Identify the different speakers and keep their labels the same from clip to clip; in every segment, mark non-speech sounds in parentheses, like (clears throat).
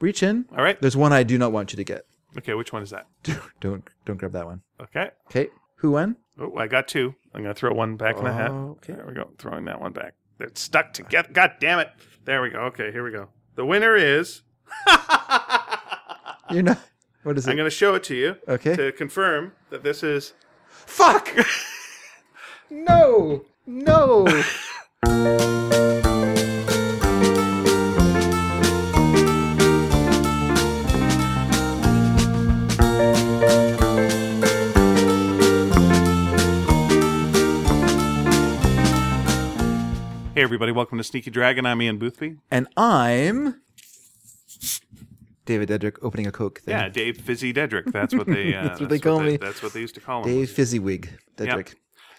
Speaker 1: reach in.
Speaker 2: All right.
Speaker 1: There's one I do not want you to get. (laughs)
Speaker 2: Okay, which one is that?
Speaker 1: Don't don't grab that one.
Speaker 2: Okay.
Speaker 1: Okay. Who won?
Speaker 2: Oh, I got two. I'm going to throw one back in the hat.
Speaker 1: Okay.
Speaker 2: There we go. Throwing that one back. They're stuck together. God damn it. There we go. Okay, here we go. The winner is. I'm
Speaker 1: You're not. What is it?
Speaker 2: (laughs) going to show it to you
Speaker 1: okay.
Speaker 2: to confirm that this is.
Speaker 1: Fuck. no. No.
Speaker 2: Hey, everybody. Welcome to Sneaky Dragon. I'm Ian Boothby.
Speaker 1: and I'm David Dedrick opening a Coke thing.
Speaker 2: Yeah, Dave Fizzy Dedrick. That's
Speaker 1: (laughs)
Speaker 2: what they. Uh,
Speaker 1: That's what they call me.
Speaker 2: That's what they used to call him.
Speaker 1: Dave Fizzywig Dedrick.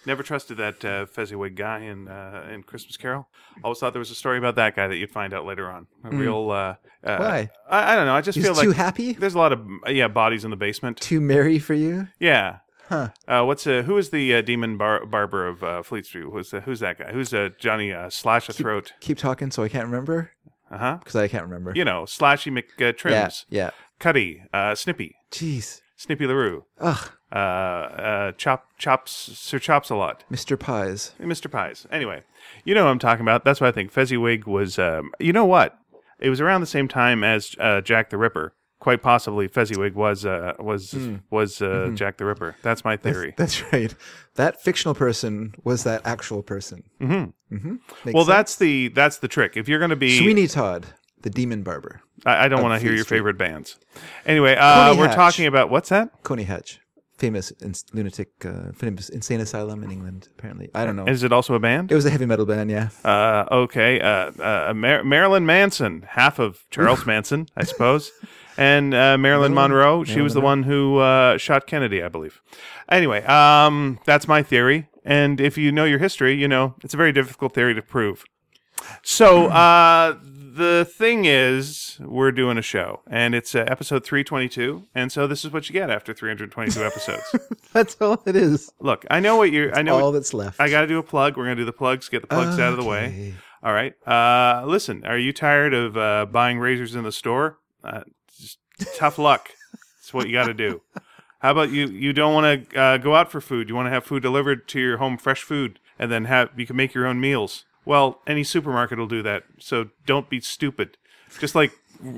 Speaker 2: Never trusted that uh, Fezziwig guy in uh, in Christmas Carol. Always thought there was a story about that guy that you'd find out later on. A real. Uh, uh,
Speaker 1: Hmm. Why?
Speaker 2: I, I don't know. I just
Speaker 1: He's
Speaker 2: feel like
Speaker 1: too happy,
Speaker 2: there's a lot of yeah bodies in the basement.
Speaker 1: too merry for you.
Speaker 2: Yeah.
Speaker 1: Huh.
Speaker 2: Uh, what's uh, who is the uh, demon bar- barber of uh, Fleet Street? Who's uh, who's that guy? Who's uh, Johnny uh, Slash a Throat?
Speaker 1: Keep talking so I can't remember
Speaker 2: Uh huh.
Speaker 1: because I can't remember.
Speaker 2: You know, Slashy McTrims,
Speaker 1: yeah.
Speaker 2: Trims,
Speaker 1: Yeah.
Speaker 2: Cuddy, uh, Snippy,
Speaker 1: Jeez.
Speaker 2: Snippy Larue,
Speaker 1: Ugh.
Speaker 2: uh, uh, Chop Chops, Sir Chops a lot.
Speaker 1: Mr. Pies.
Speaker 2: Mr. Pies. Anyway, you know what I'm talking about. That's what I think. Fezziwig was, um, you know what? It was around the same time as uh, Jack the Ripper. Quite possibly, Fezziwig was uh, was was uh, Jack the Ripper. That's my theory.
Speaker 1: Hmm. Mm-hmm. That's right. That fictional person was that actual person. Mm-hmm. Mm-hmm.
Speaker 2: well, that's the that's the trick. If you're going to be,
Speaker 1: Sweeney Todd, the demon barber,
Speaker 2: I, I don't want to hear
Speaker 1: Fleet
Speaker 2: your
Speaker 1: Street.
Speaker 2: favorite bands. Anyway, uh,
Speaker 1: Coney
Speaker 2: we're
Speaker 1: Hatch.
Speaker 2: talking about what's that?
Speaker 1: Coney Hatch, famous ins- lunatic, uh, famous insane asylum in England. Apparently, I don't know.
Speaker 2: Is it also a
Speaker 1: It
Speaker 2: band?
Speaker 1: was a heavy metal band, yeah.
Speaker 2: Uh, okay, uh, uh, Mar- Marilyn Manson, half of Charles (laughs) Manson, I suppose, and uh, Marilyn Monroe. She was the one who uh, shot Kennedy, I believe. Anyway, um, that's my theory. And if you know your history, you know it's a very difficult theory to prove. So uh, the thing is, we're doing a show, and it's uh, episode three twenty two, and so this is what you get after three hundred twenty two (laughs) episodes.
Speaker 1: That's all it is.
Speaker 2: Look, I know what you're. I know what-
Speaker 1: all that's left.
Speaker 2: I got to do a plug. We're going to do the plugs, get the plugs out of the way. All right. Uh, listen, are you tired of uh, buying razors in the store? Uh, just tough luck. It's what you got to do. How about you? You don't want to uh, go out for food. You want to have food delivered to your home, fresh food, and then have you can make your own meals. Well, any supermarket will do that. So don't be stupid. Just like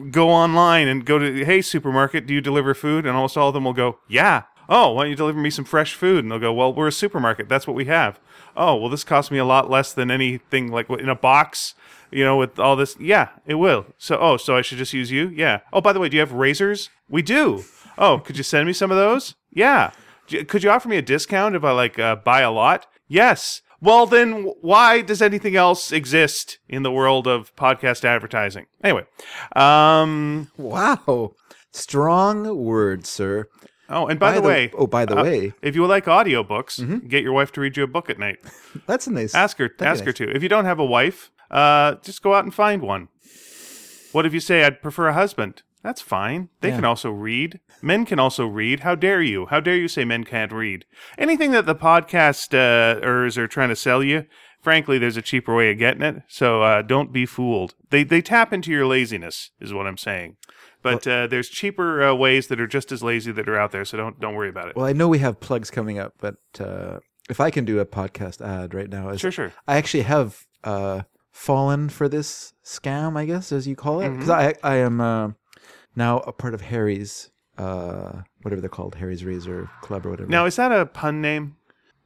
Speaker 2: go online and go to hey supermarket, do you deliver food? And almost all of them will go yeah. Oh, why don't you deliver me some fresh food? And they'll go, well, we're a supermarket. That's what we have. Oh, well, this cost me a lot less than anything like in a box, you know, with all this. Yeah, it will. So, oh, so I should just use you? Yeah. Oh, by the way, do you have razors? We do. Oh, could you send me some of those? Yeah. J- Could you offer me a discount if I like uh, buy a lot? Yes. Well, then w- why does anything else exist in the world of podcast advertising? Anyway, um,
Speaker 1: Wow. Strong word, sir.
Speaker 2: oh, and by, the, way,
Speaker 1: Oh, by the
Speaker 2: uh,
Speaker 1: way, Mm-hmm.
Speaker 2: if you like audiobooks, get your wife to read you a book at night.
Speaker 1: that's a nice.
Speaker 2: Ask her,
Speaker 1: be
Speaker 2: ask her to. If you don't have a wife, uh, just go out and find one. What if you say I'd prefer a husband? That's fine. They can also read. Men can also read. How dare you? How dare you say men can't read? Anything that the podcasters are trying to sell you, frankly, there's a cheaper way of getting it. So uh, don't be fooled. They they tap into your laziness, is what I'm saying. But uh, there's cheaper uh, ways that are just as lazy that are out there. So don't don't worry about it.
Speaker 1: Well, I know we have plugs coming up, but uh, if I can do a podcast ad right now, as
Speaker 2: Sure, sure.
Speaker 1: I actually have uh, fallen for this scam, I guess, as you call
Speaker 2: Mm-hmm.
Speaker 1: it, because I I am uh, now a part of Harry's, uh, whatever they're called, Harry's Razor Club or whatever.
Speaker 2: Now is that a pun name?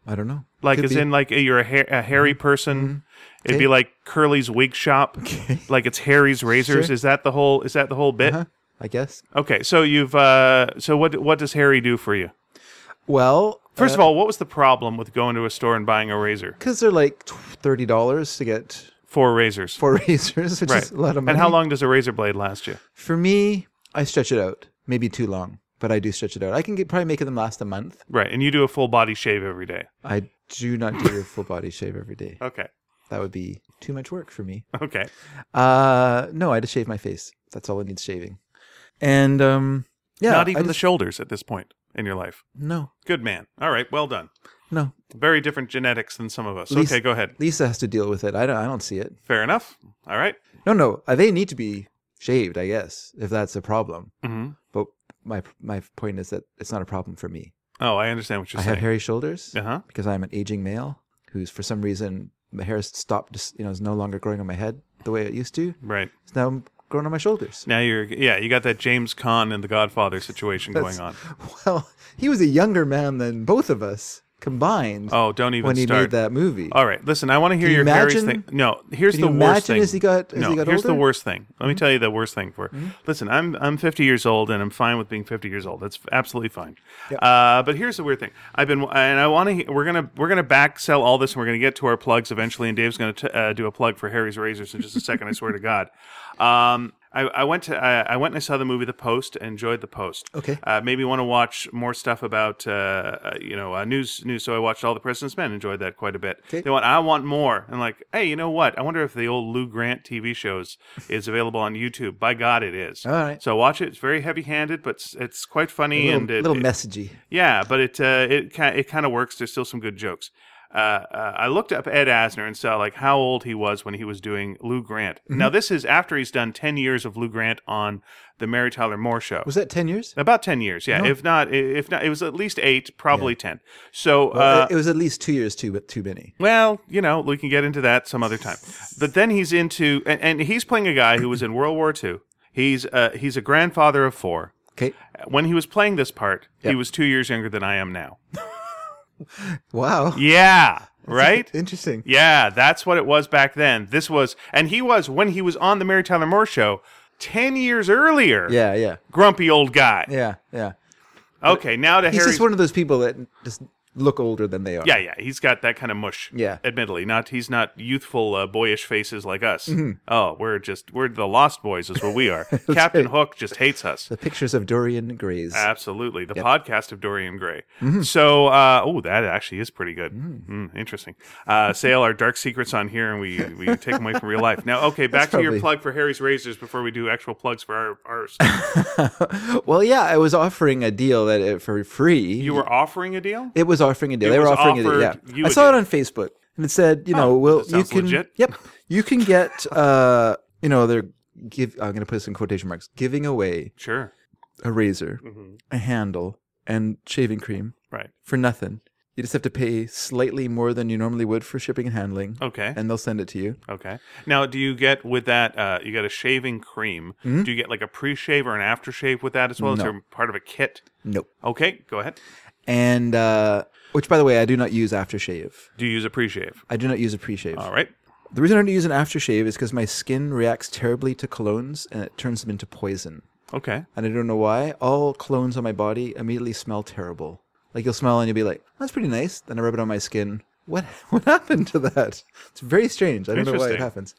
Speaker 1: I don't know.
Speaker 2: Like,
Speaker 1: Could
Speaker 2: as
Speaker 1: be. Mm-hmm.
Speaker 2: in, like, you're a, ha- a hairy person. It'd
Speaker 1: Okay.
Speaker 2: be like Curly's wig
Speaker 1: (laughs)
Speaker 2: shop.
Speaker 1: Okay.
Speaker 2: Like it's Harry's razors.
Speaker 1: Sure. Uh-huh.
Speaker 2: Is that the whole? Is that the whole bit?
Speaker 1: Huh? (laughs) I guess.
Speaker 2: Okay. So you've. Uh, so what? What does Harry do for you?
Speaker 1: Well,
Speaker 2: First of all, what was the problem with going to a store and buying a razor?
Speaker 1: because they're like thirty dollars to get
Speaker 2: Four razors.
Speaker 1: four (laughs) razors, which
Speaker 2: right.
Speaker 1: is a lot of money.
Speaker 2: And how long does a razor blade last you?
Speaker 1: For me, I stretch it out. Maybe too long, but I do stretch it out. I can get, probably make them last a month.
Speaker 2: Right. And you do a full body shave every day.
Speaker 1: I do not do a full body shave every day.
Speaker 2: Okay.
Speaker 1: That would be too much work for me.
Speaker 2: Okay.
Speaker 1: Uh, no, I just shave my face. That's all it needs shaving. And um, yeah,
Speaker 2: Not
Speaker 1: I
Speaker 2: even the
Speaker 1: just-
Speaker 2: shoulders at this point in your life.
Speaker 1: no,
Speaker 2: Good man. All right. Well done.
Speaker 1: no.
Speaker 2: Very different genetics than some of us.
Speaker 1: Least-
Speaker 2: okay. Go ahead.
Speaker 1: Lisa has to deal with it. I don't. I don't see it.
Speaker 2: Fair enough. All right.
Speaker 1: No, no. uh, They need to be shaved, I guess, if that's a problem.
Speaker 2: hmm
Speaker 1: But my my point is that it's not a problem for me.
Speaker 2: Oh, I understand what you're
Speaker 1: I have
Speaker 2: saying.
Speaker 1: hairy shoulders
Speaker 2: Uh huh.
Speaker 1: because I'm an aging male who's for some reason the hair stopped, you know, is no longer growing on my head the way it used to.
Speaker 2: Right
Speaker 1: It's now growing on my shoulders. (laughs)
Speaker 2: now you're yeah you got that James Caan and the Godfather situation going on.
Speaker 1: Well, he was a younger man than both of us combined
Speaker 2: Oh, don't even
Speaker 1: when he
Speaker 2: start.
Speaker 1: made that movie.
Speaker 2: All right, listen. I want to hear
Speaker 1: Can you
Speaker 2: your Harry's
Speaker 1: imagine-
Speaker 2: thing. No, here's
Speaker 1: Can
Speaker 2: the
Speaker 1: you
Speaker 2: worst
Speaker 1: imagine
Speaker 2: thing.
Speaker 1: as he got- as
Speaker 2: no,
Speaker 1: he got
Speaker 2: here's the
Speaker 1: older? Mm-hmm.
Speaker 2: worst thing. Let me tell you the worst thing for. Listen, I'm I'm 50 years old and I'm fine with being 50 years old. That's absolutely fine. Uh, but here's the weird thing. I've been and I want to. We're gonna we're gonna back sell all this and we're gonna get to our plugs eventually. And Dave's gonna t- uh, do a plug for Harry's razors in just a second. I swear
Speaker 1: (laughs)
Speaker 2: to God. Um, I, I went to I, I went and I saw the movie The Post. and Enjoyed The Post.
Speaker 1: Okay.
Speaker 2: Uh, made me want to watch more stuff about uh, uh, you know uh, news news. So I watched all the President's Men. Enjoyed that quite a bit.
Speaker 1: Okay.
Speaker 2: They want I want more. And like, hey, you know what? I wonder if the old Lou Grant TV shows is available on YouTube. By God, it is.
Speaker 1: All right.
Speaker 2: So watch it. It's very heavy handed, but it's, it's quite funny
Speaker 1: little,
Speaker 2: and it,
Speaker 1: little
Speaker 2: it-
Speaker 1: messagey.
Speaker 2: yeah, but it uh, it kind it kind of works. There's still some good jokes. Uh, uh, I looked up Ed Asner and saw like how old he was when he was doing Lou Grant.
Speaker 1: Mm-hmm.
Speaker 2: Now this is after he's done ten years of Lou Grant on the Mary Tyler Moore Show.
Speaker 1: Was that ten years?
Speaker 2: About ten years, yeah. If not, if not, it was at least eight, probably ten. So
Speaker 1: Well,
Speaker 2: uh,
Speaker 1: it- it was at least two years too, but too many.
Speaker 2: well, you know, we can get into that some other time. But then he's into, and, and he's playing a guy who was in World War II. He's uh, he's a grandfather of four.
Speaker 1: Okay.
Speaker 2: When he was playing this part, he
Speaker 1: Yep.
Speaker 2: was two years younger than I am now.
Speaker 1: Wow. (laughs)
Speaker 2: (laughs) Yeah, right.
Speaker 1: Interesting.
Speaker 2: Yeah, that's what it was back then. This was, and he was when he was on the Mary Tyler Moore Show ten years earlier.
Speaker 1: Yeah. Yeah.
Speaker 2: grumpy old guy.
Speaker 1: Yeah. Yeah.
Speaker 2: Okay, now to
Speaker 1: He's
Speaker 2: Harry's
Speaker 1: just one of those people that just look older than they are.
Speaker 2: Yeah, yeah, he's got that kind of mush.
Speaker 1: Yeah.
Speaker 2: admittedly, not he's not youthful, uh, boyish faces like us.
Speaker 1: Mm-hmm.
Speaker 2: Oh, we're just we're the Lost Boys is what we
Speaker 1: (laughs)
Speaker 2: are. Captain Hook just hates us.
Speaker 1: The pictures of Dorian Gray's.
Speaker 2: Uh. Absolutely, the podcast of Dorian Gray.
Speaker 1: Mm-hmm.
Speaker 2: So, uh, oh, that actually is pretty good. Mm, interesting. Uh, sale our dark secrets on here, and we we take them away from real life. Now, okay, back to your
Speaker 1: probably-
Speaker 2: plug for Harry's razors before we do actual plugs for our
Speaker 1: (laughs)
Speaker 2: ours.
Speaker 1: (laughs) well, yeah, I was offering a deal that it, for free.
Speaker 2: You were offering a deal.
Speaker 1: It was offering a deal.
Speaker 2: It
Speaker 1: they were
Speaker 2: was
Speaker 1: offering a deal. Yeah,
Speaker 2: offered you
Speaker 1: I
Speaker 2: a
Speaker 1: saw it
Speaker 2: deal.
Speaker 1: on Facebook, and it said, you know,
Speaker 2: Oh,
Speaker 1: well,
Speaker 2: that
Speaker 1: you
Speaker 2: sounds
Speaker 1: can.
Speaker 2: legit.
Speaker 1: Yep, you can get. uh You know, they're give. I'm going to put this in quotation marks. Giving away
Speaker 2: Sure.
Speaker 1: a razor,
Speaker 2: Mhm.
Speaker 1: a handle, and shaving cream
Speaker 2: Right.
Speaker 1: for nothing. You just have to pay slightly more than you normally would for shipping and handling,
Speaker 2: Okay.
Speaker 1: and they'll send it to you.
Speaker 2: Okay. Now, do you get with that? Uh, you got a shaving cream. Do you get like a pre-shave or an aftershave with that as well? Is
Speaker 1: Hmm? No.
Speaker 2: there part of a kit?
Speaker 1: Nope.
Speaker 2: Okay, go ahead.
Speaker 1: And uh which, by the way, I do not use aftershave.
Speaker 2: Do you use a pre-shave?
Speaker 1: I do not use a pre-shave.
Speaker 2: All right.
Speaker 1: The reason I don't use an aftershave is because my skin reacts terribly to colognes and it turns them into poison.
Speaker 2: Okay.
Speaker 1: And I don't know why. All colognes on my body immediately smell terrible. Like you'll smell and you'll be like, "That's pretty nice." Then I rub it on my skin. What (laughs) what happened to that? It's very strange. I don't know why
Speaker 2: Interesting.
Speaker 1: it happens.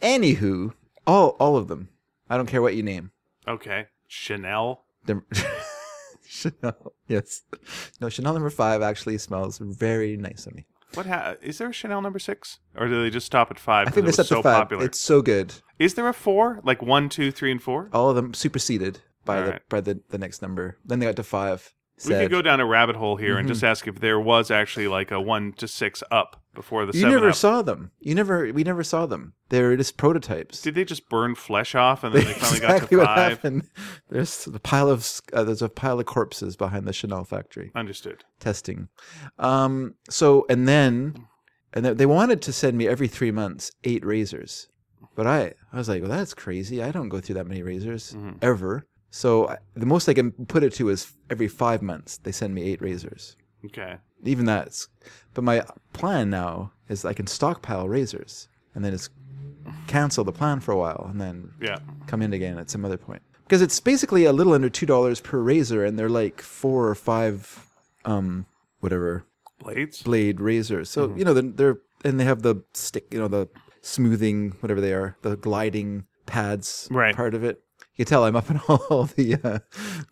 Speaker 1: Anywho, all all of them. I don't care what you name.
Speaker 2: Okay. Chanel.
Speaker 1: Them- (laughs) Chanel. Yes. No, Chanel number five actually smells very nice on me.
Speaker 2: What ha- is there a Chanel number six, or do they just stop at five?
Speaker 1: I think
Speaker 2: because
Speaker 1: this
Speaker 2: it
Speaker 1: up
Speaker 2: was
Speaker 1: to
Speaker 2: so
Speaker 1: five.
Speaker 2: popular.
Speaker 1: It's so good.
Speaker 2: Is there a four? Like one, two, three, and four?
Speaker 1: all of them superseded by the
Speaker 2: Alright.
Speaker 1: by the, the next number. Then they got to five.
Speaker 2: We could
Speaker 1: Said,
Speaker 2: go down a rabbit hole here
Speaker 1: Mm-hmm.
Speaker 2: and just ask if there was actually like a one to six up before the
Speaker 1: you
Speaker 2: seven
Speaker 1: never
Speaker 2: up.
Speaker 1: saw them. You never we never saw them. They were just prototypes.
Speaker 2: Did they just burn flesh off and then they
Speaker 1: (laughs)
Speaker 2: finally
Speaker 1: exactly
Speaker 2: got to
Speaker 1: what
Speaker 2: five?
Speaker 1: happened. There's the pile of s- uh, there's a pile of corpses behind the Chanel factory
Speaker 2: Understood.
Speaker 1: testing. Um, so and then and th- they wanted to send me every three months eight razors, but I I was like, well, that's crazy. I don't go through that many razors
Speaker 2: Mhm.
Speaker 1: ever. So I, the most I can put it to is every five months they send me eight razors.
Speaker 2: Okay.
Speaker 1: even that's but my plan now is i can stockpile razors and then just cancel the plan for a while and then
Speaker 2: Yeah.
Speaker 1: come in again at some other point because it's basically a little under two dollars per razor and they're like four or five um whatever
Speaker 2: Blades. Mm-hmm.
Speaker 1: blade razors so you know they're, they're and they have the stick you know the smoothing whatever they are the gliding pads
Speaker 2: Right.
Speaker 1: part of it you can tell i'm up on (laughs) all the uh,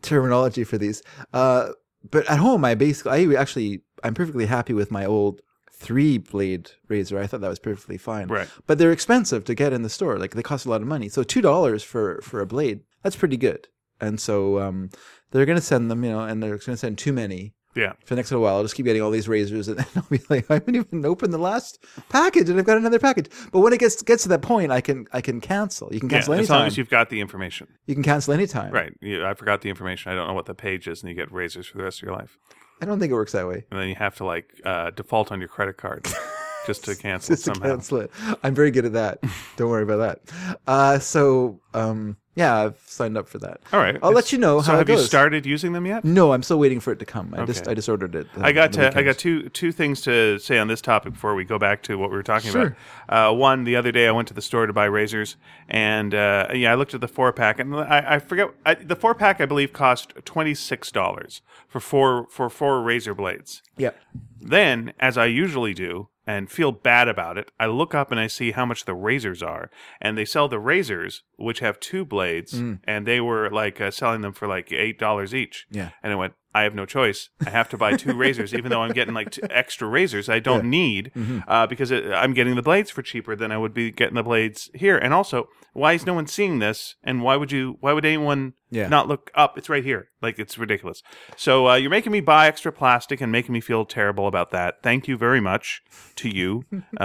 Speaker 1: terminology for these uh but at home i basically i actually i'm perfectly happy with my old three blade razor i thought that was perfectly fine
Speaker 2: Right.
Speaker 1: but they're expensive to get in the store like they cost a lot of money so two dollars for for a blade that's pretty good and so um they're gonna send them you know and they're gonna send too many
Speaker 2: Yeah.
Speaker 1: for the next little while. I'll just keep getting all these razors, and (laughs) then I'll be like, I haven't even opened the last package, and I've got another package. But when it gets gets to that point, I can I can cancel. You can
Speaker 2: Yeah,
Speaker 1: cancel
Speaker 2: as long
Speaker 1: anytime.
Speaker 2: as you've got the information.
Speaker 1: you can cancel anytime.
Speaker 2: Right. You, I forgot the information. I don't know what the page is, and you get razors for the rest of your life.
Speaker 1: I don't think it works that way.
Speaker 2: And then you have to like uh, default on your
Speaker 1: (laughs)
Speaker 2: credit card just to cancel it
Speaker 1: Just to
Speaker 2: somehow.
Speaker 1: cancel it. I'm very good at
Speaker 2: (laughs)
Speaker 1: that. don't worry about that. Uh, so um, yeah, I've signed up for that.
Speaker 2: All right.
Speaker 1: I'll let you know
Speaker 2: So
Speaker 1: how
Speaker 2: have
Speaker 1: it goes.
Speaker 2: you started using them yet?
Speaker 1: No, I'm still waiting for it to come. I just
Speaker 2: Okay.
Speaker 1: I just ordered it. uh,
Speaker 2: I
Speaker 1: on
Speaker 2: got
Speaker 1: the
Speaker 2: to, I
Speaker 1: weekend.
Speaker 2: got two two things to say on this topic before we go back to what we were talking
Speaker 1: Sure.
Speaker 2: about. Uh, one, the other day I went to the store to buy razors, and uh, yeah, I looked at the four pack, and I, I forget I, the four pack I believe cost twenty six dollars for four for four razor blades.
Speaker 1: yeah.
Speaker 2: Then, as I usually do and feel bad about it, I look up and I see how much the razors are. And they sell the razors, which have two blades, and they were like uh, selling them for like $8 each.
Speaker 1: Yeah.
Speaker 2: And I went, I have no choice. I have to buy two razors, even though I'm getting like two extra razors I don't need uh, because it, I'm getting the blades for cheaper than I would be getting the blades here. And also, why is no one seeing this? And why would you, why would anyone
Speaker 1: Yeah.
Speaker 2: not look up. It's right here. Like it's ridiculous. So uh, you're making me buy extra plastic and making me feel terrible about that. Thank you very much to
Speaker 1: (laughs)
Speaker 2: you, uh,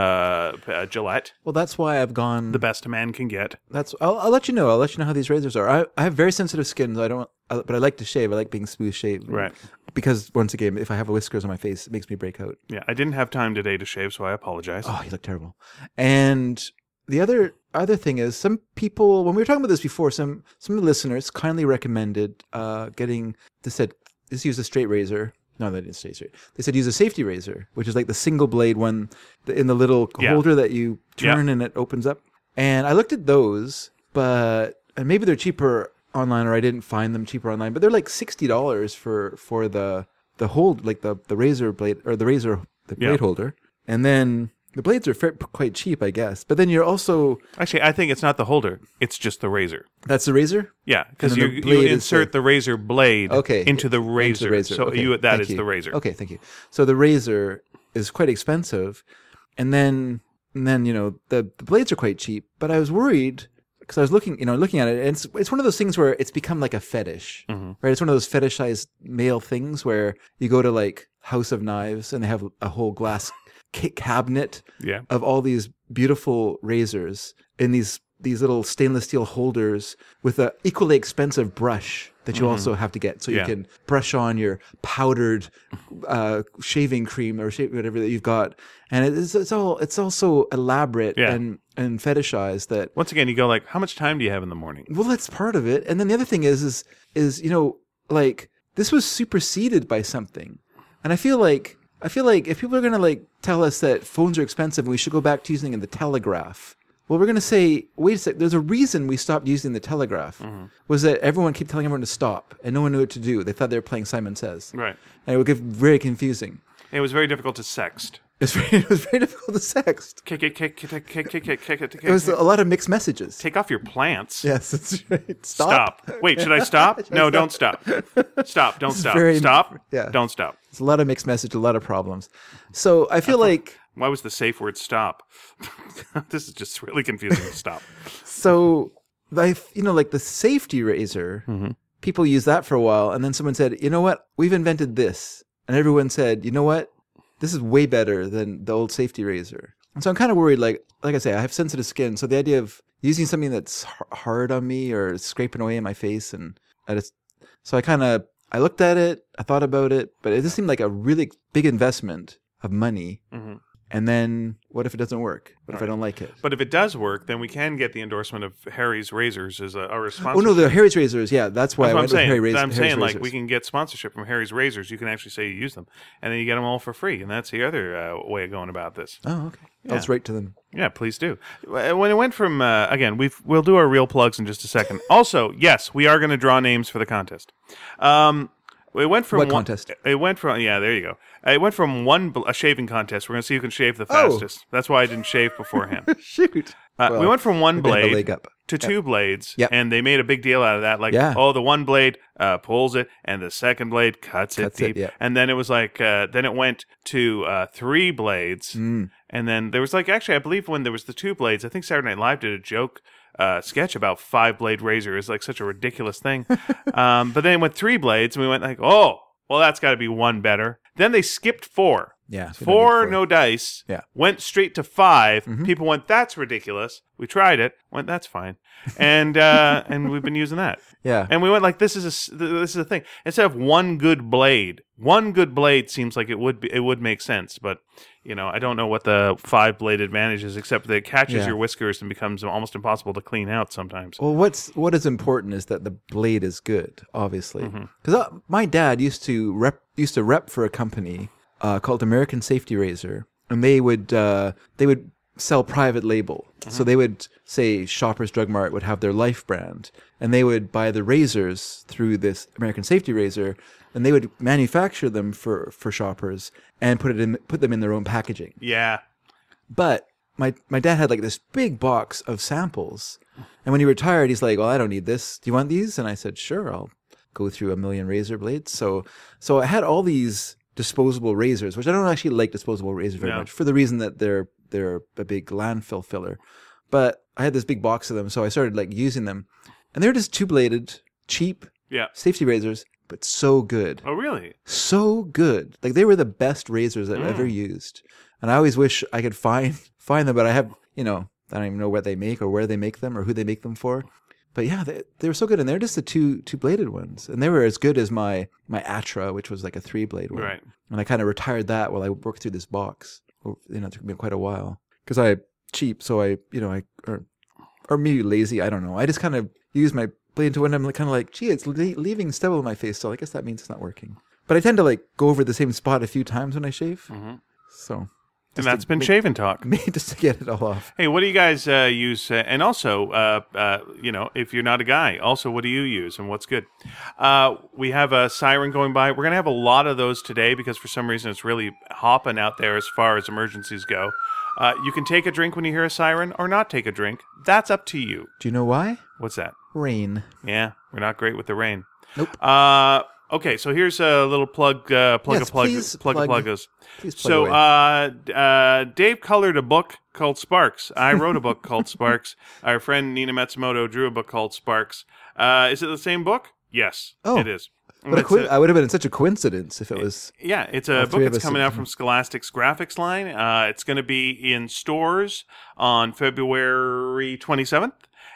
Speaker 2: uh, Gillette,
Speaker 1: Well, that's why I've gone.
Speaker 2: the best a man can get.
Speaker 1: That's I'll, I'll let you know. I'll let you know how these razors are. I, I have very sensitive skin, so I don't. I, but I like to shave. I like being smooth shaved.
Speaker 2: Right.
Speaker 1: Because once again, if I have whiskers on my face, it makes me break out.
Speaker 2: Yeah, I didn't have time today to shave, so I apologize.
Speaker 1: Oh, you look terrible. And the other other thing is, some people when we were talking about this before, some some of the listeners kindly recommended uh, getting. They said just use a straight razor. No, they didn't say straight. They said use a safety razor, which is like the single blade one the- in the little
Speaker 2: Yeah.
Speaker 1: holder that you
Speaker 2: Yeah.
Speaker 1: turn and it opens up. And I looked at those, but and maybe they're cheaper online or I didn't find them cheaper online, but they're like sixty dollars for for the the hold like the the razor blade or the razor the
Speaker 2: Yeah.
Speaker 1: blade holder. And then the blades are fair, quite cheap, I guess. But then you're also
Speaker 2: Actually, I think it's not the holder; it's just the razor.
Speaker 1: that's the razor.
Speaker 2: Yeah, because
Speaker 1: And
Speaker 2: you,
Speaker 1: then the
Speaker 2: you
Speaker 1: blade is
Speaker 2: insert the razor blade
Speaker 1: Okay.
Speaker 2: into the
Speaker 1: Into
Speaker 2: razor.
Speaker 1: the razor.
Speaker 2: So
Speaker 1: Okay,
Speaker 2: you that
Speaker 1: thank
Speaker 2: is
Speaker 1: you.
Speaker 2: the razor.
Speaker 1: Okay, thank you. So the razor is quite expensive, and then and then you know the, the blades are quite cheap. But I was worried because I was looking, you know, looking at it, and it's it's one of those things where it's become like a fetish,
Speaker 2: Mm-hmm.
Speaker 1: right? It's one of those fetishized male things where you go to like House of Knives and they have a whole glass ca- cabinet
Speaker 2: Yeah.
Speaker 1: of all these beautiful razors in these these little stainless steel holders with a equally expensive brush that you also have to get so
Speaker 2: Mm-hmm. Yeah.
Speaker 1: you can brush on your powdered uh, shaving cream or shave, whatever that you've got and it's, it's all it's all so elaborate
Speaker 2: Yeah.
Speaker 1: and and fetishized that
Speaker 2: Once again, you go like, "How much time do you have in the morning?"
Speaker 1: well that's part of it and then the other thing is is is you know like this was superseded by something and i feel like i feel like if people are going to like tell us that phones are expensive and we should go back to using the telegraph well we're going to say wait a sec there's a reason we stopped using the telegraph
Speaker 2: Mm-hmm.
Speaker 1: was that everyone kept telling everyone to stop and no one knew what to do they thought they were playing simon says
Speaker 2: Right.
Speaker 1: and it would get very confusing
Speaker 2: It was very difficult to sext.
Speaker 1: it's very, (laughs) it was very difficult to sext
Speaker 2: Kick it, kick it, kick it, kick it, kick it, kick
Speaker 1: it was
Speaker 2: it.
Speaker 1: a lot of mixed messages
Speaker 2: Take off your plants.
Speaker 1: yes that's right
Speaker 2: Stop. Wait, should I
Speaker 1: (laughs)
Speaker 2: stop? no, don't stop. Stop. Don't stop.
Speaker 1: very-
Speaker 2: stop.
Speaker 1: yeah.
Speaker 2: Don't stop.
Speaker 1: It's a lot of mixed message, a lot of problems. So I feel like
Speaker 2: Why was the safe word stop? (laughs) this is just really confusing. Stop.
Speaker 1: so I you know like the safety razor. People used that for a while, and then someone said, "You know what? We've invented this," and everyone said, "You know what? This is way better than the old safety razor." And so I'm kind of worried. Like like I say, I have sensitive skin, so the idea of using something that's h- hard on me or scraping away in my face, and I just so I kind of I looked at it, I thought about it, but it just seemed like a really big investment of money.
Speaker 2: Mhm.
Speaker 1: And then what if it doesn't work? What if I
Speaker 2: Right.
Speaker 1: don't like it?
Speaker 2: But if it does work, then we can get the endorsement of Harry's Razors as a, a response.
Speaker 1: Oh no, the Harry's razors. Yeah, that's why I
Speaker 2: That's what I'm
Speaker 1: went with
Speaker 2: saying.
Speaker 1: Harry Raz-
Speaker 2: I'm
Speaker 1: Harry's
Speaker 2: saying,
Speaker 1: razors.
Speaker 2: like, we can get sponsorship from Harry's Razors. You can actually say you use them, and then you get them all for free. And that's the other uh, way of going about this.
Speaker 1: Oh, okay. I'll just write to them.
Speaker 2: Yeah, please do. When it went from uh, again, we have we'll do our real plugs in just a second. (laughs) Also, yes, we are going to draw names for the contest. Um, it went from
Speaker 1: What
Speaker 2: one-
Speaker 1: contest?
Speaker 2: It went from yeah, there you go. It went from one bl- a shaving contest. We're going to see who can shave the
Speaker 1: Oh.
Speaker 2: fastest. That's why I didn't shave
Speaker 1: (laughs)
Speaker 2: beforehand.
Speaker 1: Shoot.
Speaker 2: Uh, we
Speaker 1: Well,
Speaker 2: went from one
Speaker 1: maybe I have a
Speaker 2: blade
Speaker 1: leg up.
Speaker 2: to two blades,
Speaker 1: Yep.
Speaker 2: and they made a big deal out of that. Like,
Speaker 1: Yeah.
Speaker 2: oh, the one blade uh, pulls it, and the second blade cuts,
Speaker 1: Cuts
Speaker 2: it
Speaker 1: it,
Speaker 2: deep.
Speaker 1: yeah.
Speaker 2: And then it was like, uh, then it went to uh, three blades,
Speaker 1: Mm,
Speaker 2: and then there was like, actually, I believe when there was the two blades, I think Saturday Night Live did a joke. Uh, sketch about five blade razor is like such a ridiculous thing, um, but then it went three blades, and we went like, oh, Well, that's got to be one better. Then they skipped four.
Speaker 1: Yeah. so you don't need
Speaker 2: Four, no dice.
Speaker 1: Yeah.
Speaker 2: Went straight to 5
Speaker 1: Mhm.
Speaker 2: People went, that's ridiculous. We tried it. Went, that's fine. And uh, and we've been using that.
Speaker 1: Yeah.
Speaker 2: And we went like, this is a s- th- this is a thing. Instead of one good blade, one good blade seems like it would be it would make sense. But you know, I don't know what the five blade advantage is, except that it catches
Speaker 1: Yeah.
Speaker 2: your whiskers and becomes almost impossible to clean out sometimes.
Speaker 1: Well, what's what is important is that the blade is good, obviously. Because
Speaker 2: Mhm.
Speaker 1: my dad used to rep used to rep for a company uh, called American Safety Razor, and they would uh, they would sell private label. So they would say Shoppers Drug Mart would have their Life brand, and they would buy the razors through this American Safety Razor, and they would manufacture them for for shoppers and put it in put them in their own packaging
Speaker 2: Yeah.
Speaker 1: but my my dad had like this big box of samples and when he retired he's like well i don't need this do you want these and i said sure i'll go through a million razor blades so so i had all these disposable razors which i don't actually like disposable razors very
Speaker 2: No.
Speaker 1: much for the reason that they're they're a big landfill filler but i had this big box of them so i started like using them and they're just two bladed cheap
Speaker 2: Yeah.
Speaker 1: safety razors but so good
Speaker 2: Oh, really?
Speaker 1: so good. Like they were the best razors I've ever used, and I always wish I could find (laughs) find them. But I have, you know, I don't even know what they make or where they make them or who they make them for. But yeah, they, they were so good, and they're just the two two bladed ones, and they were as good as my my Atra, which was like a three blade one.
Speaker 2: Right.
Speaker 1: And I kind of retired that while I worked through this box. Or, You know, it took me quite a while because I cheap, so I you know I or or maybe lazy. I don't know. I just kind of use my blade to when I'm kind of like, gee, it's le- leaving stubble in my face, so I guess that means it's not working. But I tend to like go over the same spot a few times when I shave,
Speaker 2: Mhm.
Speaker 1: so (laughs)
Speaker 2: And
Speaker 1: Just
Speaker 2: that's
Speaker 1: to
Speaker 2: been
Speaker 1: make-
Speaker 2: shaving talk.
Speaker 1: maybe just to get it all off.
Speaker 2: Hey, what do you guys uh, use? Uh, and also, uh, uh, you know, if you're not a guy, also, what do you use and what's good? Uh, we have a siren going by. We're going to have a lot of those today because for some reason it's really hopping out there as far as emergencies go. Uh, you can take a drink when you hear a siren or not take a drink. That's up to you.
Speaker 1: Do you know why?
Speaker 2: What's that?
Speaker 1: Rain.
Speaker 2: Yeah, we're not great with the rain.
Speaker 1: Nope.
Speaker 2: Uh, okay, so here's a little plug, uh, plug
Speaker 1: Yes,
Speaker 2: a plug,
Speaker 1: please
Speaker 2: plug, a
Speaker 1: plug.
Speaker 2: plug us.
Speaker 1: Please plug
Speaker 2: So,
Speaker 1: away.
Speaker 2: uh, d- uh, Dave colored a book called Sparks. I wrote a
Speaker 1: (laughs)
Speaker 2: book called Sparks. Our friend Nina Matsumoto drew a book called Sparks. Uh, is it the same book? Yes,
Speaker 1: Oh.
Speaker 2: it is.
Speaker 1: what a
Speaker 2: It's
Speaker 1: coi-
Speaker 2: a-
Speaker 1: I would have been such a coincidence if it was.
Speaker 2: yeah, it's a book
Speaker 1: three of
Speaker 2: that's
Speaker 1: us
Speaker 2: coming
Speaker 1: have
Speaker 2: out from Scholastic's Graphics line. Uh, it's going to be in stores on February 27th.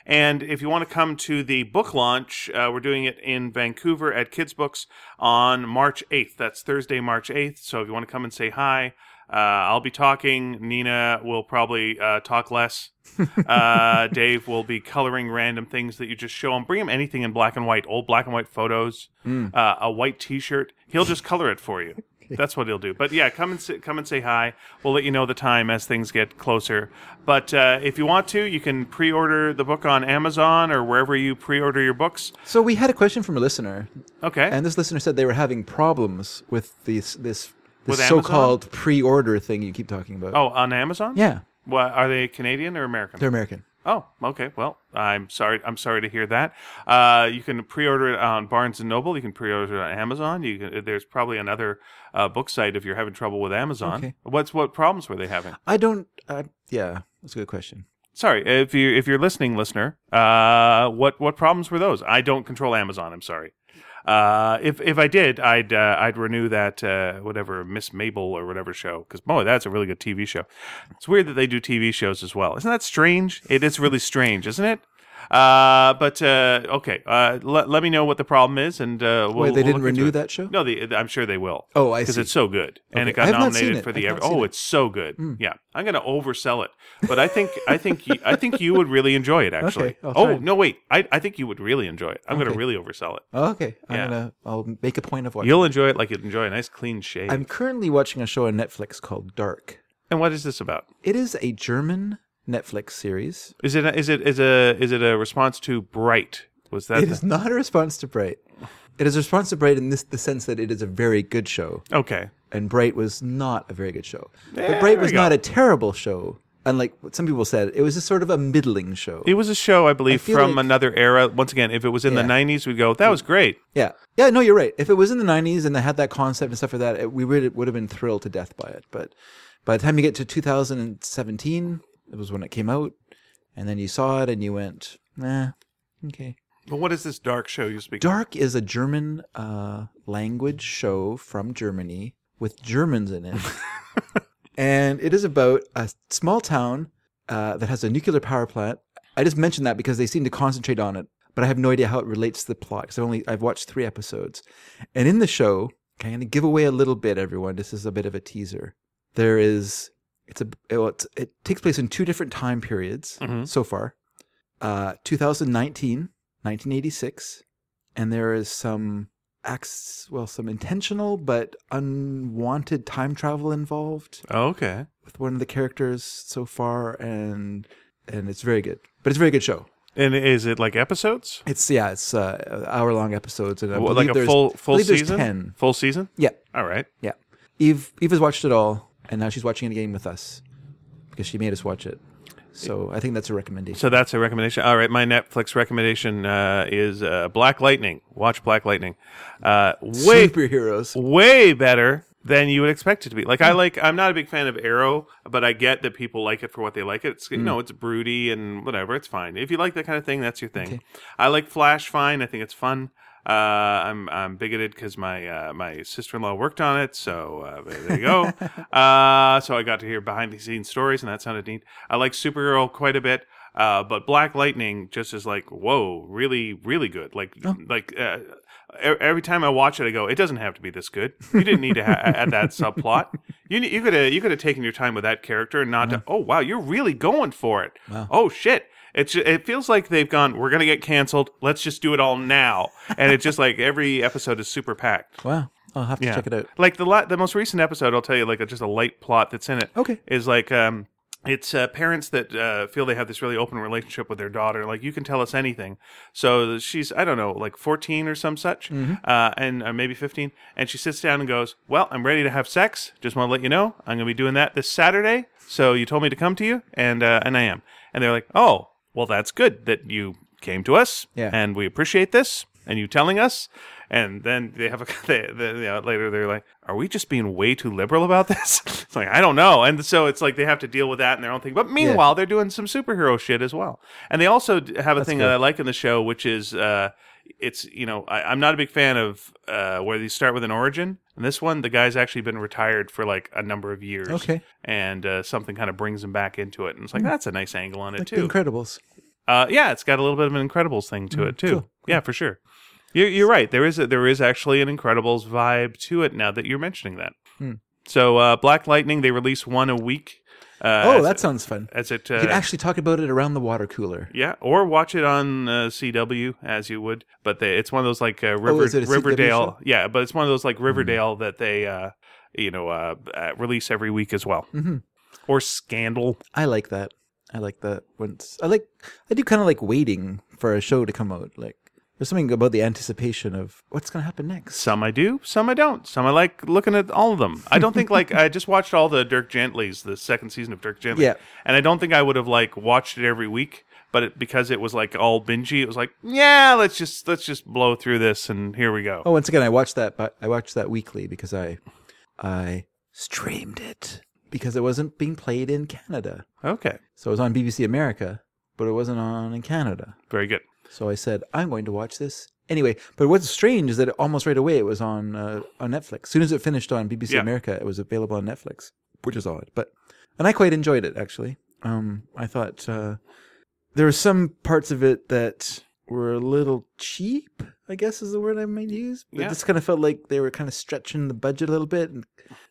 Speaker 2: And if you want to come to the book launch, uh, we're doing it in Vancouver at Kids Books on March 8th. That's Thursday, March 8th. So if you want to come and say hi, uh, I'll be talking. Nina will probably uh, talk less. uh, Dave will be coloring random things that you just show him. Bring him anything in black and white, old black and white photos,
Speaker 1: Mm.
Speaker 2: uh, a white T-shirt. He'll just color it
Speaker 1: (laughs)
Speaker 2: for you. That's what he'll do. But yeah, come and sit, come and say hi. We'll let you know the time as things get closer. But uh, if you want to, you can pre-order the book on Amazon or wherever you pre-order your books.
Speaker 1: So we had a question from a listener.
Speaker 2: Okay.
Speaker 1: And this listener said they were having problems with this this,
Speaker 2: With
Speaker 1: this
Speaker 2: Amazon?
Speaker 1: so-called pre-order thing you keep talking about.
Speaker 2: oh, on Amazon?
Speaker 1: yeah,
Speaker 2: What, are they Canadian or American?
Speaker 1: they're American.
Speaker 2: Oh, okay. Well, I'm sorry. I'm sorry to hear that. Uh, you can pre-order it on Barnes and Noble. You can pre-order it on Amazon. You can, there's probably another uh, book site if you're having trouble with Amazon.
Speaker 1: Okay.
Speaker 2: What's what problems were they having?
Speaker 1: I don't. Uh, yeah, that's a good question.
Speaker 2: Sorry, if you if you're listening, listener, uh, what what problems were those? I don't control Amazon. I'm sorry. Uh, if if I did, I'd uh, I'd renew that uh, whatever Miss Mabel or whatever show because boy, that's a really good TV show. It's weird that they do TV shows as well. Isn't that strange? It is really strange, isn't it? Uh, but uh, okay, uh, let let me know what the problem is, and uh, we'll,
Speaker 1: Wait, they
Speaker 2: we'll
Speaker 1: didn't
Speaker 2: look into
Speaker 1: renew
Speaker 2: it.
Speaker 1: that show?
Speaker 2: No, they, I'm sure they will
Speaker 1: Oh, I
Speaker 2: because
Speaker 1: see.
Speaker 2: it's so good, and
Speaker 1: Okay.
Speaker 2: it got
Speaker 1: I have not
Speaker 2: nominated
Speaker 1: seen it.
Speaker 2: for
Speaker 1: I
Speaker 2: the
Speaker 1: have
Speaker 2: Ever-
Speaker 1: not seen it.
Speaker 2: oh,
Speaker 1: Hmm.
Speaker 2: it's so good. Yeah, I'm gonna oversell it, but I think I think you, I think you would really enjoy it. Actually,
Speaker 1: Okay, I'll try
Speaker 2: oh
Speaker 1: it.
Speaker 2: no, wait, I, I think you would really enjoy it. I'm gonna
Speaker 1: Okay.
Speaker 2: really oversell it.
Speaker 1: Oh, okay, I'm
Speaker 2: Yeah.
Speaker 1: gonna. I'll make a point of watching.
Speaker 2: You'll enjoy it like you'd enjoy a nice clean shave.
Speaker 1: I'm currently watching a show on Netflix called Dark.
Speaker 2: and what is this about?
Speaker 1: It is a German Netflix series.
Speaker 2: Is it a, is it is a is it a response to Bright? Was that
Speaker 1: It is not a response to Bright. It is a response to Bright in this the sense that it is a very good show.
Speaker 2: okay?
Speaker 1: and Bright was not a very good show.
Speaker 2: There
Speaker 1: but Bright
Speaker 2: we
Speaker 1: was
Speaker 2: go.
Speaker 1: not a terrible show. Unlike what some people said, it was just sort of a middling show.
Speaker 2: It was a show, I believe,
Speaker 1: feel
Speaker 2: from
Speaker 1: like-
Speaker 2: another era. Once again, if it was in the
Speaker 1: Yeah.
Speaker 2: '90s, we'd go, "That was great."
Speaker 1: yeah, yeah. No, you're right. If it was in the '90s and they had that concept and stuff like that, it, we would would have been thrilled to death by it. But by the time you get to 2017, it was when it came out, and then you saw it and you went, "Nah, okay."
Speaker 2: But what is this dark show you speak?
Speaker 1: Dark is a German uh, language show from Germany with Germans in it. and it is about a small town uh, that has a nuclear power plant. I just mentioned that because they seem to concentrate on it, but I have no idea how it relates to the plot because I've only I've watched three episodes. And in the show, okay, I'm going to give away a little bit, everyone. This is a bit of a teaser. There is it's a well, it's, it takes place in two different time periods
Speaker 2: Mhm.
Speaker 1: so far, uh, 2019. 1986, and there is some acts, well, some intentional but unwanted time travel involved
Speaker 2: Oh, okay.
Speaker 1: with one of the characters so far, and and it's very good. But it's a very good show.
Speaker 2: And is it like episodes?
Speaker 1: It's yeah, it's uh, hour long episodes, and I
Speaker 2: Well,
Speaker 1: believe
Speaker 2: like a
Speaker 1: there's,
Speaker 2: full full
Speaker 1: believe there's
Speaker 2: season?
Speaker 1: ten.
Speaker 2: Full season?
Speaker 1: Yeah,
Speaker 2: All right.
Speaker 1: yeah. Eve Eve has watched it all, and now she's watching it again with us because she made us watch it. So I think that's a recommendation.
Speaker 2: So that's a recommendation. All right, my Netflix recommendation uh, is uh, Black Lightning. Watch Black Lightning. Uh, way
Speaker 1: Superheroes.
Speaker 2: way better than you would expect it to be. Like I like I'm not a big fan of Arrow, but I get that people like it for what they like it. It's you know, it's broody and whatever, it's fine. If you like that kind of thing, that's your thing. I like Flash fine. I think it's fun. Uh, I'm I'm bigoted because my uh, my sister in law worked on it, so uh, there you go. uh, so I got to hear behind the scenes stories, and that sounded neat. I like Supergirl quite a bit, uh, but Black Lightning just is like whoa, really, really good. Like like uh, e- every time I watch it, I go, it doesn't have to be this good. You didn't need to ha- add that subplot. You ne- you could have you could have taken your time with that character and not to. Oh wow, you're really going for it. Oh shit. It's ju- it feels like they've gone. We're gonna get canceled. Let's just do it all now. And it's just like every episode is super packed.
Speaker 1: Wow, I'll have to
Speaker 2: Yeah.
Speaker 1: check it out.
Speaker 2: Like the la- the most recent episode, I'll tell you like a, just a light plot that's in it.
Speaker 1: Okay.
Speaker 2: is like um, it's uh, parents that uh, feel they have this really open relationship with their daughter. Like you can tell us anything. So she's I don't know like fourteen or some such,
Speaker 1: Mm-hmm.
Speaker 2: uh, and uh, maybe fifteen. And she sits down and goes, "Well, I'm ready to have sex. Just want to let you know I'm going to be doing that this Saturday. So you told me to come to you, and uh, and I am. And they're like, "Oh, well, that's good that you came to us,
Speaker 1: Yeah.
Speaker 2: and we appreciate this." And you telling us, and then they have a (laughs) they, they, you know, later they're like, "Are we just being way too liberal about this?" (laughs) it's like I don't know, and so it's like they have to deal with that in their own thing. But meanwhile, they're doing some superhero shit as well, and they also d- have a thing that I like in the show, which is uh, it's you know I, I'm not a big fan of uh, where they start with an origin. And this one, the guy's actually been retired for like a number of years,
Speaker 1: Okay. Hmm.
Speaker 2: and uh, something kind of brings him back into it, and it's like that's a nice angle on it
Speaker 1: Like
Speaker 2: too.
Speaker 1: The Incredibles.
Speaker 2: Uh, yeah, it's got a little bit of an Incredibles thing to it too.
Speaker 1: Mm, cool, cool.
Speaker 2: Yeah, for sure. You're, you're right. There is a, there is actually an Incredibles vibe to it now that you're mentioning that.
Speaker 1: Hmm.
Speaker 2: So uh, Black Lightning, they release one a week. Uh,
Speaker 1: Oh,
Speaker 2: as-
Speaker 1: that sounds fun.
Speaker 2: as it.
Speaker 1: You could
Speaker 2: Uh,
Speaker 1: actually talk about it around the water cooler.
Speaker 2: yeah, or watch it on uh, CW as you would, but they, it's one of those like uh, River,
Speaker 1: Oh, is it a CW
Speaker 2: Riverdale.
Speaker 1: show? Hmm.
Speaker 2: Yeah, but it's one of those like Riverdale that they, uh, you know, uh, uh, release every week as well.
Speaker 1: hmm
Speaker 2: Or Scandal.
Speaker 1: I like that. I like that. Once I like, I do kind of like waiting for a show to come out. Like, there's something about the anticipation of what's going to happen next.
Speaker 2: Some I do, some I don't. Some I like looking at all of them. I don't think like I just watched all the Dirk Gently's, the second season of Dirk Gently,
Speaker 1: Yeah.
Speaker 2: and I don't think I would have like watched it every week. But it, because it was like all bingey, it was like yeah, let's just let's just blow through this and here we go.
Speaker 1: Oh, once again, I watched that. But I watched that weekly because I, I streamed it because it wasn't being played in Canada.
Speaker 2: Okay,
Speaker 1: So it was on BBC America, but it wasn't on in Canada.
Speaker 2: very good.
Speaker 1: So I said, I'm going to watch this anyway. But what's strange is that almost right away it was on uh, on Netflix. As soon as it finished on BBC
Speaker 2: Yeah.
Speaker 1: America, it was available on Netflix, which is odd. But and I quite enjoyed it actually. Um, I thought uh, there were some parts of it that were a little cheap. I guess is the word I might use. It
Speaker 2: Yeah.
Speaker 1: just kind of felt like they were kind of stretching the budget a little bit, and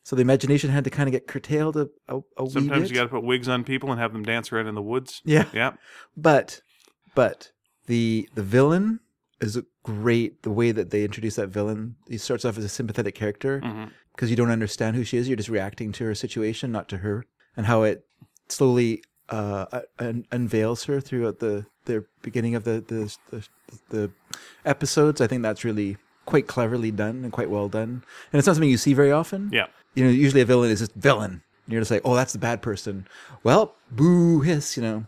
Speaker 1: so the imagination had to kind of get curtailed a, a, a wee
Speaker 2: Sometimes
Speaker 1: bit.
Speaker 2: you got to put wigs on people and have them dance around in the woods.
Speaker 1: yeah.
Speaker 2: Yeah,
Speaker 1: But but the the villain is great. The way that they introduce that villain, he starts off as a sympathetic character
Speaker 2: Mhm.
Speaker 1: because you don't understand who she is. You're just reacting to her situation, not to her, and how it slowly uh, uh, un- unveils her throughout the the beginning of the the, the the episodes. I think that's really quite cleverly done and quite well done. And it's not something you see very often
Speaker 2: yeah.
Speaker 1: you know, usually a villain is just villain. And you're just like, oh, that's the bad person. Well, boo hiss, you know,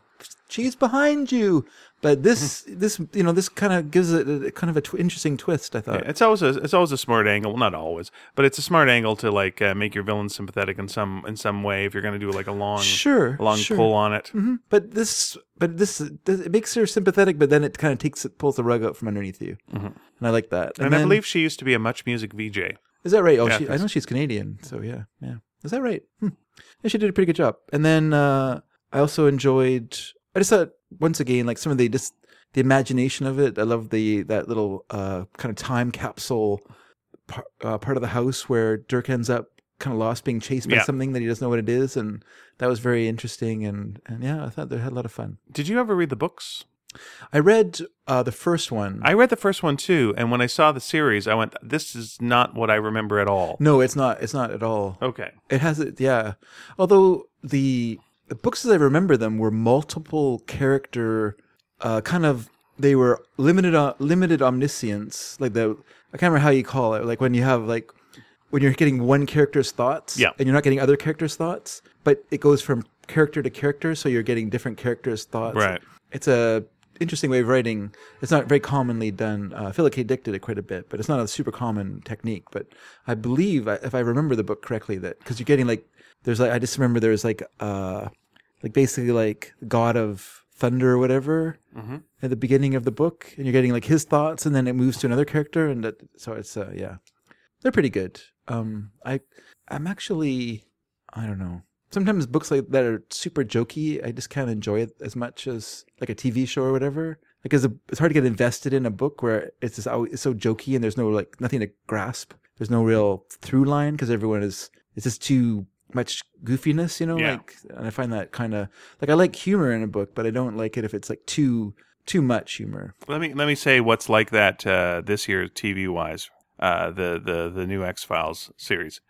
Speaker 1: she's behind you. But this this you know this kind of gives it a, kind of a tw- interesting twist. I thought.
Speaker 2: Yeah, it's always a, it's always a smart angle. Well, not always, but it's a smart angle to like uh, make your villain sympathetic in some in some way. If you're going to do like a long
Speaker 1: Sure.
Speaker 2: a long
Speaker 1: sure.
Speaker 2: pull on it,
Speaker 1: Mhm. But this, but this, this, it makes her sympathetic, but then it kind of takes it, pulls the rug out from underneath you, and I like that.
Speaker 2: Mm-hmm. and, I
Speaker 1: then-
Speaker 2: believe she used to be a much music VJ.
Speaker 1: is that right? Oh,
Speaker 2: Yeah, I
Speaker 1: she, I
Speaker 2: think
Speaker 1: know she's Canadian, so yeah, yeah. Is that right? Hmm. Yeah, she did a pretty good job. And then uh, I also enjoyed. I just thought once again, like some of the just the imagination of it. I love the that little uh, kind of time capsule par, uh, part of the house where Dirk ends up kind of lost, being chased by
Speaker 2: Yeah.
Speaker 1: something that he doesn't know what it is, and that was very interesting. And and yeah, I thought they had a lot of fun.
Speaker 2: Did you ever read the books?
Speaker 1: I read uh, the first one.
Speaker 2: I read the first one too, and when I saw the series, I went, "This is not what I remember at all."
Speaker 1: no, it's not. It's not at all.
Speaker 2: Okay,
Speaker 1: It has it, yeah. Although the the books as I remember them were multiple character, uh, kind of they were limited uh, limited omniscience, like the I can't remember how you call it, like when you have like when you're getting one character's thoughts,
Speaker 2: Yeah.
Speaker 1: and you're not getting other characters' thoughts, but it goes from character to character, so you're getting different characters' thoughts.
Speaker 2: Right.
Speaker 1: It's a interesting way of writing. It's not very commonly done. Uh, Philip K. Dick did it quite a bit, but it's not a super common technique. But I believe, I- if I remember the book correctly, that because you're getting like there's like I just remember there's like uh like basically like God of Thunder or whatever at the beginning of the book, and you're getting like his thoughts, and then it moves to another character, and that, so it's uh, yeah, they're pretty good. Um, I I'm actually I don't know. Sometimes books like that are super jokey. I just can't enjoy it as much as like a TV show or whatever. Like it's, a, it's hard to get invested in a book where it's just always, it's so jokey and there's no like nothing to grasp. There's no real through line because everyone is it's just too much goofiness, you know.
Speaker 2: Yeah.
Speaker 1: Like, and I find that kind of like I like humor in a book, but I don't like it if it's like too too much humor.
Speaker 2: let me let me say what's like that uh, this year TV wise. Uh, the the the new X Files series.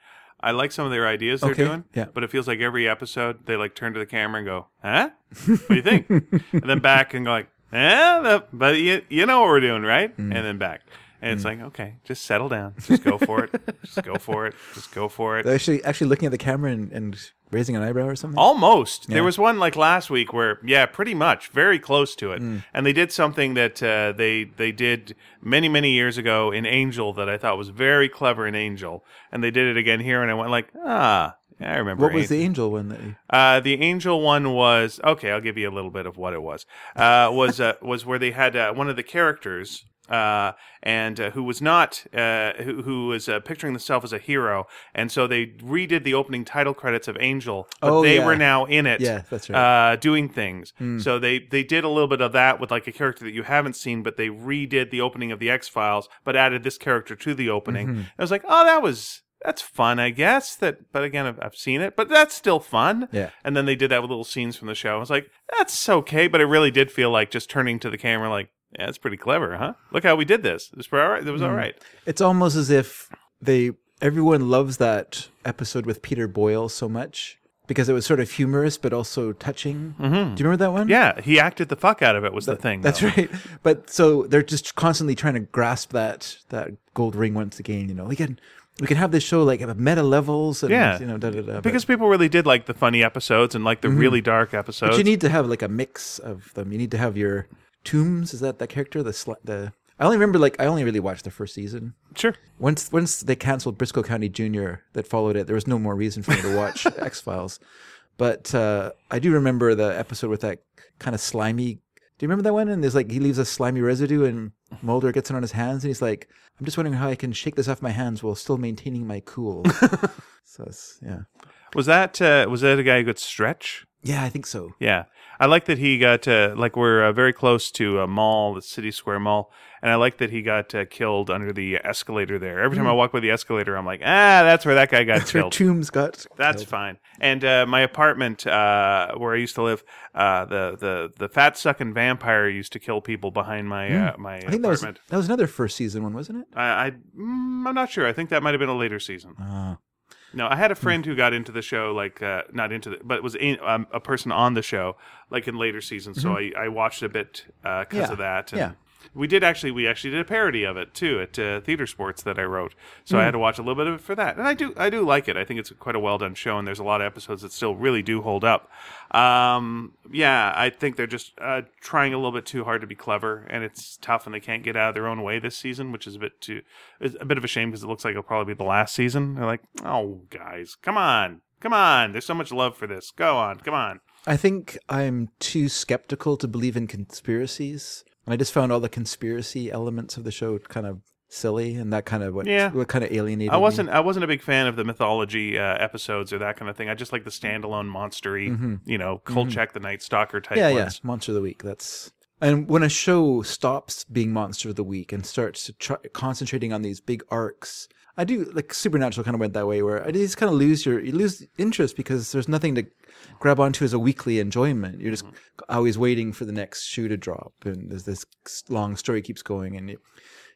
Speaker 2: I like some of their ideas they're
Speaker 1: Okay,
Speaker 2: doing,
Speaker 1: yeah.
Speaker 2: but it feels like every episode they like turn to the camera and go, "Huh? What do
Speaker 1: (laughs)
Speaker 2: you think?" and then back and go like, "Eh, the- but you you know what we're doing, right?"
Speaker 1: Mm.
Speaker 2: And then back, and it's like, "Okay, just settle down, just go for it, just go for it, just go for it."
Speaker 1: Actually, actually looking at the camera and, and raising an eyebrow or something.
Speaker 2: Almost. There was one like last week where, yeah, pretty much, very close to it.
Speaker 1: Mm.
Speaker 2: And they did something that uh, they they did many many years ago in Angel that I thought was very clever in Angel, and they did it again here, and I went like, ah, yeah, I remember.
Speaker 1: what was
Speaker 2: Angel.
Speaker 1: the angel one that you?
Speaker 2: Uh, the angel one was okay. I'll give you a little bit of what it was. Uh, was uh, was where they had uh, one of the characters, uh, and uh, who was not uh, who who was uh, picturing themselves as a hero, and so they redid the opening title credits of Angel, but
Speaker 1: Oh,
Speaker 2: they
Speaker 1: yeah.
Speaker 2: were now in it.
Speaker 1: Yeah, that's right.
Speaker 2: Uh, doing things.
Speaker 1: Hmm.
Speaker 2: So they they did a little bit of that with like a character that you haven't seen, but they redid the opening of the X Files, but added this character to the opening.
Speaker 1: Mm-hmm.
Speaker 2: I was like, oh, that was that's fun, I guess. That, but again, I've, I've seen it, but that's still fun.
Speaker 1: Yeah.
Speaker 2: And then they did that with little scenes from the show. I was like, that's okay, but it really did feel like just turning to the camera, like, yeah, that's pretty clever, huh? Look how we did this. It was all right. It was
Speaker 1: Mm-hmm.
Speaker 2: all right.
Speaker 1: It's almost as if they everyone loves that episode with Peter Boyle so much because it was sort of humorous but also touching. Do you remember that one?
Speaker 2: Mm-hmm. Yeah, he acted the fuck out of it. Was the thing.
Speaker 1: That's
Speaker 2: though.
Speaker 1: right. But so they're just constantly trying to grasp that that gold ring once again, you know. We can we can have this show like at meta levels and
Speaker 2: Yeah.
Speaker 1: you know da da da. but-
Speaker 2: Because people really did like the funny episodes and like the really dark episodes.
Speaker 1: Mm-hmm. but you need to have like a mix of them. You need to have your tombs, is that that character the sl- the I only remember like I only really watched the first season.
Speaker 2: sure.
Speaker 1: Once once they canceled Briscoe County Jr. that followed it, there was no more reason for me to watch X Files. But uh, I do remember the episode with that kind of slimy. Do you remember that one? And there's like he leaves a slimy residue, and Mulder gets it on his hands, and he's like, "I'm just wondering how I can shake this off my hands while still maintaining my cool." so it's, yeah,
Speaker 2: Was that uh, was that a guy who got stretch?
Speaker 1: yeah, I think so.
Speaker 2: Yeah, I like that he got uh, like we're uh, very close to a mall, the City Square Mall, and I like that he got uh, killed under the escalator there. Every
Speaker 1: Hmm.
Speaker 2: time I walk by the escalator, I'm like, ah, that's where that guy
Speaker 1: (laughs)
Speaker 2: got
Speaker 1: Her
Speaker 2: killed.
Speaker 1: tombs got
Speaker 2: That's fine. And uh, my apartment uh, where I used to live, uh, the the the fat sucking vampire used to kill people behind my uh, my
Speaker 1: Hmm. I think that was
Speaker 2: apartment.
Speaker 1: that was another first season one, wasn't it?
Speaker 2: I, I mm, I'm not sure. I think that might have been a later season.
Speaker 1: Ah.
Speaker 2: No, I had a friend who got into the show, like uh, not into the, but was in, um, a person on the show, like in later seasons. So I, I watched a bit because
Speaker 1: Mm-hmm. Yeah.
Speaker 2: of that. And
Speaker 1: Yeah.
Speaker 2: We did actually, we actually did a parody of it too at uh, Theater Sports that I wrote. So I had to watch a little bit of it for that, and I do, I do like it. I think it's quite a well done show, and there's a lot of episodes that still really do hold up. Um, yeah, I think they're just uh, trying a little bit too hard to be clever, and it's tough, and they can't get out of their own way this season, which is a bit too, is a bit of a shame because it looks like it'll probably be the last season. They're like, oh guys, come on, come on, there's so much love for this. Go on, come on.
Speaker 1: I think I'm too skeptical to believe in conspiracies. I just found all the conspiracy elements of the show kind of silly, and that kind of what,
Speaker 2: Yeah.
Speaker 1: what kind of alienated
Speaker 2: I
Speaker 1: me.
Speaker 2: wasn't. I wasn't a big fan of the mythology uh, episodes or that kind of thing. I just like the
Speaker 1: Mm-hmm.
Speaker 2: standalone monstery, you know, Kolchak the Night Stalker type
Speaker 1: Yeah, yeah,
Speaker 2: ones.
Speaker 1: Monster of the Week. That's and when a show stops being Monster of the Week and starts to try, concentrating on these big arcs, I do like Supernatural kind of went that way where I just kind of lose your you lose interest because there's nothing to grab onto as a weekly enjoyment. You're just
Speaker 2: Mm-hmm.
Speaker 1: always waiting for the next shoe to drop, and there's this long story keeps going, and you,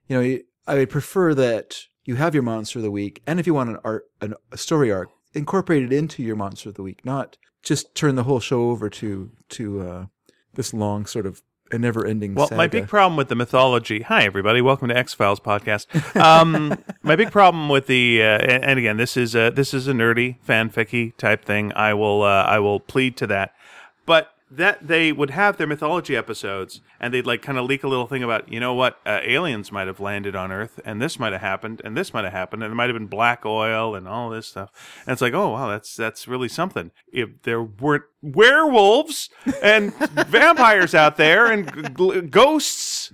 Speaker 1: you know you, I would prefer that you have your Monster of the Week, and if you want an art an, a story arc, incorporate it into your Monster of the Week, not just turn the whole show over to to uh, this long sort of a never ending.
Speaker 2: Well, my big problem with the mythology. Hi, everybody. Welcome to X Files podcast. Um, my big problem with the, uh, and and again, this is a, this is a nerdy fanficky type thing. I will uh, I will plead to that. But that they would have their mythology episodes, and they'd like kind of leak a little thing about you know what uh, aliens might have landed on Earth, and this might have happened, and this might have happened, and it might have been black oil and all this stuff. And it's like, oh wow, that's that's really something. If there weren't werewolves and (laughs) vampires out there and g- gl- ghosts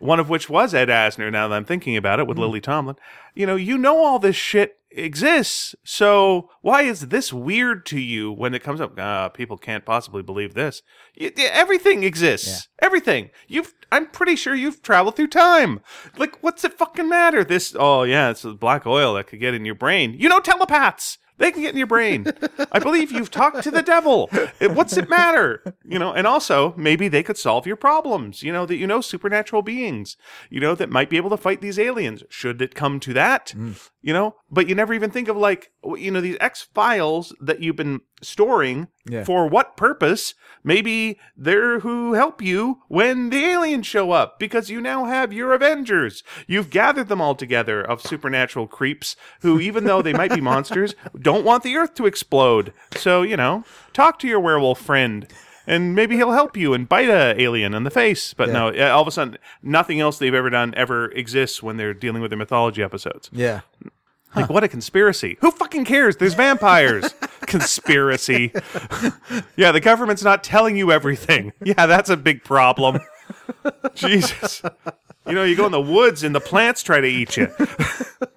Speaker 2: one of which was Ed Asner. Now that I'm thinking about it, with Lily Tomlin, you know, you know all this shit exists. So why is this weird to you when it comes up? Uh, people can't possibly believe this. Y- y- everything exists. Everything. You've. I'm pretty sure you've traveled through time. Like, what's it fucking matter? This. Oh yeah, it's the black oil that could get in your brain. You know, telepaths. They can get in your brain. I believe you've talked to the devil. It- What's it matter? You know, and also maybe they could solve your problems. You know that you know supernatural beings. You know that might be able to fight these aliens. Should it come to that, you know. But you never even think of like w- you know these X files that you've been storing
Speaker 1: Yeah.
Speaker 2: for what purpose? Maybe they're who help you when the aliens show up because you now have your Avengers. You've gathered them all together of supernatural creeps who, even though they might be monsters, (laughs) don't want the earth to explode. So, you know, talk to your werewolf friend. And maybe he'll help you and bite a alien in the face. But no, yeah, all of a sudden, nothing else they've ever done ever exists when they're dealing with their mythology episodes.
Speaker 1: yeah.
Speaker 2: Like, what a conspiracy. Who fucking cares? There's vampires. conspiracy. (laughs) yeah, the government's not telling you everything. (laughs) Yeah, that's a big problem. Jesus. You know, you go in the woods and the plants try to eat you.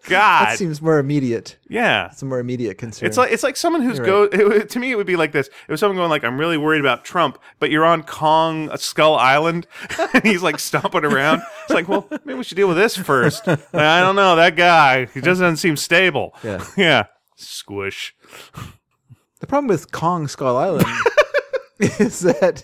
Speaker 2: God.
Speaker 1: That seems more immediate.
Speaker 2: yeah.
Speaker 1: It's a more immediate concern.
Speaker 2: It's like it's like someone who's go it would- (laughs) to me it would be like this. It was someone going like I'm really worried about Trump, but you're on Kong uh, Skull Island (laughs) and he's like stomping around. It's like, well, maybe we should deal with
Speaker 1: (laughs)
Speaker 2: this first. Like, I don't know, that guy, he doesn't seem stable.
Speaker 1: Yeah.
Speaker 2: (laughs) yeah. Squish.
Speaker 1: the problem with Kong Skull
Speaker 2: (laughs)
Speaker 1: Island is that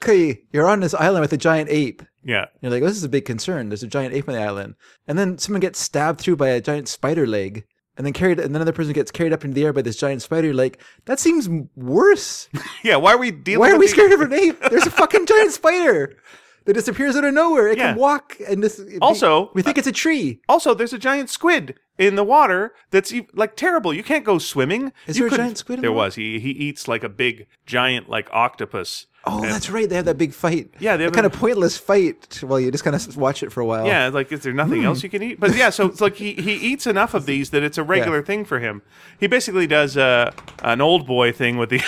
Speaker 1: okay, you're on this island with a giant ape.
Speaker 2: Yeah.
Speaker 1: You're like, "Oh, this is a big concern. There's a giant ape on the island. And then someone gets stabbed through by a giant spider leg. And then carried, and then another person gets carried up into the air by this giant spider. leg. that seems
Speaker 2: (laughs)
Speaker 1: worse.
Speaker 2: Yeah, why are we dealing
Speaker 1: Why are
Speaker 2: with
Speaker 1: we
Speaker 2: the-
Speaker 1: scared of an ape? There's a fucking giant spider that disappears out of nowhere. It
Speaker 2: Yeah.
Speaker 1: can walk, and this it-
Speaker 2: Also- uh,
Speaker 1: we think it's a tree.
Speaker 2: Also, there's a giant squid in the water that's e- like terrible. You can't go swimming.
Speaker 1: Is
Speaker 2: You
Speaker 1: there a
Speaker 2: couldn't-
Speaker 1: giant squid in
Speaker 2: there
Speaker 1: the wa-
Speaker 2: was. He he eats like a big giant like octopus.
Speaker 1: Oh, that's right. They have that big fight.
Speaker 2: Yeah, they have
Speaker 1: that kind
Speaker 2: a-
Speaker 1: of pointless fight. Well, you just kind of watch it for a while. (laughs)
Speaker 2: Yeah, like is there nothing else you can eat? But yeah, so it's like he, he eats enough of these that it's a regular thing for him. He basically does uh, an old boy thing with the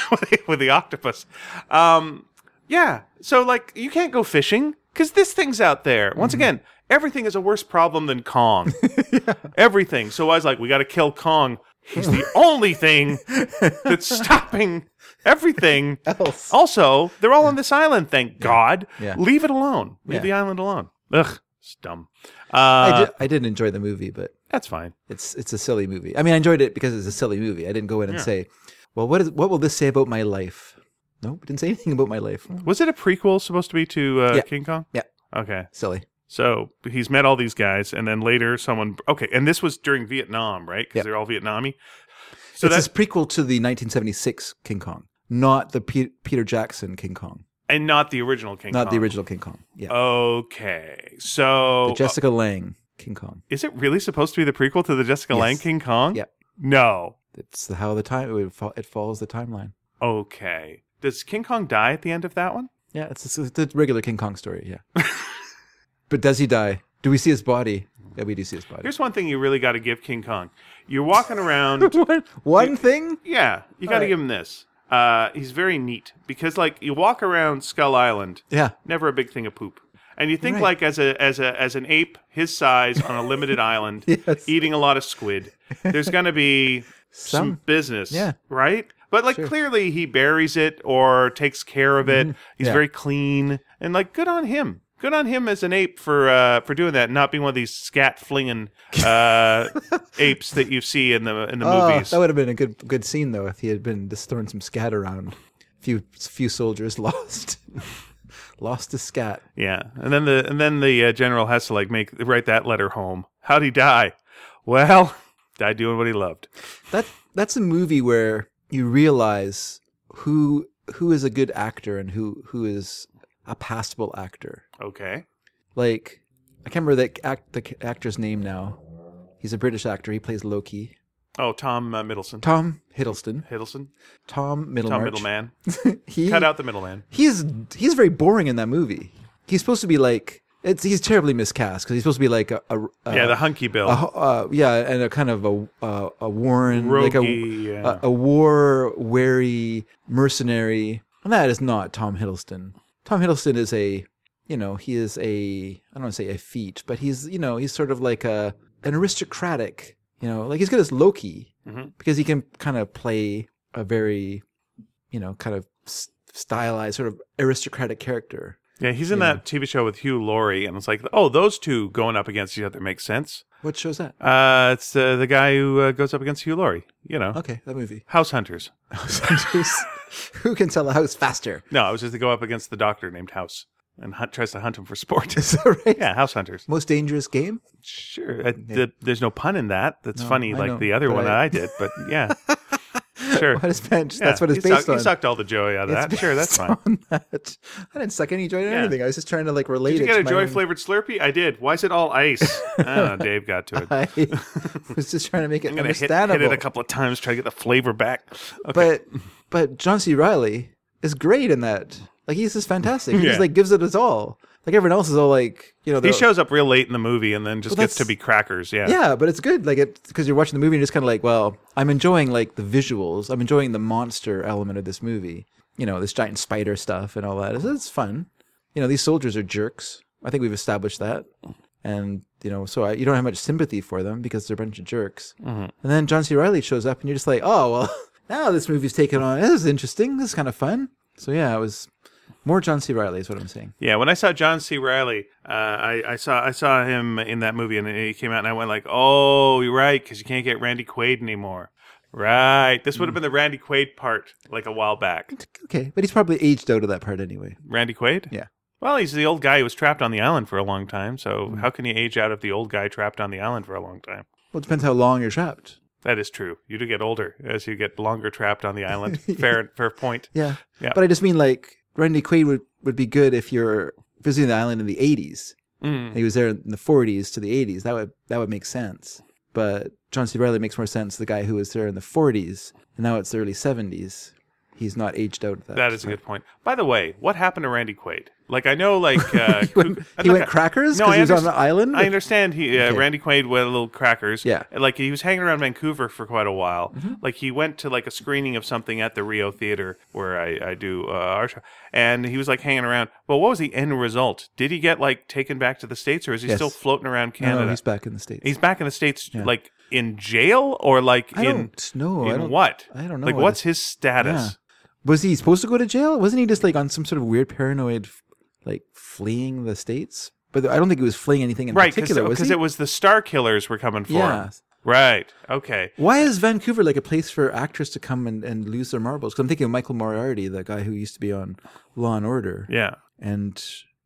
Speaker 2: (laughs) with the octopus. Um, yeah, so like you can't go fishing because this thing's out there. Once again, everything is a worse problem than Kong. Everything. So I was like, we got to kill Kong. He's the only thing that's stopping everything
Speaker 1: Else.
Speaker 2: Also, they're all on this island. Thank God.
Speaker 1: Yeah.
Speaker 2: Leave it alone. Leave
Speaker 1: Yeah.
Speaker 2: the island alone. Ugh, it's dumb. Uh,
Speaker 1: I did, I did enjoy the movie, but
Speaker 2: That's fine.
Speaker 1: it's it's a silly movie. I mean, I enjoyed it because it's a silly movie. I didn't go in and say, "Well, what is what will this say about my life?" Nope, didn't say anything about my life.
Speaker 2: Was it a prequel supposed to be to uh,
Speaker 1: Yeah.
Speaker 2: King Kong?
Speaker 1: Yeah.
Speaker 2: Okay.
Speaker 1: Silly.
Speaker 2: So he's met all these guys, and then later someone. Okay, and this was during Vietnam, right? Because
Speaker 1: Yeah.
Speaker 2: they're all Vietnamese. So
Speaker 1: it's
Speaker 2: that's
Speaker 1: his prequel to the 1976 King Kong, not the Pe- Peter Jackson King Kong.
Speaker 2: and not the original King
Speaker 1: not
Speaker 2: Kong. Oh,
Speaker 1: the original King Kong. Yeah,
Speaker 2: Okay, so
Speaker 1: the
Speaker 2: oh.
Speaker 1: Jessica Lang King Kong.
Speaker 2: is it really supposed to be the prequel to the Jessica
Speaker 1: Yes.
Speaker 2: Lange King Kong?
Speaker 1: Yep.
Speaker 2: No.
Speaker 1: It's how the time it, would fo- it follows the timeline.
Speaker 2: Okay. Does King Kong die at the end of that one?
Speaker 1: Yeah, it's, it's the regular King Kong story.
Speaker 2: (laughs)
Speaker 1: Yeah, but does he die? Do we see his body? Yeah, we do see his body.
Speaker 2: Here's one thing you really got to give King Kong. You're walking
Speaker 1: (laughs)
Speaker 2: around. (laughs)
Speaker 1: one, one thing.
Speaker 2: yeah, you got to
Speaker 1: Alright.
Speaker 2: give him this. Uh, he's very neat because, like, you walk around Skull Island,
Speaker 1: Yeah,
Speaker 2: never a big thing of poop, and you think,
Speaker 1: Right.
Speaker 2: like, as a as a as an ape his size on a
Speaker 1: (laughs)
Speaker 2: limited island,
Speaker 1: Yes.
Speaker 2: eating a lot of squid, there's gonna
Speaker 1: (laughs)
Speaker 2: be some,
Speaker 1: Some-
Speaker 2: business,
Speaker 1: yeah.
Speaker 2: right? But like, clearly he buries it or takes care of it. He's
Speaker 1: Mm-hmm. Yeah.
Speaker 2: very clean, and like, good on him. Good on him as an ape for uh, for doing that, and not being one of these scat flinging
Speaker 1: (laughs)
Speaker 2: uh, apes that you see in the in the
Speaker 1: Oh,
Speaker 2: movies.
Speaker 1: that would have been a good good scene though if he had been just throwing some scat around. Few few soldiers (laughs) lost lost a scat.
Speaker 2: Yeah, and then the and then the uh, general has to like make write that letter home. How'd he die? Well, (laughs) died doing what he loved.
Speaker 1: That that's a movie where you realize who who is a good actor and who who is a passable actor.
Speaker 2: Okay.
Speaker 1: Like I can't remember the act the actor's name now. He's a British actor. He plays Loki.
Speaker 2: Oh, Tom uh, Middleton.
Speaker 1: Tom Hiddleston.
Speaker 2: Hiddleston.
Speaker 1: Tom
Speaker 2: Tom
Speaker 1: Middlemarch.
Speaker 2: Middleman.
Speaker 1: he
Speaker 2: Cut out the middleman.
Speaker 1: he's he's very boring in that movie. He's supposed to be like it's he's terribly miscast because he's supposed to be like a, a, a
Speaker 2: yeah, the hunky bill.
Speaker 1: a, uh, yeah, and a kind of a uh, a Warren, like a, uh,
Speaker 2: Rogi, yeah.
Speaker 1: a a war wary mercenary. And that is not Tom Hiddleston. Tom Hiddleston is a, you know, he is a I don't want to say effete, but he's you know he's sort of like a an aristocratic, you know, like he's good as Loki
Speaker 2: Mhm.
Speaker 1: because he can kind of play a very, you know, kind of s- stylized sort of aristocratic character.
Speaker 2: yeah, he's in that TV show with Hugh Laurie, and it's like, oh, those two going up against each other makes sense.
Speaker 1: What show's that?
Speaker 2: Uh, it's uh, the guy who uh, goes up against Hugh Laurie. You know,
Speaker 1: Okay, that (laughs) movie.
Speaker 2: House Hunters.
Speaker 1: Who can tell a house faster? (laughs)
Speaker 2: No, it was just to go up against the doctor named House and hunt, tries to hunt him for sport. (laughs)
Speaker 1: Is that right?
Speaker 2: yeah, House Hunters.
Speaker 1: Most dangerous game?
Speaker 2: Sure. Uh, th- there's no pun in that. That's
Speaker 1: No,
Speaker 2: funny,
Speaker 1: I
Speaker 2: like
Speaker 1: know,
Speaker 2: the other
Speaker 1: but
Speaker 2: one
Speaker 1: I-
Speaker 2: that I did.
Speaker 1: (laughs)
Speaker 2: But yeah, sure.
Speaker 1: What is bench? That's
Speaker 2: Yeah,
Speaker 1: what it's
Speaker 2: you
Speaker 1: based
Speaker 2: sucked, You
Speaker 1: on.
Speaker 2: sucked all the joy out of
Speaker 1: It's
Speaker 2: that. Sure, that's
Speaker 1: based
Speaker 2: fine.
Speaker 1: on that. I didn't suck any joy in
Speaker 2: Yeah.
Speaker 1: anything. I was just trying to like relate
Speaker 2: Did you
Speaker 1: it
Speaker 2: get
Speaker 1: to
Speaker 2: a
Speaker 1: my (laughs)
Speaker 2: joy
Speaker 1: own-
Speaker 2: flavored Slurpee? I did. Why is it
Speaker 1: (laughs)
Speaker 2: all ice? I don't know. Dave got to it.
Speaker 1: I
Speaker 2: (laughs)
Speaker 1: was just trying to make it
Speaker 2: I'm gonna hit,
Speaker 1: understandable.
Speaker 2: hit it a couple of times, try to get the flavor back. Okay.
Speaker 1: But but John C. Riley is great in that. Like he's just fantastic. He
Speaker 2: Yeah.
Speaker 1: just like gives it his all. Like everyone else is all like you know.
Speaker 2: he
Speaker 1: they're-
Speaker 2: shows up real late in the movie and then just
Speaker 1: Well,
Speaker 2: gets to
Speaker 1: that's-
Speaker 2: be crackers. Yeah.
Speaker 1: Yeah, but it's good. Like it because you're watching the movie and you're just kind of like, well, I'm enjoying like the visuals. I'm enjoying the monster element of this movie. You know, this giant spider stuff and all that. It's, it's fun. You know, these soldiers are jerks. I think we've established that. And you know, so I, you don't have much sympathy for them because they're a bunch of jerks. And then John C. Riley shows up, and you're just like, oh well, (laughs) now this movie's taken on. This is interesting. This is kind of fun. So yeah, it was more John C. Riley is what I'm saying.
Speaker 2: Yeah, when I saw John C. Riley, uh, I, I saw I saw him in that movie, and he came out, and I went like, "Oh, you're right, because you can't get Randy Quaid anymore." Right. This would
Speaker 1: Hmm.
Speaker 2: have been the Randy Quaid part, like a while back.
Speaker 1: Okay, but he's probably aged out of that part anyway.
Speaker 2: Randy Quaid.
Speaker 1: Yeah.
Speaker 2: Well, he's the old guy who was trapped on the island for a long time.
Speaker 1: Hmm.
Speaker 2: So how can you age out of the old guy trapped on the island for a long time?
Speaker 1: Well, it depends how long you're trapped.
Speaker 2: That is true. You do get older as you get longer trapped on
Speaker 1: (laughs)
Speaker 2: the island. Fair, fair point.
Speaker 1: Yeah.
Speaker 2: Yeah.
Speaker 1: But I just mean like Randy Quaid would, would be good if you're visiting the island in the 80s.
Speaker 2: Mm.
Speaker 1: He was there in the 40s to the 80s. That would that would make sense. But John C. Riley makes more sense the guy who was there in the 40s and now it's the early 70s. He's not aged out of that.
Speaker 2: That is a good point. By the way, what happened to Randy Quaid? Like I know, like
Speaker 1: (laughs)
Speaker 2: uh,
Speaker 1: he went,
Speaker 2: Coug-
Speaker 1: he
Speaker 2: look,
Speaker 1: went crackers
Speaker 2: no,
Speaker 1: because
Speaker 2: I
Speaker 1: he was on
Speaker 2: underst-
Speaker 1: the island.
Speaker 2: I understand he uh,
Speaker 1: Okay.
Speaker 2: Randy Quaid went a little crackers.
Speaker 1: Yeah. Mm-hmm.
Speaker 2: like he was hanging around Vancouver for quite a while. Like he went to like a screening of something at the Rio Theater where I I do uh, our show, and he was like hanging around. But what was the end result? Did he get like taken back to the states, or is he
Speaker 1: Yes.
Speaker 2: still floating around
Speaker 1: No,
Speaker 2: Canada?
Speaker 1: no, Oh, he's
Speaker 2: he's,
Speaker 1: back in the states.
Speaker 2: back in the states, like in jail or like
Speaker 1: I
Speaker 2: in
Speaker 1: don't know. I
Speaker 2: in
Speaker 1: don't-
Speaker 2: what?
Speaker 1: I don't know
Speaker 2: Like
Speaker 1: what
Speaker 2: what's
Speaker 1: his-
Speaker 2: his status?
Speaker 1: Was he supposed to go to jail? Wasn't he just like on some sort of weird paranoid, f- like fleeing the states? But I don't think he was fleeing anything in
Speaker 2: Right,
Speaker 1: particular. was
Speaker 2: because
Speaker 1: he?
Speaker 2: it was the Star Killers were coming for
Speaker 1: Yeah.
Speaker 2: him. Right. Okay.
Speaker 1: Why is Vancouver like a place for actors to come and, and lose their marbles? Because I'm thinking of Michael Moriarty, the guy who used to be on Law and Order,
Speaker 2: Yeah.
Speaker 1: and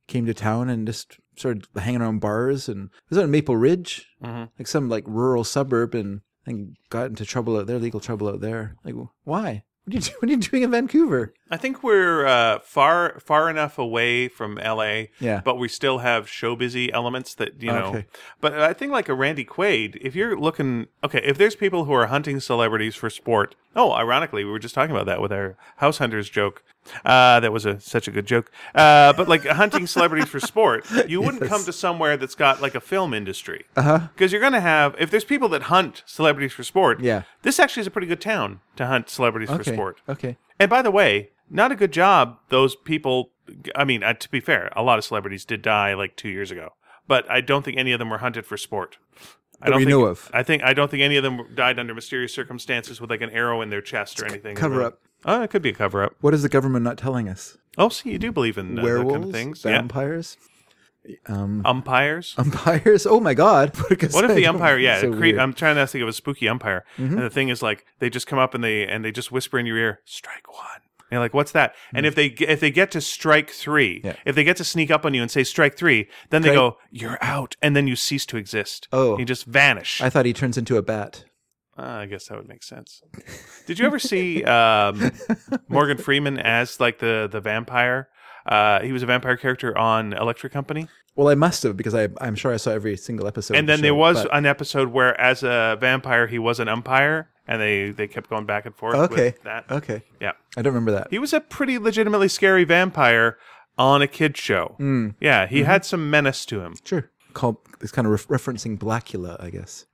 Speaker 1: came to town and just started hanging around bars and was out in Maple Ridge,
Speaker 2: Mhm.
Speaker 1: like some like rural suburb, and and got into trouble out there, legal trouble out there. Like why? What are you, (laughs) do- what are you doing in Vancouver?
Speaker 2: I think we're uh, far far enough away from LA,
Speaker 1: Yeah.
Speaker 2: but we still have show busy elements that you know.
Speaker 1: Okay.
Speaker 2: But I think like a Randy Quaid, if you're looking okay, if there's people who are hunting celebrities for sport. Oh, ironically, we were just talking about that with our house hunters joke. Uh, that was a such a good joke. Uh, but like hunting celebrities for sport, you wouldn't come to somewhere that's got like a film industry because uh-huh. you're gonna have if there's people that hunt celebrities for sport.
Speaker 1: Yeah.
Speaker 2: this actually is a pretty good town to hunt celebrities for
Speaker 1: okay.
Speaker 2: sport.
Speaker 1: Okay.
Speaker 2: And by the way, not a good job. Those people. I mean, uh, to be fair, a lot of celebrities did die like two years ago, but I don't think any of them were hunted for sport. I
Speaker 1: That
Speaker 2: don't
Speaker 1: we
Speaker 2: think,
Speaker 1: know of.
Speaker 2: I think I don't think any of them died under mysterious circumstances with like an arrow in their chest or anything.
Speaker 1: Cover up.
Speaker 2: Oh, it could be a cover up.
Speaker 1: What is the government not telling us?
Speaker 2: Oh, see, you do believe in uh, that
Speaker 1: Werewolves,
Speaker 2: kind of things. Yeah.
Speaker 1: vampires, (laughs)
Speaker 2: Umpires.
Speaker 1: umpires. Oh my God! (laughs) Because
Speaker 2: What
Speaker 1: I
Speaker 2: if the
Speaker 1: don't-
Speaker 2: umpire?
Speaker 1: (laughs)
Speaker 2: Yeah, um
Speaker 1: so
Speaker 2: cre-
Speaker 1: weird. Mm-hmm.
Speaker 2: I'm trying to think of a spooky umpire, and the thing is like they just come up and they and they just whisper in your ear, "Strike one." And you're like, "What's that?" And if they ge- if they get to strike three,
Speaker 1: Mm. Yeah.
Speaker 2: if they get to sneak up on you and say strike three, then they
Speaker 1: Strike-
Speaker 2: go, "You're out," and then you cease to exist.
Speaker 1: Oh.
Speaker 2: you just vanish.
Speaker 1: I thought he turns into a bat.
Speaker 2: Uh, I guess that would make sense. Did you ever
Speaker 1: (laughs)
Speaker 2: see um, Morgan Freeman as like the the vampire? Uh, he was a vampire character on Electric Company.
Speaker 1: Well, I must have because I, I'm sure I saw every single episode. of
Speaker 2: and
Speaker 1: the
Speaker 2: then there
Speaker 1: show,
Speaker 2: was
Speaker 1: but-
Speaker 2: an episode where as a vampire he was an umpire and they they kept going back and forth
Speaker 1: okay. Uh.
Speaker 2: with that
Speaker 1: Okay.
Speaker 2: yeah
Speaker 1: I don't remember that.
Speaker 2: he was a pretty legitimately scary vampire on a kid show
Speaker 1: Hmm.
Speaker 2: yeah
Speaker 1: Mm-hmm.
Speaker 2: he had some menace to him
Speaker 1: Sure. Called it's kind of ref- referencing Blackula, I guess.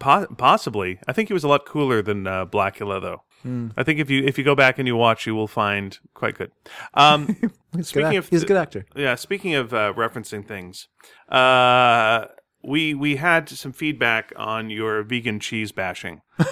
Speaker 2: Po- possibly i think he was a lot cooler than uh, blackula though
Speaker 1: Hmm.
Speaker 2: i think if you if you go back and you watch you will find quite good um
Speaker 1: (laughs) He's,
Speaker 2: Speaking
Speaker 1: a good act-
Speaker 2: of
Speaker 1: he's
Speaker 2: the-
Speaker 1: a good actor.
Speaker 2: Yeah, speaking of uh, referencing things, uh, we we had some feedback on your vegan
Speaker 1: (laughs)
Speaker 2: cheese bashing uh,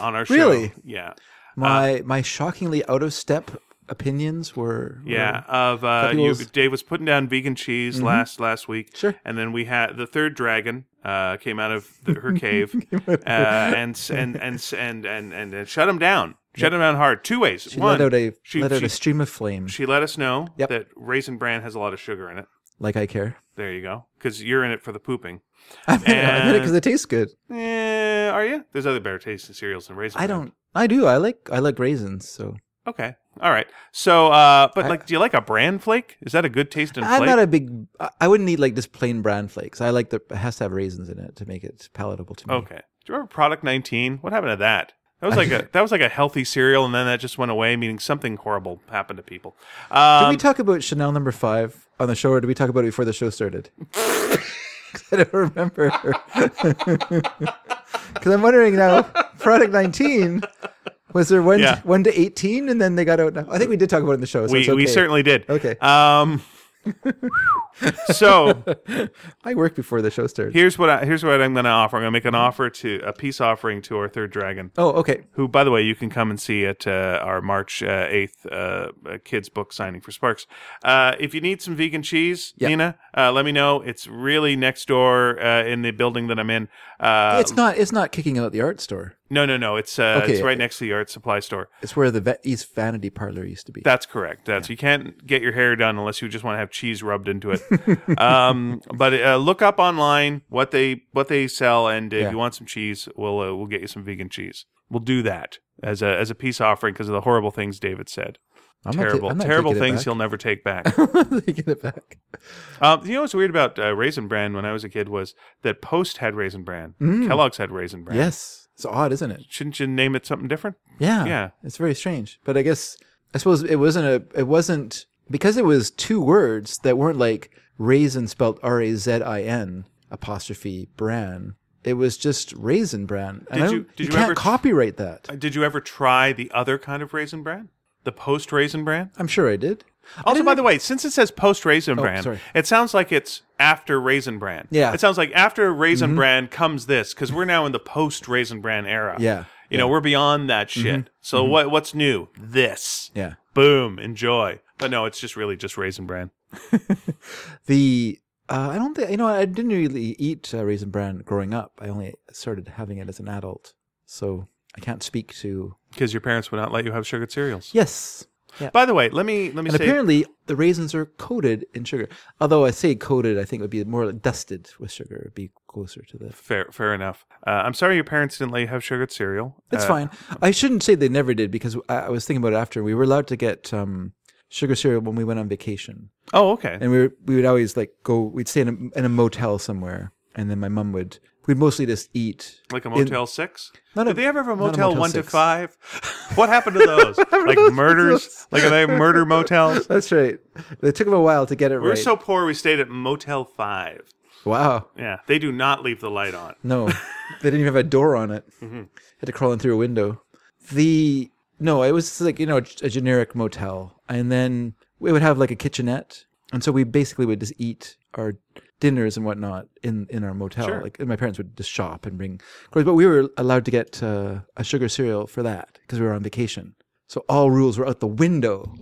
Speaker 2: on our show.
Speaker 1: Really?
Speaker 2: Yeah,
Speaker 1: My my shockingly out of step opinions were, were- (laughs)
Speaker 2: yeah. Of uh, you,
Speaker 1: people's-
Speaker 2: Dave was putting down vegan cheese last last week.
Speaker 1: Mm-hmm. Sure.
Speaker 2: And then we had the third dragon uh, came out of
Speaker 1: (laughs)
Speaker 2: the, her cave uh, and, s- and, and s- and and and and shut him down. Shut him down hard. Two ways.
Speaker 1: She
Speaker 2: One,
Speaker 1: let out a
Speaker 2: she,
Speaker 1: let out
Speaker 2: she-
Speaker 1: a stream of flame.
Speaker 2: she let us know
Speaker 1: Yep.
Speaker 2: that raisin bran has a lot of sugar in it.
Speaker 1: like I care. (laughs)
Speaker 2: There you go. Because you're in it for the pooping.
Speaker 1: I did it because
Speaker 2: And-
Speaker 1: it tastes good.
Speaker 2: Eh, are you? There's other better tasting cereals than raisin.
Speaker 1: I
Speaker 2: Bran.
Speaker 1: don't. I do. I like I like raisins. So
Speaker 2: Okay. All right. So, uh, but
Speaker 1: I-
Speaker 2: like, do you like a bran flake? Is that a good taste in
Speaker 1: I'm
Speaker 2: flake?
Speaker 1: not a big. I- I wouldn't eat like just plain bran flakes. I like the it has to have raisins in it to make it palatable to me.
Speaker 2: okay. Do you remember Product 19? What happened to that?
Speaker 1: (laughs)
Speaker 2: That was like a that was like a healthy cereal, and then that just went away, meaning something horrible happened to people.
Speaker 1: Did
Speaker 2: Um,
Speaker 1: we talk about Chanel number five on the show, or did we talk about it before the show
Speaker 2: (laughs)
Speaker 1: started? (laughs) 'Cause I don't remember. (laughs) Because I'm wondering now, product 19 was there one
Speaker 2: Yeah.
Speaker 1: one to 18, and then they got out. Now? I think we did talk about it in the show. So
Speaker 2: we,
Speaker 1: it's okay.
Speaker 2: we certainly did.
Speaker 1: Okay. (laughs)
Speaker 2: Um, so
Speaker 1: I worked before the show started.
Speaker 2: here's what I, here's what I'm going to offer. I'm going to make an offer to a peace offering to our third dragon.
Speaker 1: oh, okay.
Speaker 2: who, by the way, you can come and see at uh, our March uh, 8th uh, uh, kids' book signing for Sparks. Uh, if you need some vegan cheese,
Speaker 1: Yeah.
Speaker 2: Nina, uh, let me know. It's really next door uh, in the building that I'm in. Uh,
Speaker 1: it's not. It's not kicking out the art store.
Speaker 2: no, no, no. It's uh,
Speaker 1: Okay.
Speaker 2: it's right next to the art supply store.
Speaker 1: It's where the va- East Vanity Parlor used to be.
Speaker 2: That's correct. That's you can't get your hair done unless you just want to have cheese rubbed into
Speaker 1: (laughs)
Speaker 2: it. um, but uh, look up online what they what they sell, and if
Speaker 1: Yeah.
Speaker 2: you want some cheese, we'll uh, we'll get you some vegan cheese. We'll do that as a as a peace offering because of the horrible things David said.
Speaker 1: I'm not ta-
Speaker 2: terrible,
Speaker 1: I'm not
Speaker 2: terrible
Speaker 1: taking it
Speaker 2: things
Speaker 1: back. (laughs)
Speaker 2: he'll never take back.
Speaker 1: taking it back.
Speaker 2: um, you know what's weird about uh, Raisin Bran when I was a kid was that Post had Raisin Bran,
Speaker 1: Mm.
Speaker 2: Kellogg's had Raisin Bran.
Speaker 1: Yes, it's odd, isn't it?
Speaker 2: Shouldn't you name it something different?
Speaker 1: Yeah.
Speaker 2: Yeah.
Speaker 1: It's very strange. But I guess I suppose it wasn't a it wasn't because it was two words that weren't like raisin spelled R A Z I N apostrophe bran. It was just raisin bran. And
Speaker 2: Did
Speaker 1: I don't-
Speaker 2: you- did you
Speaker 1: can't
Speaker 2: ever-
Speaker 1: copyright that.
Speaker 2: Uh, Did you ever try the other kind of Raisin Bran? The Post Raisin Bran?
Speaker 1: I'm sure I did.
Speaker 2: Also, by the way, since it says post Raisin Bran,
Speaker 1: sorry.
Speaker 2: it sounds like it's after Raisin Bran.
Speaker 1: Yeah. Mm-hmm.
Speaker 2: It sounds like after Raisin Bran comes this because we're now in the post Raisin Bran era.
Speaker 1: Yeah. Mm-hmm.
Speaker 2: You know, we're beyond that shit. So what what's new? This.
Speaker 1: Yeah.
Speaker 2: Boom. Enjoy. But no, it's just really just Raisin Bran.
Speaker 1: The uh, I don't think you know I didn't really eat uh, raisin bran growing up. I only started having it as an adult. So I can't speak to
Speaker 2: Because your parents would not let you have sugared cereals.
Speaker 1: Yes. Yeah.
Speaker 2: By the way, let me let me
Speaker 1: And
Speaker 2: say
Speaker 1: apparently, the raisins are coated in sugar. Although I say coated, I think it would be more like dusted with sugar. It'd be closer to the.
Speaker 2: fair fair enough. Uh, I'm sorry your parents didn't let you have sugared cereal.
Speaker 1: It's
Speaker 2: Uh,
Speaker 1: fine. I shouldn't say they never did because I, I was thinking about it after. We were allowed to get um, sugar cereal when we went on vacation,
Speaker 2: Oh, okay.
Speaker 1: and we were, we would always like go. We'd stay in a, in a motel somewhere, and then my mum would. We'd mostly just eat.
Speaker 2: Like a
Speaker 1: in-
Speaker 2: Motel Six?
Speaker 1: Not
Speaker 2: Did
Speaker 1: a-
Speaker 2: they ever have a
Speaker 1: not a
Speaker 2: Motel,
Speaker 1: Motel
Speaker 2: One to
Speaker 1: Six.
Speaker 2: Five? (laughs)
Speaker 1: (laughs)
Speaker 2: What happened to those? like murders? Like are they
Speaker 1: (laughs)
Speaker 2: murder motels?
Speaker 1: That's right. It took them a while to get it
Speaker 2: We were
Speaker 1: right.
Speaker 2: so poor we stayed at Motel Five.
Speaker 1: wow.
Speaker 2: Yeah, they do not leave the light on.
Speaker 1: No, they didn't even have a door on it. Had to crawl in through a window. The no, it was like you know a, a generic motel, and then it would have like a kitchenette, and so we basically would just eat our dinners and whatnot in in our motel.
Speaker 2: Sure.
Speaker 1: Like and my parents would just shop and bring, of course, but we were allowed to get uh, a sugar cereal for that because we were on vacation. So all rules were out the window,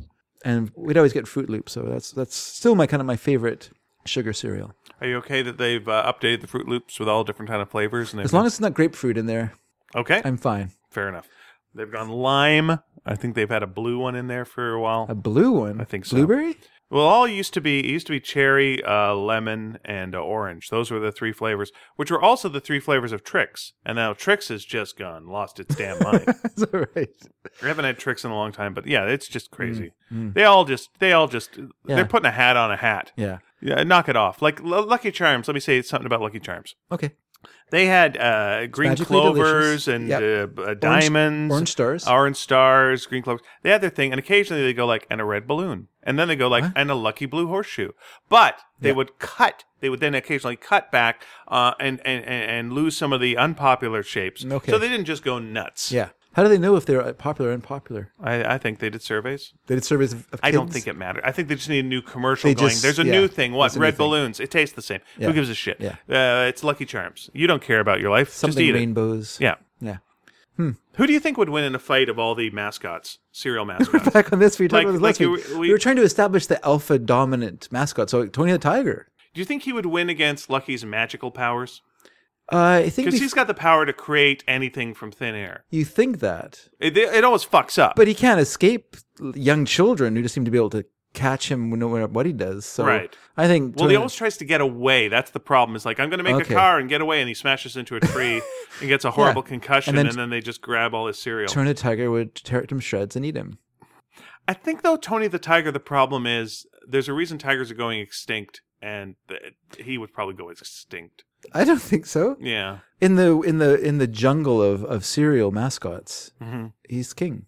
Speaker 1: and we'd always get Fruit Loops. So that's that's still my kind of my favorite sugar cereal.
Speaker 2: Are you okay that they've uh, updated the Fruit Loops with all different kind of flavors? And
Speaker 1: As long as it's not grapefruit in there,
Speaker 2: okay,
Speaker 1: I'm fine.
Speaker 2: fair enough. They've gone lime. I think they've had a blue one in there for a while.
Speaker 1: A blue one. I
Speaker 2: think so.
Speaker 1: Blueberry? (laughs)
Speaker 2: Well, all used to be it used to be cherry, uh, lemon, and uh, orange. Those were the three flavors, which were also the three flavors of Trix. And now Trix has just gone, lost its damn mind.
Speaker 1: That's all right.
Speaker 2: we haven't had Trix in a long time, but yeah, it's just crazy. They all just they all just
Speaker 1: Yeah.
Speaker 2: they're putting a hat on a hat.
Speaker 1: Yeah.
Speaker 2: Yeah, knock it off. Like L- Lucky Charms. Let me say something about Lucky Charms.
Speaker 1: Okay.
Speaker 2: They had uh, green
Speaker 1: magically delicious.
Speaker 2: clovers and
Speaker 1: Yep.
Speaker 2: uh, uh, diamonds,
Speaker 1: Orange stars.
Speaker 2: orange stars, green clovers. They had their thing, and occasionally they go like and a red balloon, and then they go like
Speaker 1: What?
Speaker 2: and a lucky blue horseshoe. But they
Speaker 1: Yep.
Speaker 2: would cut. They would then occasionally cut back uh, and, and and and lose some of the unpopular shapes.
Speaker 1: Okay.
Speaker 2: So they didn't just go nuts.
Speaker 1: Yeah. How do they know if they're uh, popular or unpopular?
Speaker 2: I, I think they did surveys.
Speaker 1: They did surveys of, of
Speaker 2: I don't
Speaker 1: kids?
Speaker 2: think it mattered. I think they just need a new commercial
Speaker 1: They
Speaker 2: going.
Speaker 1: just-
Speaker 2: There's a
Speaker 1: yeah,
Speaker 2: new thing. What?
Speaker 1: there's a new
Speaker 2: Red
Speaker 1: thing.
Speaker 2: balloons. It tastes the same.
Speaker 1: Yeah.
Speaker 2: Who gives a shit?
Speaker 1: Yeah.
Speaker 2: Uh, it's Lucky Charms. You don't care about your life. just
Speaker 1: something
Speaker 2: eat it.
Speaker 1: rainbows.
Speaker 2: Yeah.
Speaker 1: Yeah. (laughs)
Speaker 2: Who do you think would win in a fight of all the mascots, cereal mascots?
Speaker 1: (laughs) Back on this, we talked
Speaker 2: Like-
Speaker 1: about this
Speaker 2: like
Speaker 1: last
Speaker 2: you
Speaker 1: week.
Speaker 2: were-
Speaker 1: We,
Speaker 2: we-
Speaker 1: were trying to establish the alpha dominant mascot. So Tony the Tiger.
Speaker 2: do you think he would win against Lucky's magical powers?
Speaker 1: Uh, I think
Speaker 2: Because
Speaker 1: we-
Speaker 2: he's got the power to create anything from thin air.
Speaker 1: you think that,
Speaker 2: It, it always fucks up.
Speaker 1: but he can't escape young children who just seem to be able to catch him no matter what he does. So
Speaker 2: Right.
Speaker 1: I think.
Speaker 2: well,
Speaker 1: Tony-
Speaker 2: he always tries to get away. That's the problem. Is like I'm going to make
Speaker 1: Okay.
Speaker 2: a car and get away, and he smashes into
Speaker 1: (laughs)
Speaker 2: a tree and gets a horrible
Speaker 1: And
Speaker 2: concussion, and
Speaker 1: then-
Speaker 2: then, they just grab all his cereal.
Speaker 1: Tony the Tiger would tear it to shreds and eat him.
Speaker 2: I think though Tony the Tiger, the problem is there's a reason tigers are going extinct, and th- he would probably go extinct.
Speaker 1: I don't think so.
Speaker 2: Yeah,
Speaker 1: In the in the in the jungle of of cereal mascots,
Speaker 2: Mhm.
Speaker 1: he's king.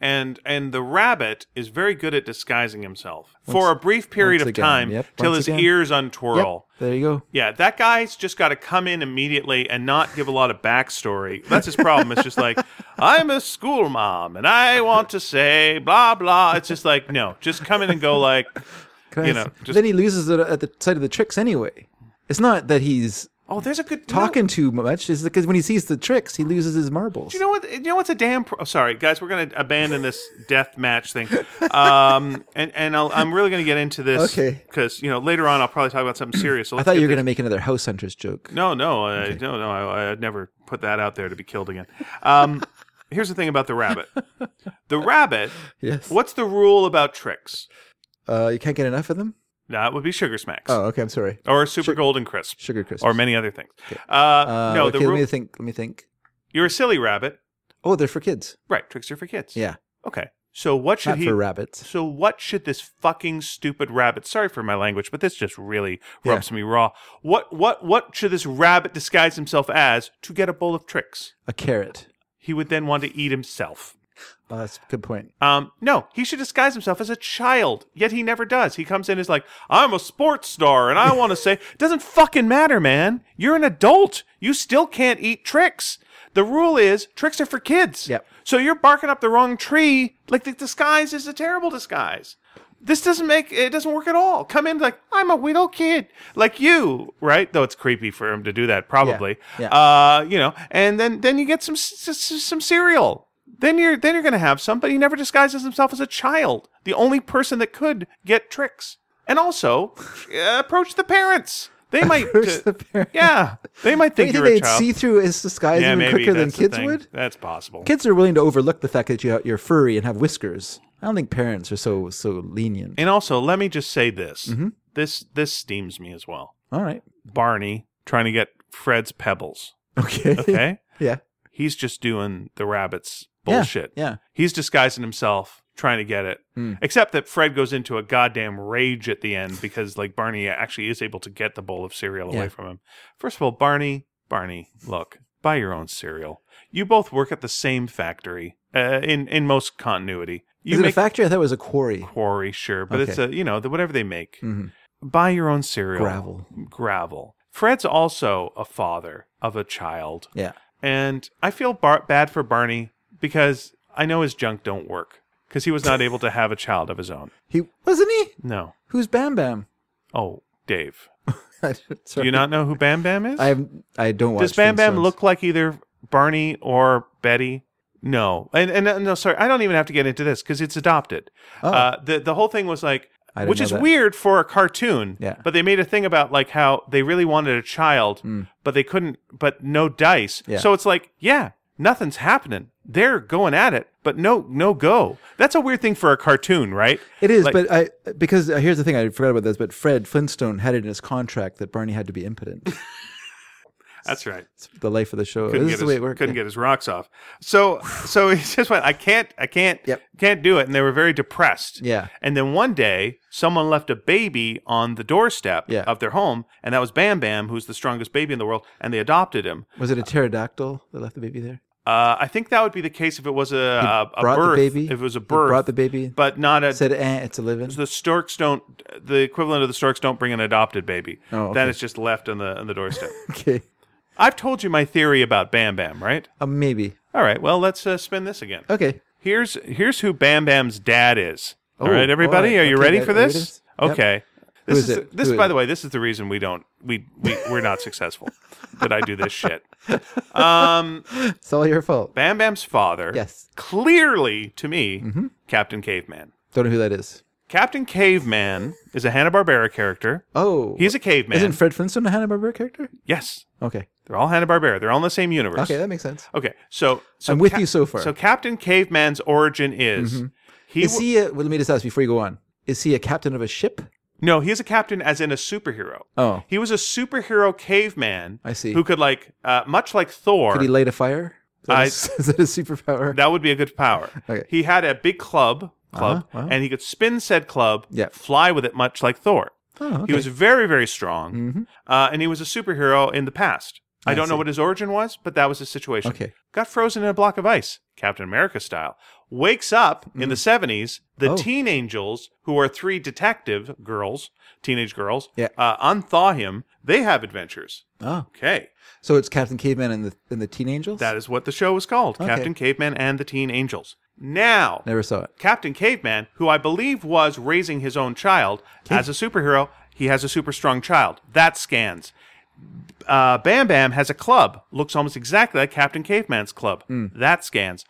Speaker 2: and and the rabbit is very good at disguising himself for a brief period
Speaker 1: once
Speaker 2: of
Speaker 1: again,
Speaker 2: time
Speaker 1: yep,
Speaker 2: till
Speaker 1: once
Speaker 2: his
Speaker 1: again.
Speaker 2: ears untwirl.
Speaker 1: Yep, there you go.
Speaker 2: Yeah, that guy's just got to come in immediately and not give a lot of backstory. That's his problem. It's just like, (laughs) I'm a school mom and I want to say blah, blah. It's just like, no, just come in and go like,
Speaker 1: Can I
Speaker 2: You
Speaker 1: ask-
Speaker 2: know, just-
Speaker 1: then he loses it at the side of the tricks anyway. It's not that he's
Speaker 2: oh, there's a good
Speaker 1: talking
Speaker 2: talking.
Speaker 1: too much. It's because when he sees the tricks, he loses his marbles.
Speaker 2: Do you know what? You know what's a damn. Pro- oh, sorry, guys, we're gonna abandon this death match thing, um, and and I'll, I'm really gonna get into this,
Speaker 1: Okay.
Speaker 2: Because you know later on I'll probably talk about something serious. So
Speaker 1: I thought you were going to make another House Hunters joke.
Speaker 2: No, no, I no, no. I, I'd never put that out there to be killed again.
Speaker 1: (laughs)
Speaker 2: Um, here's the thing about the rabbit. The rabbit.
Speaker 1: Yes.
Speaker 2: What's the rule about tricks?
Speaker 1: Uh, you can't get enough of them?
Speaker 2: That would be sugar smacks
Speaker 1: Oh, okay. I'm sorry.
Speaker 2: or super golden crisp
Speaker 1: Sugar crisps.
Speaker 2: or many other things. Uh,
Speaker 1: Uh,
Speaker 2: no,
Speaker 1: okay,
Speaker 2: the
Speaker 1: let me
Speaker 2: rule.
Speaker 1: think. Let me think.
Speaker 2: You're a silly rabbit,
Speaker 1: Oh, they're for kids.
Speaker 2: right? Tricks are for kids.
Speaker 1: Yeah.
Speaker 2: Okay. So what should
Speaker 1: Not
Speaker 2: he?
Speaker 1: for rabbits.
Speaker 2: So what should this fucking stupid rabbit? Sorry for my language, but this just really
Speaker 1: Yeah.
Speaker 2: rubs me raw. What what what should this rabbit disguise himself as to get a bowl of tricks?
Speaker 1: A carrot.
Speaker 2: He would then want to eat himself.
Speaker 1: Oh, that's a good point.
Speaker 2: Um, no, he should disguise himself as a child. Yet he never does. He comes in as like, I'm a sports
Speaker 1: (laughs)
Speaker 2: star, and I want to say, doesn't fucking matter, man. You're an adult. You still can't eat tricks. The rule is tricks are for kids.
Speaker 1: Yep.
Speaker 2: So you're barking up the wrong tree. Like the disguise is a terrible disguise. This doesn't make it doesn't work at all. Come in like I'm a widow kid, like you, right? Though it's creepy for him to do that, probably.
Speaker 1: Yeah.
Speaker 2: Uh, you know, and then then you get some s- s- s- some cereal. Then you're then you're gonna have some. But he never disguises himself as a child, the only person that could get tricks. And also uh, approach the parents.
Speaker 1: (laughs)
Speaker 2: They might,
Speaker 1: Approach the parents.
Speaker 2: yeah, they might
Speaker 1: Do you
Speaker 2: think
Speaker 1: think
Speaker 2: you're a
Speaker 1: they'd
Speaker 2: child.
Speaker 1: see through his disguise
Speaker 2: yeah,
Speaker 1: even
Speaker 2: maybe
Speaker 1: quicker than
Speaker 2: that's the
Speaker 1: kids
Speaker 2: thing.
Speaker 1: would?
Speaker 2: That's possible.
Speaker 1: Kids are willing to overlook the fact that you, you're furry and have whiskers. I don't think parents are so so lenient.
Speaker 2: And also, let me just say this.
Speaker 1: Mhm.
Speaker 2: This this steams me as well.
Speaker 1: All right. (laughs)
Speaker 2: Barney trying to get Fred's pebbles.
Speaker 1: Okay.
Speaker 2: Okay?
Speaker 1: Yeah.
Speaker 2: He's just doing the rabbit's
Speaker 1: Yeah,
Speaker 2: bullshit.
Speaker 1: (laughs) yeah.
Speaker 2: He's disguising himself, trying to get it.
Speaker 1: Hmm.
Speaker 2: Except that Fred goes into a goddamn rage at the end because like Barney actually is able to get the bowl of cereal
Speaker 1: Yeah.
Speaker 2: away from him. First of all, Barney, Barney, look, buy your own cereal. You both work at the same factory. Uh, in in most continuity. You
Speaker 1: Is it a
Speaker 2: make
Speaker 1: factory? I thought it was a quarry.
Speaker 2: quarry, sure, but it's a you know the, whatever they make.
Speaker 1: Mhm.
Speaker 2: Buy your own cereal.
Speaker 1: Gravel.
Speaker 2: Gravel. Fred's also a father of a child,
Speaker 1: Yeah.
Speaker 2: and I feel bar- bad for Barney because I know his junk don't work because he was not able to have a child of his own.
Speaker 1: He wasn't he?
Speaker 2: No.
Speaker 1: Who's Bam Bam? (laughs)
Speaker 2: Oh, Dave, do
Speaker 1: Sorry.
Speaker 2: you not know who Bam Bam is?
Speaker 1: I I don't watch.
Speaker 2: Does Bam Bam
Speaker 1: Flintstones.
Speaker 2: look like either Barney or Betty? No, and and uh, no, sorry, I don't even have to get into this because it's adopted.
Speaker 1: Oh.
Speaker 2: Uh, the the whole thing was like,
Speaker 1: I didn't
Speaker 2: which
Speaker 1: know
Speaker 2: is
Speaker 1: that.
Speaker 2: weird for a cartoon.
Speaker 1: Yeah.
Speaker 2: But they made a thing about like how they really wanted a child, but they couldn't, but no dice.
Speaker 1: Hmm. Yeah.
Speaker 2: So it's like, yeah, nothing's happening. They're going at it, but no, no go. That's a weird thing for a cartoon, right?
Speaker 1: It is,
Speaker 2: Like-
Speaker 1: but I because uh, here's the thing I forgot about this, but Fred Flintstone had it in his contract that Barney had to be
Speaker 2: (laughs)
Speaker 1: impotent.
Speaker 2: That's right.
Speaker 1: It's the life of the show.
Speaker 2: couldn't
Speaker 1: this
Speaker 2: get
Speaker 1: is the
Speaker 2: his,
Speaker 1: way it worked.
Speaker 2: couldn't get his rocks off. So so (laughs) he just went, I can't, I can't,
Speaker 1: Yep.
Speaker 2: can't do it. And they were very depressed.
Speaker 1: Yeah.
Speaker 2: And then one day, someone left a baby on the doorstep
Speaker 1: Yeah.
Speaker 2: of their home, and that was Bam Bam, who's the strongest baby in the world, and they adopted him.
Speaker 1: Was it a pterodactyl that left the baby there?
Speaker 2: Uh, I think that would be the case if it was a, a, a
Speaker 1: brought the
Speaker 2: birth,
Speaker 1: baby?
Speaker 2: if it was a
Speaker 1: He
Speaker 2: birth,
Speaker 1: brought the baby.
Speaker 2: but not a.
Speaker 1: said, eh, "It's a living."
Speaker 2: the storks don't. The equivalent of the storks don't bring an adopted baby.
Speaker 1: Oh, okay.
Speaker 2: Then it's just left on the on the doorstep. (laughs)
Speaker 1: (laughs) Okay,
Speaker 2: I've told you my theory about Bam Bam, right?
Speaker 1: uh, maybe.
Speaker 2: All right. Well, let's uh, spin this again.
Speaker 1: Okay,
Speaker 2: Here's here's who Bam Bam's dad is.
Speaker 1: Oh,
Speaker 2: all right, everybody,
Speaker 1: all right.
Speaker 2: are you
Speaker 1: Okay,
Speaker 2: ready
Speaker 1: guys,
Speaker 2: for
Speaker 1: are you ready
Speaker 2: this?
Speaker 1: for this? Yep.
Speaker 2: Okay. This
Speaker 1: is
Speaker 2: is,
Speaker 1: it?
Speaker 2: this
Speaker 1: Who
Speaker 2: by
Speaker 1: is
Speaker 2: the way, this is the reason we don't we we we're not successful that I do this shit. Um
Speaker 1: it's all your fault.
Speaker 2: Bam Bam's father
Speaker 1: Yes. Mm-hmm.
Speaker 2: clearly to me Captain Caveman.
Speaker 1: Don't know who that is.
Speaker 2: Captain Caveman is a Hanna-Barbera character.
Speaker 1: Oh,
Speaker 2: He's a caveman.
Speaker 1: isn't Fred Flintstone a Hanna Barbera character?
Speaker 2: yes.
Speaker 1: Okay,
Speaker 2: They're all Hanna-Barbera. They're all in the same universe.
Speaker 1: okay, that makes sense.
Speaker 2: Okay. So, so
Speaker 1: I'm with
Speaker 2: Cap-
Speaker 1: you so far.
Speaker 2: So Captain Caveman's origin is he,
Speaker 1: is
Speaker 2: wa-
Speaker 1: he? A, well, let me just ask before you go on. Is he a captain of a ship?
Speaker 2: No, he's a captain as in a superhero.
Speaker 1: Oh,
Speaker 2: He was a superhero caveman.
Speaker 1: I see.
Speaker 2: Who could like, uh, much like Thor,
Speaker 1: did he light a fire? Is that,
Speaker 2: I-
Speaker 1: a, (laughs) is that a superpower?
Speaker 2: that would be a good power.
Speaker 1: Okay.
Speaker 2: He had a big club, club,
Speaker 1: Uh-huh, wow.
Speaker 2: and he could spin said club,
Speaker 1: Yeah.
Speaker 2: fly with it, much like Thor.
Speaker 1: oh, okay.
Speaker 2: He was very, very strong,
Speaker 1: Mhm.
Speaker 2: uh, and he was a superhero in the past. I,
Speaker 1: I
Speaker 2: don't know
Speaker 1: see.
Speaker 2: what his origin was, but that was his situation.
Speaker 1: Okay.
Speaker 2: Got frozen in a block of ice, Captain America style. Wakes up in the 70s, the
Speaker 1: Mm. Oh.
Speaker 2: teen angels, who are three detective girls, teenage girls,
Speaker 1: Yeah.
Speaker 2: uh, unthaw him. They have adventures.
Speaker 1: Oh,
Speaker 2: Okay.
Speaker 1: so it's Captain Caveman and the and the Teen Angels.
Speaker 2: That is what the show was called
Speaker 1: Okay.
Speaker 2: Captain Caveman and the Teen Angels. Now,
Speaker 1: Never saw it.
Speaker 2: Captain Caveman, who I believe was raising his own child as a superhero, he has a super strong child. That scans. Uh, Bam Bam has a club, looks almost exactly like Captain Caveman's club.
Speaker 1: Hmm.
Speaker 2: That scans.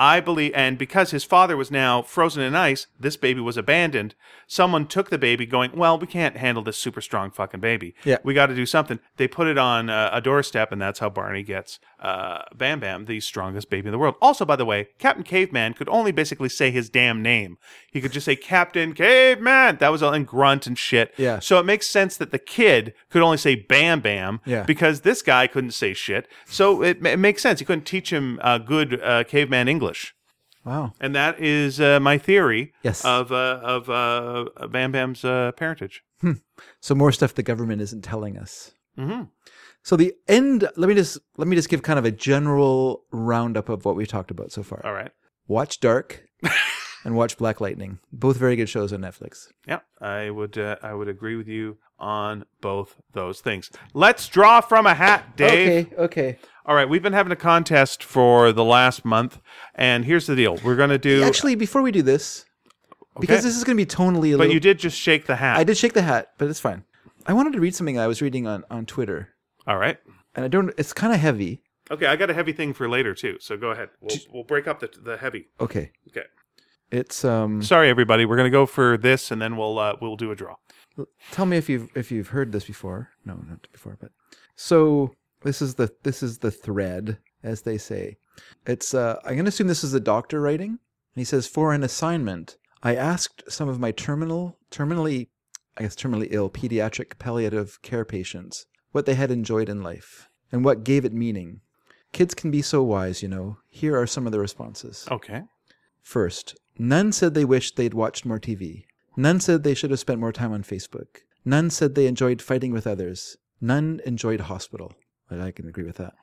Speaker 2: I believe, and because his father was now frozen in ice, this baby was abandoned. Someone took the baby, going, "Well, we can't handle this super strong fucking baby.
Speaker 1: Yeah.
Speaker 2: We got to do something." They put it on uh, a doorstep, and that's how Barney gets uh, Bam Bam, the strongest baby in the world. Also, by the way, Captain Caveman could only basically say his damn name. He could just say Captain Caveman. That was all in grunt and shit.
Speaker 1: Yeah.
Speaker 2: So it makes sense that the kid could only say Bam Bam
Speaker 1: Yeah.
Speaker 2: because this guy couldn't say shit. So it, ma- it makes sense. He couldn't teach him uh, good uh, caveman English.
Speaker 1: Wow.
Speaker 2: And that is uh, my theory
Speaker 1: Yes.
Speaker 2: of uh, of uh, Bam Bam's uh, parentage.
Speaker 1: So more stuff the government isn't telling us. So the end. Let me just let me just give kind of a general roundup of what we've talked about so far.
Speaker 2: All right.
Speaker 1: Watch Dark and watch Black Lightning. Both very good shows on Netflix.
Speaker 2: Yeah, I would uh, I would agree with you on both those things. Let's draw from a hat, Dave.
Speaker 1: Okay.
Speaker 2: All right, we've been having a contest for the last month, and here's the deal: we're going to do
Speaker 1: Actually, before we do this, because
Speaker 2: Okay.
Speaker 1: this is going to be tonally a
Speaker 2: But
Speaker 1: little.
Speaker 2: you did just shake the hat.
Speaker 1: I did shake the hat, but it's fine. I wanted to read something I was reading on on Twitter,
Speaker 2: All right.
Speaker 1: and I don't. It's kind of heavy.
Speaker 2: Okay, I got a heavy thing for later too. So go ahead. We'll, we'll break up the the heavy.
Speaker 1: Okay.
Speaker 2: Okay.
Speaker 1: It's um.
Speaker 2: Sorry, everybody. We're gonna go for this, and then we'll uh, we'll do a draw.
Speaker 1: tell me if you've if you've heard this before. No, not before, but so this is the this is the thread, as they say. It's uh, I'm gonna assume this is the doctor writing, And he says, for an assignment, I asked some of my terminal, terminally, I guess terminally ill pediatric palliative care patients what they had enjoyed in life and what gave it meaning. Kids can be so wise, you know. Here are some of the responses.
Speaker 2: Okay.
Speaker 1: First, none said they wished they'd watched more TV. None said they should have spent more time on Facebook. None said they enjoyed fighting with others. None enjoyed hospital. But I can agree with that.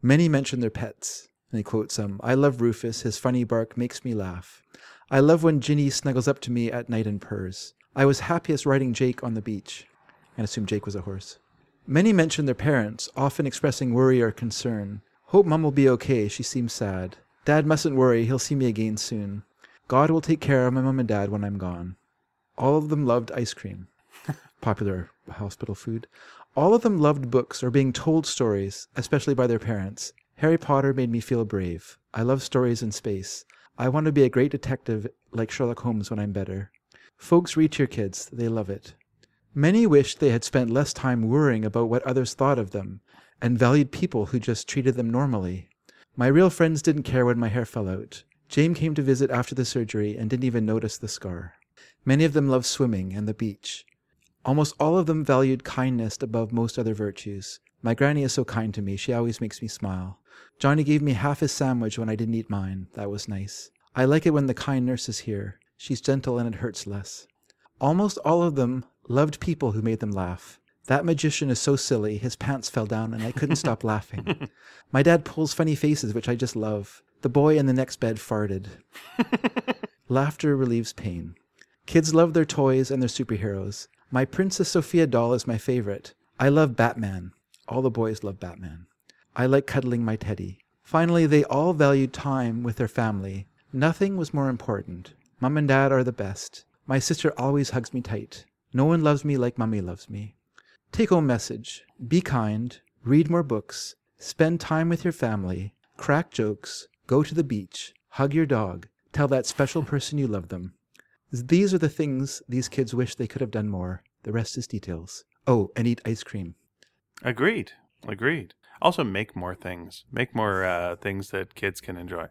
Speaker 1: Many mentioned their pets. And he quotes some I love Rufus. His funny bark makes me laugh. I love when Ginny snuggles up to me at night and purrs. I was happiest riding Jake on the beach. I assume Jake was a horse. Many mentioned their parents, often expressing worry or concern. Hope Mum will be okay. She seems sad. Dad mustn't worry. He'll see me again soon. God will take care of my mum and dad when I'm gone. All of them loved ice cream, (laughs) popular hospital food. All of them loved books or being told stories, especially by their parents. Harry Potter made me feel brave. I love stories in space. I want to be a great detective like Sherlock Holmes when I'm better. Folks read to your kids, they love it. Many wished they had spent less time worrying about what others thought of them and valued people who just treated them normally. My real friends didn't care when my hair fell out. James came to visit after the surgery and didn't even notice the scar. Many of them loved swimming and the beach. Almost all of them valued kindness above most other virtues. My granny is so kind to me, she always makes me smile. Johnny gave me half his sandwich when I didn't eat mine. That was nice. I like it when the kind nurse is here. She's gentle and it hurts less. Almost all of them loved people who made them laugh. That magician is so silly, his pants fell down and I couldn't stop laughing. My dad pulls funny faces, which I just love. The boy in the next bed farted. Laughter relieves pain. Kids love their toys and their superheroes. My Princess Sophia doll is my favorite. I love Batman. All the boys love Batman. I like cuddling my teddy. Finally, they all valued time with their family. Nothing was more important. Mum and dad are the best. My sister always hugs me tight. No one loves me like mummy loves me. Take home message be kind, read more books, spend time with your family, crack jokes, go to the beach, hug your dog, tell that special person you love them. These are the things these kids wish they could have done more. The rest is details. Oh, and eat ice cream.
Speaker 2: Agreed. Agreed. Also, make more things. Make more uh, things that kids can enjoy.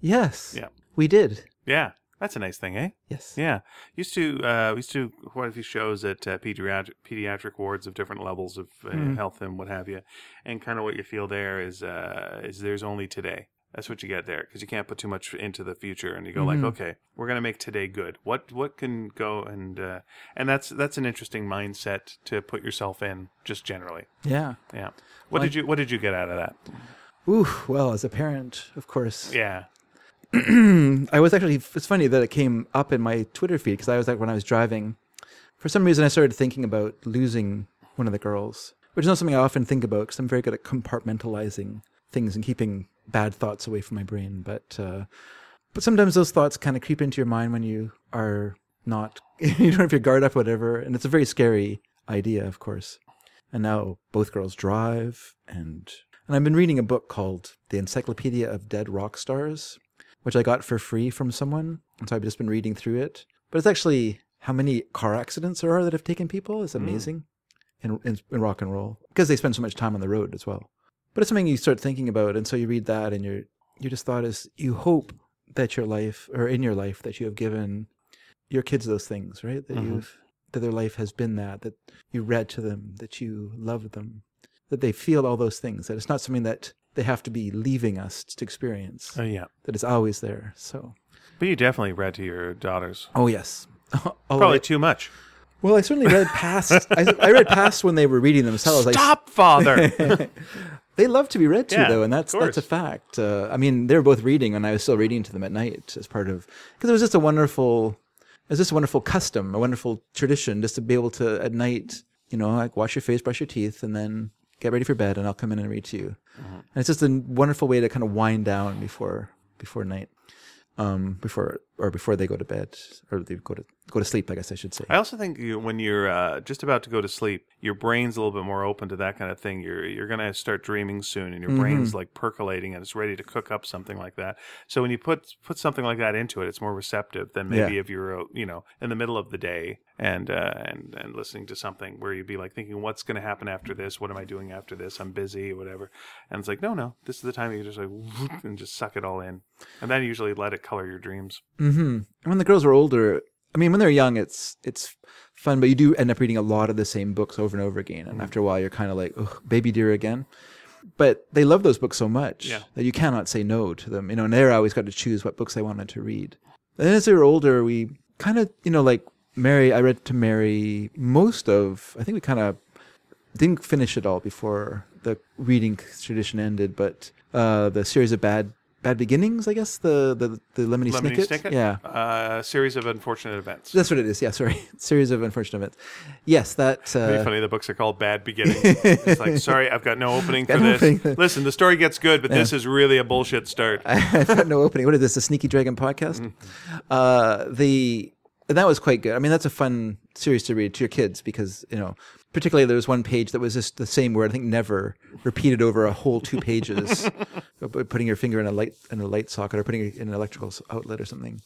Speaker 1: Yes.
Speaker 2: Yeah.
Speaker 1: We did.
Speaker 2: Yeah, that's a nice thing, eh?
Speaker 1: Yes.
Speaker 2: Yeah. Used to uh, we used to quite a few shows at uh, pediatric pediatric wards of different levels of uh,
Speaker 1: Mhm.
Speaker 2: health and what have you, and kind of what you feel there is uh, is there's only today. That's what you get there because you can't put too much into the future, and you go
Speaker 1: Mhm.
Speaker 2: like, okay, we're gonna make today good. What what can go and uh, and that's that's an interesting mindset to put yourself in just generally.
Speaker 1: Yeah.
Speaker 2: Yeah. What
Speaker 1: Like-
Speaker 2: did you what did you get out of that?
Speaker 1: Ooh, well, as a parent, of course.
Speaker 2: Yeah.
Speaker 1: I was actually, it's funny that it came up in my Twitter feed because I was like, when I was driving, for some reason I started thinking about losing one of the girls, which is not something I often think about because I'm very good at compartmentalizing things and keeping bad thoughts away from my brain. But, uh, but sometimes those thoughts kind of creep into your mind when you are not, (laughs) you don't have your guard up, whatever. And it's a very scary idea, of course. And now both girls drive and, and I've been reading a book called The Encyclopedia of Dead Rock Stars which I got for free from someone. And so I've just been reading through it. But it's actually how many car accidents there are that have taken people is amazing in, in, in rock and roll because they spend so much time on the road as well. But it's something you start thinking about. And so you read that and your, your just thought is you hope that your life or in your life that you have given your kids those things, right? That
Speaker 2: Mhm.
Speaker 1: you've, that their life has been that, that you read to them, that you love them, that they feel all those things, that it's not something that they have to be leaving us to experience
Speaker 2: Oh yeah.
Speaker 1: that is always there. So,
Speaker 2: But you definitely read to your daughters.
Speaker 1: oh yes, (laughs) All
Speaker 2: Probably
Speaker 1: right.
Speaker 2: too much.
Speaker 1: Well, I certainly read past. I, I read past when they were reading themselves. I-
Speaker 2: Stop, (laughs) father.
Speaker 1: (laughs) they love to be read to
Speaker 2: Yeah,
Speaker 1: though, and that's
Speaker 2: of
Speaker 1: that's a
Speaker 2: course.
Speaker 1: fact. Uh, I mean, they were both reading, and I was still reading to them at night as part of because it was just a wonderful, it was just a wonderful custom, a wonderful tradition, just to be able to at night, you know, like wash your face, brush your teeth, and then get ready for bed, and I'll come in and read to you.
Speaker 2: Mm-hmm.
Speaker 1: And it's just a wonderful way to kind of wind down before before night, um, before or before they go to bed or they go to go to sleep. I guess I should say.
Speaker 2: I also think you, when you're uh, just about to go to sleep, your brain's a little bit more open to that kind of thing. You're you're gonna start dreaming soon, and your brain's
Speaker 1: Mm-hmm.
Speaker 2: like percolating and it's ready to cook up something like that. So when you put put something like that into it, it's more receptive than maybe
Speaker 1: Yeah.
Speaker 2: if you're uh, you know in the middle of the day and uh, and and listening to something where you'd be like thinking, what's gonna happen after this? What am I doing after this? I'm busy, whatever. And it's (laughs) like, no, no, this is the time you just like and just suck it all in, and then usually let it color your dreams.
Speaker 1: hmm When the girls are older, I mean, when they're young, it's it's fun, but you do end up reading a lot of the same books over and over again,
Speaker 2: Mm.
Speaker 1: and after a while, you're kind of like, Ugh, baby deer again. But they love those books so much
Speaker 2: Yeah.
Speaker 1: that you cannot say no to them. You know, and they're always got to choose what books they wanted to read. And as they were older, we kind of, you know, like Mary. I read to Mary most of. I think we kind of didn't finish it all before the reading tradition ended, but uh, the series of bad bad beginnings, I guess the the the Lemony,
Speaker 2: Lemony
Speaker 1: Snicket.
Speaker 2: Snicket?
Speaker 1: Yeah,
Speaker 2: Uh, series of unfortunate events.
Speaker 1: that's what it is. Yeah, sorry, (laughs) series of unfortunate events. Yes, that.
Speaker 2: It'd be
Speaker 1: Uh,
Speaker 2: funny. The books are called Bad
Speaker 1: (laughs)
Speaker 2: Beginnings. it's like, sorry, I've got no opening for
Speaker 1: Got no
Speaker 2: this.
Speaker 1: opening.
Speaker 2: Listen, the story gets good, but this is really a bullshit start.
Speaker 1: (laughs) I've got no opening. What is this? The Sneaky Dragon podcast? Uh, the and that was quite good. I mean, that's a fun series to read to your kids because you know, particularly there was one page that was just the same word. I think never repeated over a whole two pages. But putting your finger in a light in a light socket or putting it in an electrical s- outlet or something.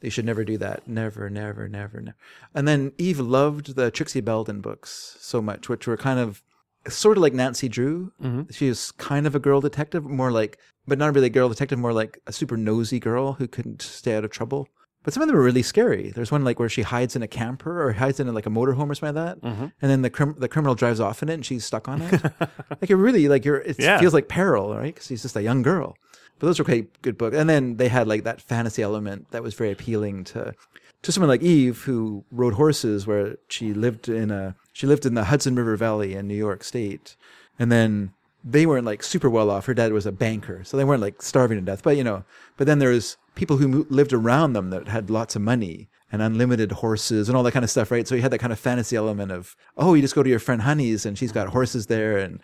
Speaker 1: They should never do that. Never, never, never, never. And then Eve loved the Trixie Belden books so much, which were kind of sort of like Nancy Drew. She was kind of a girl detective, more like, but not really a girl detective, more like a super nosy girl who couldn't stay out of trouble. But some of them were really scary. There's one like where she hides in a camper or hides in like a motorhome or something like that, and then the crim- the criminal drives off in it and she's stuck on it. like you're really like you're it
Speaker 2: Yeah.
Speaker 1: feels like peril, right? Because she's just a young girl. But those were quite good books. And then they had like that fantasy element that was very appealing to to someone like Eve who rode horses where she lived in a she lived in the Hudson River Valley in New York State. And then they weren't like super well off. Her dad was a banker, so they weren't like starving to death. But you know, but then there was people who mo- lived around them that had lots of money and unlimited horses and all that kind of stuff, right? So you had that kind of fantasy element of, oh, you just go to your friend Honey's and she's got horses there and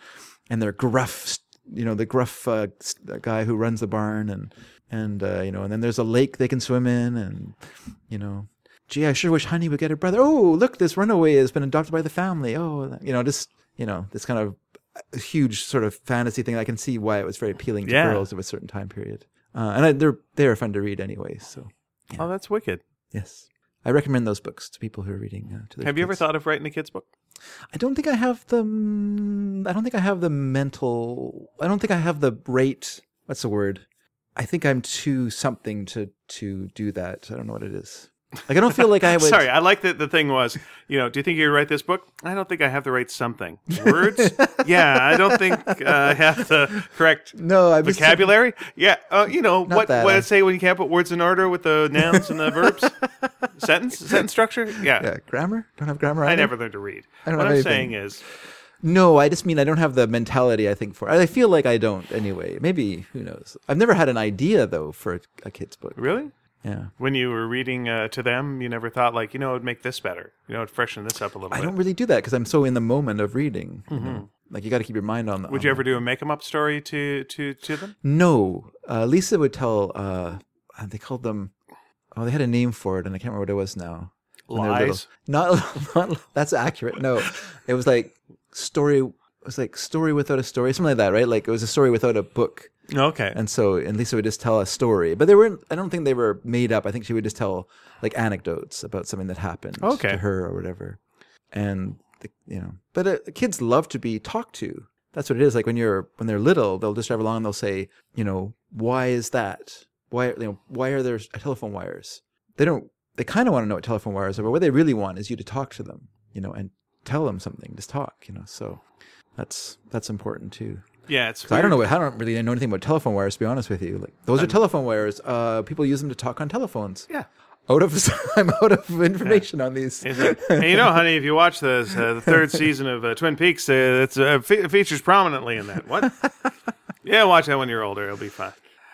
Speaker 1: and they're gruff, you know, the gruff uh, s- guy who runs the barn and and uh, you know, and then there's a lake they can swim in and you know, gee, I sure wish Honey would get her brother. Oh, look, this runaway has been adopted by the family. Oh, you know, just you know, this kind of a huge sort of fantasy thing. I can see why it was very appealing to
Speaker 2: Yeah.
Speaker 1: girls of a certain time period, uh, and I, they're they are fun to read anyway. So
Speaker 2: Oh, that's wicked.
Speaker 1: yes, I recommend those books to people who are reading. Uh, to their
Speaker 2: Have you ever
Speaker 1: kids.
Speaker 2: thought of writing a kids book?
Speaker 1: I don't think I have the. mm, I don't think I have the mental. I don't think I have the rate. What's the word? I think I'm too something to to do that. I don't know what it is. Like I don't feel like
Speaker 2: (laughs)
Speaker 1: I would.
Speaker 2: Sorry, I like that the thing was, you know, do you think you could write this book? I don't think I have the right something.
Speaker 1: (laughs)
Speaker 2: Words? yeah, I don't think uh, I have the correct
Speaker 1: No, I'm (laughs) just-
Speaker 2: vocabulary. Yeah, uh, you know, what
Speaker 1: that,
Speaker 2: what I
Speaker 1: uh,
Speaker 2: say when you can't put words in order with the nouns and
Speaker 1: (laughs)
Speaker 2: the verbs? Sentence? Sentence structure? Yeah.
Speaker 1: Yeah, grammar. Don't have grammar.
Speaker 2: I
Speaker 1: either?
Speaker 2: never learned to read.
Speaker 1: don't
Speaker 2: what
Speaker 1: have
Speaker 2: I'm
Speaker 1: anything.
Speaker 2: saying is,
Speaker 1: No, I just mean I don't have the mentality. I think for I feel like I don't anyway. Maybe who knows? I've never had an idea though for a, a kid's book.
Speaker 2: really?
Speaker 1: Yeah,
Speaker 2: When you were reading uh, to them, you never thought, like, you know, it'd make this better. You know, it'd freshen this up a little
Speaker 1: I
Speaker 2: bit.
Speaker 1: don't really do that because I'm so in the moment of reading. you know? Like you got to keep your mind on the.
Speaker 2: Mm-hmm. Would
Speaker 1: on
Speaker 2: you
Speaker 1: the-
Speaker 2: ever do a make 'em up story to, to, to them?
Speaker 1: No, uh, Lisa would tell. Uh, uh, they called them. Oh, they had a name for it, and I can't remember what it was now. when they were little.
Speaker 2: Lies.
Speaker 1: Not, (laughs) not that's accurate. No, it was like story. It was like story without a story, something like that, right? Like it was a story without a book.
Speaker 2: Okay.
Speaker 1: And so, and Lisa would just tell a story, but they weren't. I don't think they were made up. I think she would just tell like anecdotes about something that happened
Speaker 2: Okay.
Speaker 1: to her or whatever. And the, you know, but uh, kids love to be talked to. That's what it is. Like when you're when they're little, they'll just drive along and they'll say, you know, why is that? Why you know why are there telephone wires? They don't. They kind of want to know what telephone wires are, but what they really want is you to talk to them, you know, and tell them something. Just talk, you know. So that's that's important too.
Speaker 2: yeah, it's
Speaker 1: So I
Speaker 2: weird.
Speaker 1: don't know. I don't really know anything about telephone wires. To be honest with you, like those are telephone wires. Uh, people use them to talk on telephones.
Speaker 2: Yeah.
Speaker 1: Out of (laughs) I'm out of information on these.
Speaker 2: He's like, hey, you know, honey, if you watch the, uh, the third season of uh, Twin Peaks, uh, it's, uh, fe- features prominently in that.
Speaker 1: (laughs)
Speaker 2: What? yeah, watch that when you're older. It'll be fun.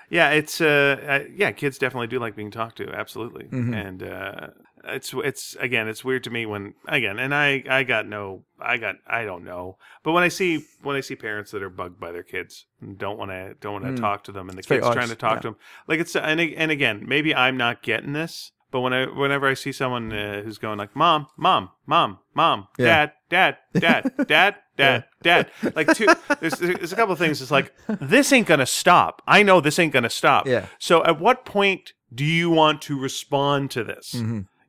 Speaker 2: Yeah, it's uh, uh, yeah, kids definitely do like being talked to. Absolutely,
Speaker 1: Mm-hmm.
Speaker 2: and uh, it's it's again, it's weird to me when again, and I I got no, I got I don't know, but when I see when I see parents that are bugged by their kids and don't want to don't want to talk to them, and the
Speaker 1: Mm. very
Speaker 2: kids
Speaker 1: odd.
Speaker 2: trying to talk
Speaker 1: Yeah.
Speaker 2: to them, like it's and a- and again, maybe I'm not getting this. But when I, whenever I see someone uh, who's going like mom, mom, mom, mom,
Speaker 1: Yeah.
Speaker 2: dad, dad,
Speaker 1: (laughs)
Speaker 2: dad, dad, dad, dad, like two, there's, there's a couple of things. It's like this ain't gonna stop. I know this ain't gonna stop.
Speaker 1: Yeah.
Speaker 2: So at what point do you want to respond to this?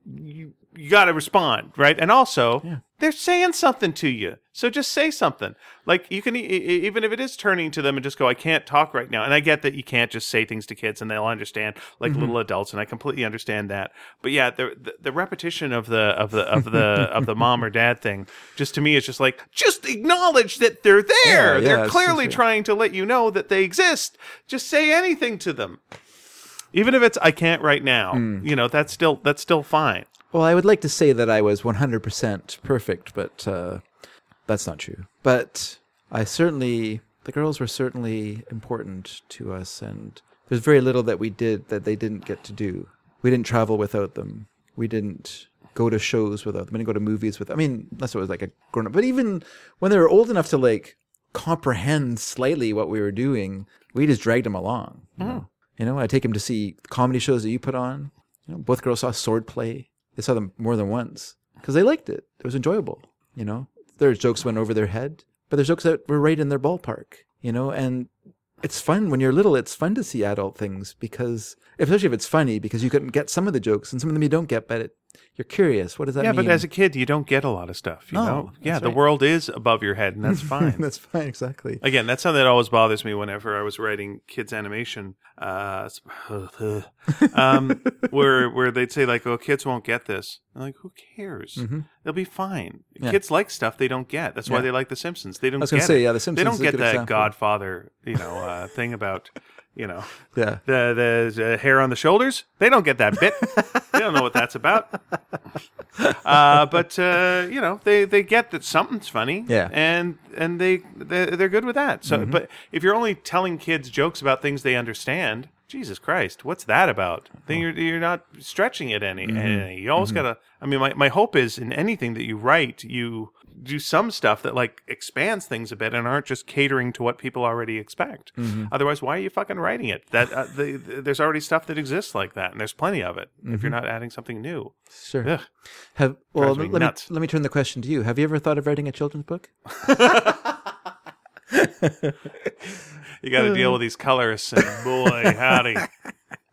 Speaker 2: You, you got to respond, right? And also, they're saying something to you. So just say something. Like you can e- e- even if it is turning to them and just go, "I can't talk right now." And I get that you can't just say things to kids and they'll understand, like
Speaker 1: Mm-hmm.
Speaker 2: little adults, and I completely understand that. But yeah, the the, the repetition of the of the of the of the mom or dad thing just to me is just like just acknowledge that they're there.
Speaker 1: Yeah, yeah,
Speaker 2: they're
Speaker 1: it's-
Speaker 2: clearly
Speaker 1: it's-
Speaker 2: trying to let you know that they exist. Just say anything to them. Even if it's I can't right now,
Speaker 1: Mm.
Speaker 2: you know, that's still that's still fine.
Speaker 1: Well, I would like to say that I was 100% perfect, but uh, that's not true. But I certainly, the girls were certainly important to us, and there's very little that we did that they didn't get to do. We didn't travel without them. We didn't go to shows without them. We didn't go to movies with. I mean, that's what it was like a grown up. But even when they were old enough to like comprehend slightly what we were doing, we just dragged them along. You know, you know I take them to see comedy shows that you put on. You know, both girls saw sword play. They saw them more than once because they liked it. It was enjoyable. You know, their jokes went over their head, but there's jokes that were right in their ballpark. You know, and it's fun when you're little. It's fun to see adult things because, especially if it's funny, because you can get some of the jokes and some of them you don't get. But it, you're curious. What does that
Speaker 2: Yeah,
Speaker 1: mean?
Speaker 2: but as a kid, you don't get a lot of stuff. You
Speaker 1: No,
Speaker 2: know, yeah,
Speaker 1: that's
Speaker 2: the
Speaker 1: right.
Speaker 2: world is above your head,
Speaker 1: (laughs)
Speaker 2: and that's fine.
Speaker 1: (laughs) that's fine. Exactly.
Speaker 2: Again, that's something that always bothers me whenever I was writing kids animation. Uh, s- (sighs)
Speaker 1: (laughs)
Speaker 2: um, where where they'd say like, "Oh, kids won't get this." I'm like, who cares? They'll be fine. Kids like stuff they don't get. That's why
Speaker 1: Mm-hmm. Yeah.
Speaker 2: they like The Simpsons. They don't.
Speaker 1: was
Speaker 2: get
Speaker 1: gonna say,
Speaker 2: it.
Speaker 1: yeah, The
Speaker 2: They
Speaker 1: Simpsons
Speaker 2: don't
Speaker 1: is a
Speaker 2: get
Speaker 1: good
Speaker 2: that
Speaker 1: example.
Speaker 2: Godfather, you know, uh, thing about, you know,
Speaker 1: Yeah.
Speaker 2: the the uh, hair on the shoulders. They don't get that bit. they don't know what that's about. Uh, but uh, you know, they, they get that something's funny.
Speaker 1: Yeah.
Speaker 2: and and they they're, they're good with that. So, but if you're only telling kids jokes about things they understand. Jesus Christ, what's that about? Then you're, you're not stretching it any. any. You always gotta. I mean, my, my hope is in anything that you write, you do some stuff that like expands things a bit and aren't just catering to what people already expect. Otherwise, why are you fucking writing it? That uh, the, the, there's already stuff that exists like that, and there's plenty of it. If you're not adding something new,
Speaker 1: Sure.
Speaker 2: Ugh.
Speaker 1: Have well,
Speaker 2: Drives me
Speaker 1: let me,
Speaker 2: nuts.
Speaker 1: let me turn the question to you. Have you ever thought of writing a children's book?
Speaker 2: you got to deal with these colorists. And boy, howdy. (laughs)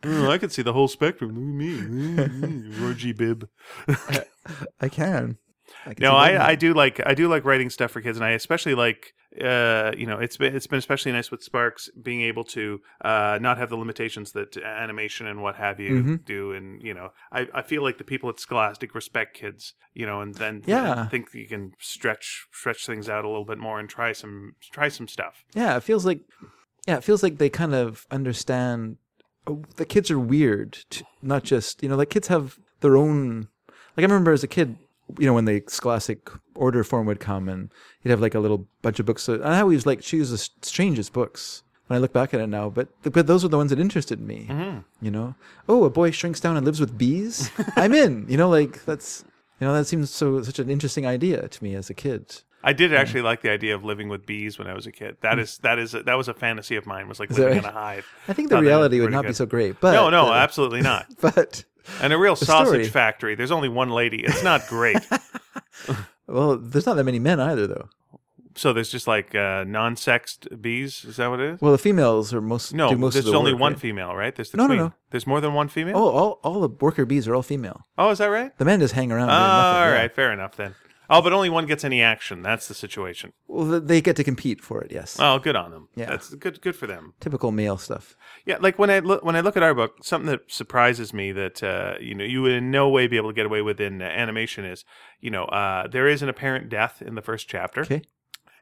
Speaker 2: Oh, I could see the whole spectrum. Look at me, Rogie Bib.
Speaker 1: I can. I can
Speaker 2: No,
Speaker 1: see
Speaker 2: I,
Speaker 1: that.
Speaker 2: I do like I do like writing stuff for kids, and I especially like uh, you know it's been it's been especially nice with Sparks being able to uh, not have the limitations that animation and what have you do, and you know I, I feel like the people at Scholastic respect kids, you know, and then
Speaker 1: Yeah.
Speaker 2: think you can stretch stretch things out a little bit more and try some try some stuff.
Speaker 1: Yeah, it feels like yeah, it feels like they kind of understand oh, the kids are weird, t- not just, you know, like kids have their own like I remember as a kid, you know, when the scholastic order form would come and you'd have like a little bunch of books. So I always like choose the s- strangest books when I look back at it now, but but those were the ones that interested me.
Speaker 2: Mm-hmm.
Speaker 1: You know, oh, a boy shrinks down and lives with bees. I'm in. You know, like that's you know that seems so such an interesting idea to me as a
Speaker 2: (laughs)
Speaker 1: kid.
Speaker 2: I did actually like the idea of living with bees when I was a kid. That is that is that was a fantasy of mine. Was like
Speaker 1: Mm. that
Speaker 2: living in
Speaker 1: right?
Speaker 2: a hive.
Speaker 1: I think the
Speaker 2: Thought that was
Speaker 1: reality would
Speaker 2: pretty
Speaker 1: not be
Speaker 2: good.
Speaker 1: so great, but
Speaker 2: No, no,
Speaker 1: the-
Speaker 2: absolutely not.
Speaker 1: (laughs) but
Speaker 2: And
Speaker 1: (laughs)
Speaker 2: a real sausage
Speaker 1: story.
Speaker 2: factory. There's only one lady. It's not great.
Speaker 1: (laughs) well, there's not that many men either, though.
Speaker 2: so there's just like uh, non-sexed bees. Is that what it is?
Speaker 1: Well, the females are most
Speaker 2: No,
Speaker 1: do most
Speaker 2: there's
Speaker 1: of the
Speaker 2: only
Speaker 1: work,
Speaker 2: one
Speaker 1: right?
Speaker 2: female, right? There's the
Speaker 1: No, no,
Speaker 2: queen.
Speaker 1: no.
Speaker 2: There's more than one female.
Speaker 1: Oh, all all the worker bees are all female.
Speaker 2: Oh, is that right?
Speaker 1: The men just hang around.
Speaker 2: Oh,
Speaker 1: doing nothing,
Speaker 2: all
Speaker 1: yeah.
Speaker 2: right, fair enough then. Oh, but only one gets any action. That's the situation.
Speaker 1: Well, th- they get to compete for it. Yes,
Speaker 2: Oh, good on them.
Speaker 1: Yeah.
Speaker 2: that's good. Good for them.
Speaker 1: typical male stuff. (laughs)
Speaker 2: Yeah, like when I look when I look at our book, something that surprises me that uh, you know you would in no way be able to get away with in uh, animation is you know uh, there is an apparent death in the first chapter,
Speaker 1: Okay.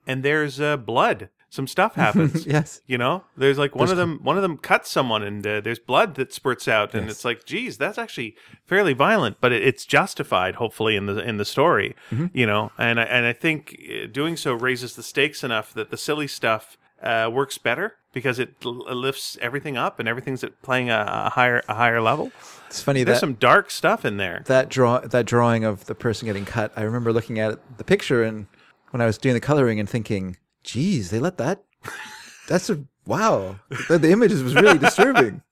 Speaker 2: and there's uh, blood. Some stuff happens.
Speaker 1: Yes.
Speaker 2: You know, there's like one of them. One of them cuts someone, and uh, there's blood that spurts out, and it's like, geez, that's actually fairly violent, but it, it's justified, hopefully, in the in the story.
Speaker 1: Mm-hmm.
Speaker 2: You know, and I, and I think uh, doing so raises the stakes enough that the silly stuff uh, works better because it l- uh, lifts everything up, and everything's at playing a, a higher a higher level.
Speaker 1: It's funny
Speaker 2: There's
Speaker 1: that
Speaker 2: some dark stuff in there.
Speaker 1: that draw that drawing of the person getting cut. I remember looking at it- the picture and when I was doing the coloring and thinking, "Geez, they let that." That's a wow. The, the image was really disturbing,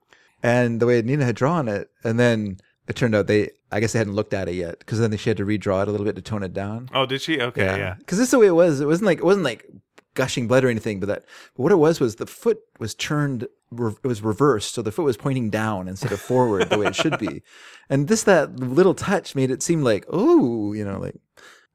Speaker 1: and the way Nina had drawn it, and then it turned out they. I guess they hadn't looked at it yet because then she had to redraw it a little bit to tone it down.
Speaker 2: Oh, did she? Okay, yeah.
Speaker 1: Because this is the way it was. It wasn't like it wasn't like gushing blood or anything, but that but what it was was the foot was turned, re- it was reversed, so the foot was pointing down instead of forward the way it should
Speaker 2: (laughs)
Speaker 1: be, and this that little touch made it seem like oh, you know, like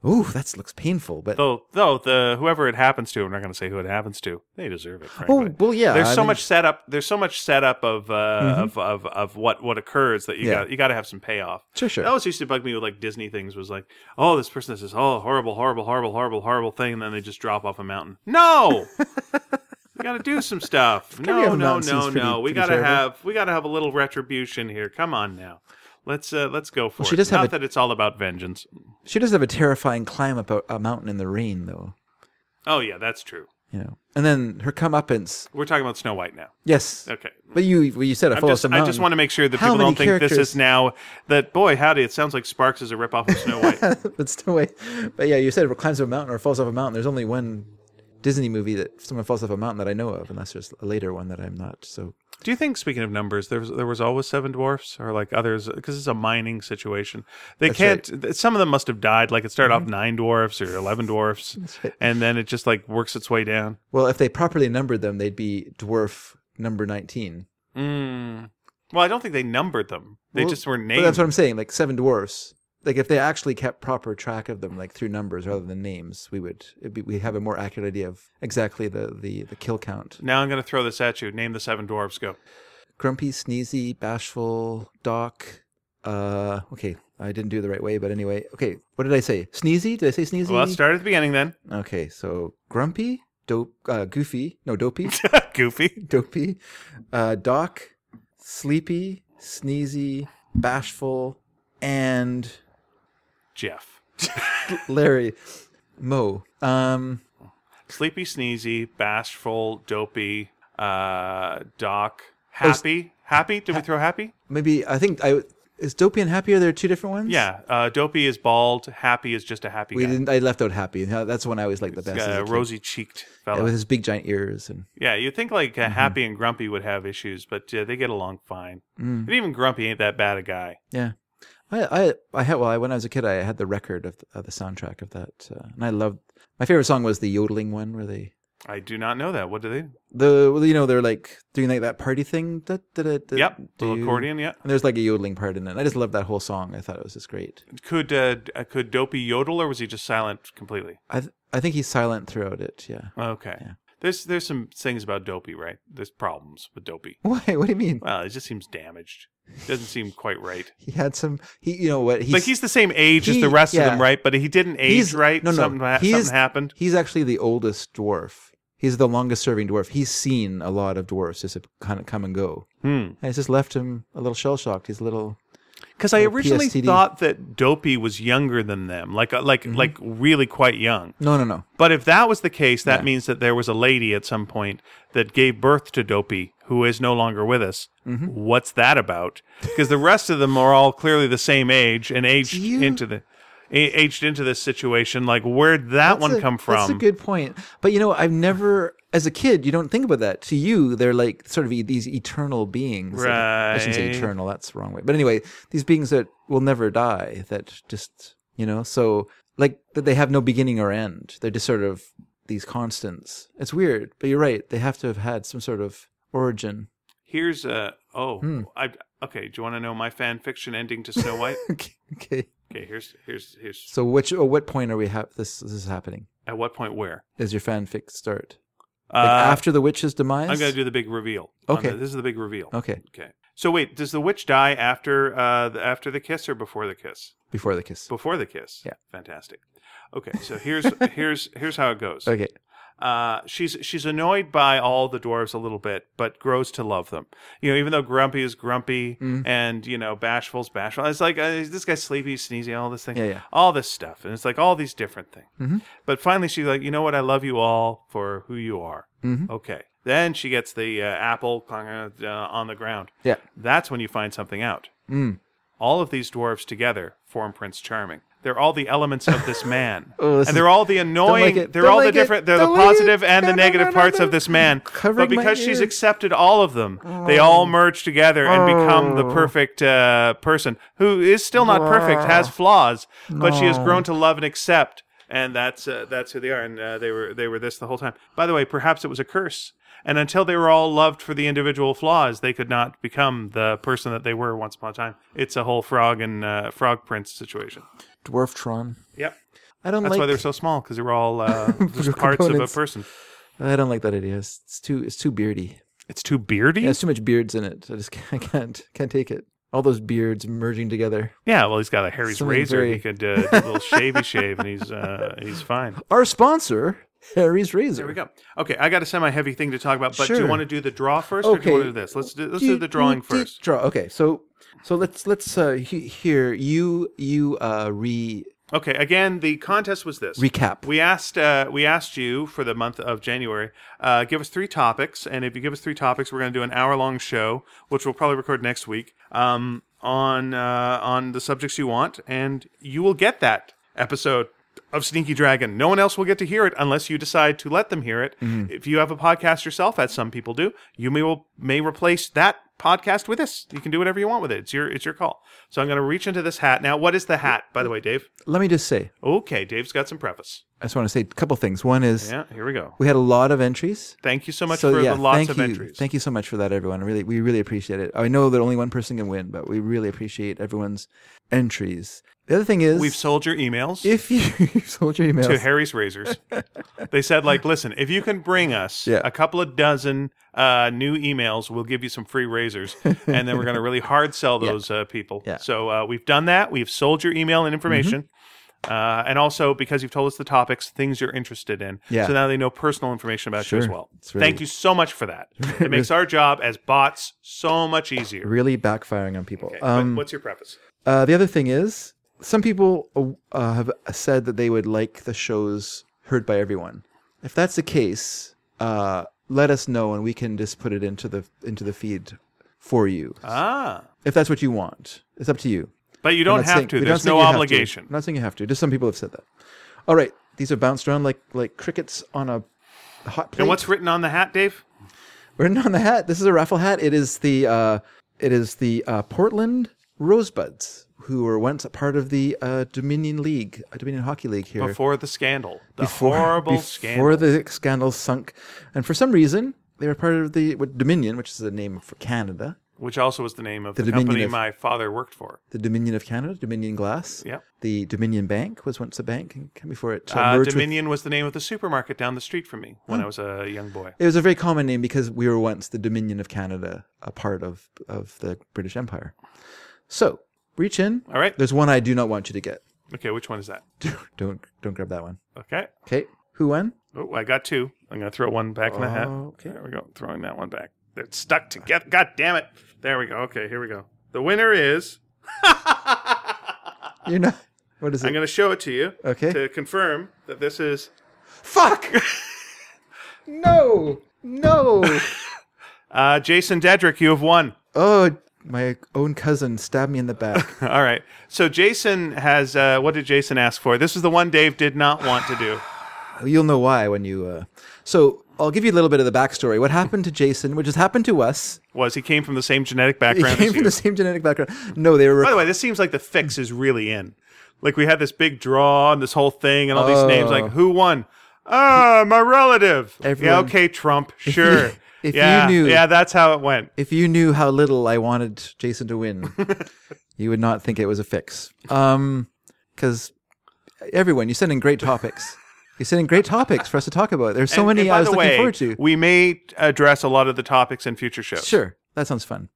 Speaker 1: oh, that looks painful, but
Speaker 2: Though, though the whoever it happens to, I'm not going to say who it happens to. They deserve it.
Speaker 1: oh
Speaker 2: Frankly.
Speaker 1: well, yeah,
Speaker 2: there's
Speaker 1: I
Speaker 2: so
Speaker 1: mean,
Speaker 2: much setup. There's so much setup of uh,
Speaker 1: Mhm.
Speaker 2: of, of of what what occurs that you
Speaker 1: Yeah.
Speaker 2: got you got to have some payoff.
Speaker 1: sure, sure,
Speaker 2: That always used to bug me with like Disney things. Was like, oh, this person does this oh horrible, horrible, horrible, horrible, horrible thing, and then they just drop off a mountain. No, you got to do
Speaker 1: (laughs)
Speaker 2: some stuff.
Speaker 1: off a
Speaker 2: No, no,
Speaker 1: mountain
Speaker 2: no,
Speaker 1: seems pretty-
Speaker 2: no. We
Speaker 1: pretty
Speaker 2: got to
Speaker 1: terrible.
Speaker 2: have we got to have a little retribution here. Come on now, let's uh, let's go for
Speaker 1: Well, she
Speaker 2: it.
Speaker 1: does have
Speaker 2: Not
Speaker 1: a-
Speaker 2: that it's all about vengeance.
Speaker 1: she does have a terrifying climb up a, a mountain in the rain though,
Speaker 2: Oh yeah, that's true.
Speaker 1: you know, and then her comeuppance,
Speaker 2: We're talking about Snow White now.
Speaker 1: yes,
Speaker 2: Okay.
Speaker 1: but you you said a
Speaker 2: I'm
Speaker 1: full
Speaker 2: just, I just want to make sure that
Speaker 1: How
Speaker 2: people don't
Speaker 1: many
Speaker 2: think this
Speaker 1: characters-
Speaker 2: is now that boy howdy it sounds like Sparks is a ripoff of Snow White.
Speaker 1: (laughs) but still, wait. But yeah, you said if it climbs up a mountain or falls off a mountain. There's only one Disney movie that someone falls off a mountain that I know of, unless there's a later one that I'm not. So
Speaker 2: (laughs) Do you think, speaking of numbers, there was there was always seven dwarfs or like others because it's a mining situation. They
Speaker 1: right.
Speaker 2: can't. th- Some of them must have died. Like it started off nine dwarfs or eleven dwarfs, and then it just like works its way down.
Speaker 1: well, if they properly numbered them, they'd be dwarf number 19.
Speaker 2: Mm. Well, I don't think they numbered them. They
Speaker 1: Well,
Speaker 2: just were
Speaker 1: But
Speaker 2: named.
Speaker 1: that's what I'm saying, like seven dwarfs. Like if they actually kept proper track of them, like through numbers rather than names, we would it'd be, we have a more accurate idea of exactly the the, the kill count.
Speaker 2: now I'm going to throw this at you. Name the seven dwarfs. Go.
Speaker 1: grumpy, sneezy, bashful, doc. Uh, okay, I didn't do it the right way, but anyway, okay. What did I say? Sneezy? Did I say sneezy?
Speaker 2: Well, let's start at the beginning then. (laughs)
Speaker 1: okay, so grumpy, dope, uh, goofy, no, dopey,
Speaker 2: Goofy.
Speaker 1: dopey, uh, doc, sleepy, sneezy, bashful, and
Speaker 2: Jeff.
Speaker 1: Larry, Mo. Um,
Speaker 2: Sleepy, sneezy, bashful, dopey, uh, doc,
Speaker 1: Oh, s-
Speaker 2: happy, happy. Did we throw happy?
Speaker 1: maybe I think I is dopey and happy. Are there two different ones?
Speaker 2: Yeah. Uh, dopey is bald. Happy is just a happy
Speaker 1: We
Speaker 2: guy.
Speaker 1: didn't. I left out happy. Now, That's one I always liked the best. as a
Speaker 2: uh,
Speaker 1: kid.
Speaker 2: rosy cheeked fella.
Speaker 1: with his big giant ears and
Speaker 2: yeah, you'd think like
Speaker 1: Mm-hmm.
Speaker 2: uh, Happy and Grumpy would have issues, but uh, they get along fine.
Speaker 1: Mm.
Speaker 2: And even Grumpy ain't that bad a guy.
Speaker 1: Yeah, I I I had well I, when I was a kid I had the record of the, of the soundtrack of that uh, and I loved my favorite song was the yodeling one where they
Speaker 2: I do not know that. What do they?
Speaker 1: the well, you know they're like doing like that party thing da, da, da, da,
Speaker 2: yep,
Speaker 1: do
Speaker 2: little
Speaker 1: you-
Speaker 2: accordion. Yeah,
Speaker 1: and there's like a yodeling part in it I just loved that whole song I thought it was just great
Speaker 2: could uh, d- uh, could Dopey yodel or was he just silent completely?
Speaker 1: I th- I think he's silent throughout it yeah (laughs)
Speaker 2: Okay,
Speaker 1: Yeah.
Speaker 2: there's there's some things about Dopey, right? There's problems with Dopey.
Speaker 1: why what do you mean
Speaker 2: Well, it just seems damaged. Doesn't seem quite right.
Speaker 1: he had some he you know what he's
Speaker 2: like he's the same age as
Speaker 1: he-
Speaker 2: the rest of them,
Speaker 1: yeah.
Speaker 2: right? But he didn't age
Speaker 1: he's-
Speaker 2: right.
Speaker 1: no no
Speaker 2: something, ha-
Speaker 1: he's-
Speaker 2: something happened.
Speaker 1: he's actually the oldest dwarf he's the longest serving dwarf he's seen a lot of dwarfs just kind of come and go
Speaker 2: Hmm.
Speaker 1: and it's just left him a little shell shocked he's a little
Speaker 2: Because I
Speaker 1: Or
Speaker 2: originally
Speaker 1: PSTD.
Speaker 2: thought that Dopey was younger than them, like uh, like
Speaker 1: Mm-hmm.
Speaker 2: like really quite young.
Speaker 1: no no no
Speaker 2: But if that was the case, that
Speaker 1: Yeah.
Speaker 2: means that there was a lady at some point that gave birth to Dopey, who is no longer with us.
Speaker 1: Mm-hmm.
Speaker 2: What's that about? Because the rest of them are all clearly the same age and aged
Speaker 1: you-
Speaker 2: into the a- aged into this situation. Like where'd that one
Speaker 1: a-
Speaker 2: come from?
Speaker 1: That's a good point. But you know, I've never, as a kid, you don't think about that. To you, they're like sort of e- these eternal beings. that- I shouldn't say
Speaker 2: Right.
Speaker 1: eternal. That's the wrong way. But anyway, these beings that will never die. That just you know, so like that they have no beginning or end. They're just sort of these constants. It's weird, but you're right. They have to have had some sort of origin. (laughs)
Speaker 2: Here's a oh
Speaker 1: Hmm.
Speaker 2: I okay. Do you want to know my fan fiction ending to
Speaker 1: (laughs)
Speaker 2: Snow White?
Speaker 1: okay. Okay.
Speaker 2: okay, here's here's here's
Speaker 1: So which or what point are we have this? This is happening.
Speaker 2: at what point where
Speaker 1: Does your fanfic start
Speaker 2: uh,
Speaker 1: like after the witch's demise?
Speaker 2: I'm going to do the big reveal. on
Speaker 1: Okay.
Speaker 2: the- this is the big reveal.
Speaker 1: Okay,
Speaker 2: Okay. So wait, does the witch die after uh, the, after the kiss or before the kiss?
Speaker 1: before the kiss.
Speaker 2: Before the kiss.
Speaker 1: Yeah.
Speaker 2: Fantastic. Okay, so here's (laughs) here's here's how it goes.
Speaker 1: Okay.
Speaker 2: Uh, she's she's annoyed by all the dwarves a little bit, but grows to love them. You know, even though Grumpy is grumpy
Speaker 1: Mm-hmm.
Speaker 2: and you know Bashful's bashful, it's like uh, this guy's sleepy, sneezy, all this thing,
Speaker 1: Yeah, yeah.
Speaker 2: all this stuff, and it's like all these different things.
Speaker 1: Mhm.
Speaker 2: But finally, she's like, you know what? I love you all for who you are.
Speaker 1: Mhm.
Speaker 2: Okay. Then she gets the uh, apple uh, on the ground.
Speaker 1: Yeah.
Speaker 2: That's when you find something out.
Speaker 1: Mm.
Speaker 2: All of these dwarves together form Prince Charming. They're all the elements of
Speaker 1: (laughs)
Speaker 2: this man.
Speaker 1: Oh, this
Speaker 2: and
Speaker 1: is-
Speaker 2: they're all the annoying,
Speaker 1: it.
Speaker 2: they're
Speaker 1: Don't
Speaker 2: all the
Speaker 1: like it.
Speaker 2: different, they're
Speaker 1: Don't
Speaker 2: the
Speaker 1: like it.
Speaker 2: positive and the
Speaker 1: No, no,
Speaker 2: negative
Speaker 1: no, no,
Speaker 2: parts of
Speaker 1: no.
Speaker 2: this man.
Speaker 1: Covering
Speaker 2: but
Speaker 1: my
Speaker 2: because she's
Speaker 1: ears. Oh.
Speaker 2: accepted all of them, they all merge together and become the perfect uh, person who is still not perfect, has flaws, but she has grown to love and accept and that's uh, that's who they are, and uh, they were they were this the whole time. By the way, perhaps it was a curse, and until they were all loved for the individual flaws, they could not become the person that they were once upon a time. It's a whole frog and uh, frog prince situation.
Speaker 1: Dwarftron.
Speaker 2: Yep,
Speaker 1: I don't
Speaker 2: that's
Speaker 1: like.
Speaker 2: why they're so small because they were
Speaker 1: (laughs)
Speaker 2: all uh, just parts of a
Speaker 1: Components. I don't like that idea. It's, it's too. It's too beardy.
Speaker 2: It's too beardy.
Speaker 1: Yeah, there's too much beards in it. I just (laughs) can't. I can't, can't take it. All those beards merging together.
Speaker 2: Yeah, well, he's got a Harry's
Speaker 1: Something
Speaker 2: razor.
Speaker 1: very-
Speaker 2: He could uh, do a little
Speaker 1: (laughs)
Speaker 2: shavy shave, and he's uh, he's fine.
Speaker 1: Our sponsor, Harry's Razor.
Speaker 2: There we go. Okay, I got a semi-heavy thing to talk about, but do
Speaker 1: Sure.
Speaker 2: you want to do the draw first, or do
Speaker 1: Okay.
Speaker 2: you want to do this? Let's do let's do the drawing
Speaker 1: you did
Speaker 2: first.
Speaker 1: Draw. Okay. So so let's let's uh he, here you you uh re
Speaker 2: Okay. Again, the contest was this.
Speaker 1: recap.
Speaker 2: We asked uh, we asked you for the month of January. Uh, give us three topics, and if you give us three topics, we're going to do an hour long show, which we'll probably record next week um, on uh, on the subjects you want, and you will get that episode of Sneaky Dragon. No one else will get to hear it unless you decide to let them hear it. If you have a podcast yourself, as some people do, you may will, may replace that podcast with this. You can do whatever you want with it. It's your it's your call. So I'm going to reach into this hat now. What is the hat, by the way, Dave?
Speaker 1: Let me just say,
Speaker 2: Okay, Dave's got some preface.
Speaker 1: I just want to say a couple things. One is
Speaker 2: Yeah, here we go.
Speaker 1: we had a lot of entries.
Speaker 2: Thank you so much
Speaker 1: so
Speaker 2: for
Speaker 1: yeah,
Speaker 2: the lots
Speaker 1: thank
Speaker 2: of
Speaker 1: you,
Speaker 2: entries.
Speaker 1: thank you so much for that, everyone. Really, we really appreciate it. I know that only one person can win, but we really appreciate everyone's entries. The other thing is,
Speaker 2: We've sold your emails
Speaker 1: if you (laughs) sold your emails,
Speaker 2: to
Speaker 1: (laughs)
Speaker 2: Harry's Razors. they said, like, listen, if you can bring us
Speaker 1: Yeah.
Speaker 2: a couple of dozen uh, new emails, we'll give you some
Speaker 1: (laughs)
Speaker 2: free razors, and then we're going to really hard sell those uh, people.
Speaker 1: Yeah.
Speaker 2: So uh, we've done that. We've sold your email and information.
Speaker 1: Mm-hmm.
Speaker 2: Uh, and also because you've told us the topics, things you're interested in.
Speaker 1: Yeah.
Speaker 2: So now they know personal information about you as
Speaker 1: Sure.
Speaker 2: well.
Speaker 1: It's really-
Speaker 2: Thank you so much
Speaker 1: (laughs)
Speaker 2: for that. It makes our job as bots so much easier.
Speaker 1: really backfiring on people.
Speaker 2: Okay,
Speaker 1: um,
Speaker 2: what's your preface?
Speaker 1: Uh, the other thing is, some people uh, have said that they would like the shows heard by everyone. If that's the case, uh, let us know, and we can just put it into the into the feed for you.
Speaker 2: Ah.
Speaker 1: If that's what you want, it's up to you.
Speaker 2: But you
Speaker 1: I'm
Speaker 2: don't
Speaker 1: not
Speaker 2: have
Speaker 1: saying-
Speaker 2: to.
Speaker 1: we're not
Speaker 2: There's
Speaker 1: saying
Speaker 2: no
Speaker 1: you have to.
Speaker 2: obligation.
Speaker 1: I'm not saying you have to. Just some people have said that. All right, these are bounced around like like crickets on a hot plate.
Speaker 2: And what's written on the hat, Dave?
Speaker 1: written on the hat? This is a raffle hat. It is the uh, it is the uh, Portland Rosebuds, who were once a part of the uh, Dominion League, uh, Dominion Hockey League here
Speaker 2: Before the scandal, the horrible
Speaker 1: before
Speaker 2: scandal.
Speaker 1: the scandal sunk, and for some reason they were part of the what, Dominion, which is the name for Canada,
Speaker 2: which also was the name of
Speaker 1: The
Speaker 2: the,
Speaker 1: Dominion
Speaker 2: company
Speaker 1: of-
Speaker 2: my father worked for.
Speaker 1: the Dominion of Canada, Dominion Glass.
Speaker 2: Yep.
Speaker 1: The Dominion Bank was once a bank, and came before it uh,
Speaker 2: Uh,
Speaker 1: merged with-
Speaker 2: Dominion was the name of the supermarket down the street from me when I was a young boy.
Speaker 1: It was a very common name because we were once the Dominion of Canada, a part of of the British Empire. So reach in.
Speaker 2: All right.
Speaker 1: There's one I do not want you to get. (laughs)
Speaker 2: Okay, which one is that?
Speaker 1: Don't don't grab that one.
Speaker 2: Okay.
Speaker 1: Okay. Who won?
Speaker 2: Oh, I got two. I'm going to throw one back in the hat.
Speaker 1: Okay.
Speaker 2: There we go. Throwing that one back. They're stuck together. God damn it. There we go. Okay, here we go. The winner is.
Speaker 1: You're not. (laughs) What is it?
Speaker 2: I'm going to show it to you
Speaker 1: Okay.
Speaker 2: to confirm that this is
Speaker 1: Fuck. no. No.
Speaker 2: Uh, Jason Dedrick, you have won.
Speaker 1: Oh, my own cousin stabbed me in the back. (laughs)
Speaker 2: All right. So Jason has. Uh, what did Jason ask for? This is the one Dave did not want to do.
Speaker 1: You'll know why when you. Uh... So I'll give you a little bit of the backstory. What happened to Jason, which has happened to us,
Speaker 2: Was he came from the same genetic
Speaker 1: he
Speaker 2: background?
Speaker 1: came
Speaker 2: as
Speaker 1: from
Speaker 2: you.
Speaker 1: the same genetic background. No, they were.
Speaker 2: By the way, this seems like the fix is really in. Like we had this big draw and this whole thing and all these names. Like who won? Ah, my relative.
Speaker 1: Oh. Everyone-
Speaker 2: yeah. Okay, Trump. Sure.
Speaker 1: (laughs) if you
Speaker 2: yeah.
Speaker 1: knew-
Speaker 2: Yeah, that's how it went.
Speaker 1: If you knew how little I wanted Jason to
Speaker 2: (laughs)
Speaker 1: win, you would not think it was a fix. Um, because everyone, you send in great topics. You send in great topics for us to talk about. There's so
Speaker 2: And-
Speaker 1: many
Speaker 2: and by
Speaker 1: I was
Speaker 2: the
Speaker 1: looking
Speaker 2: way,
Speaker 1: forward to.
Speaker 2: We may address a lot of the topics in future shows.
Speaker 1: Sure, that sounds fun.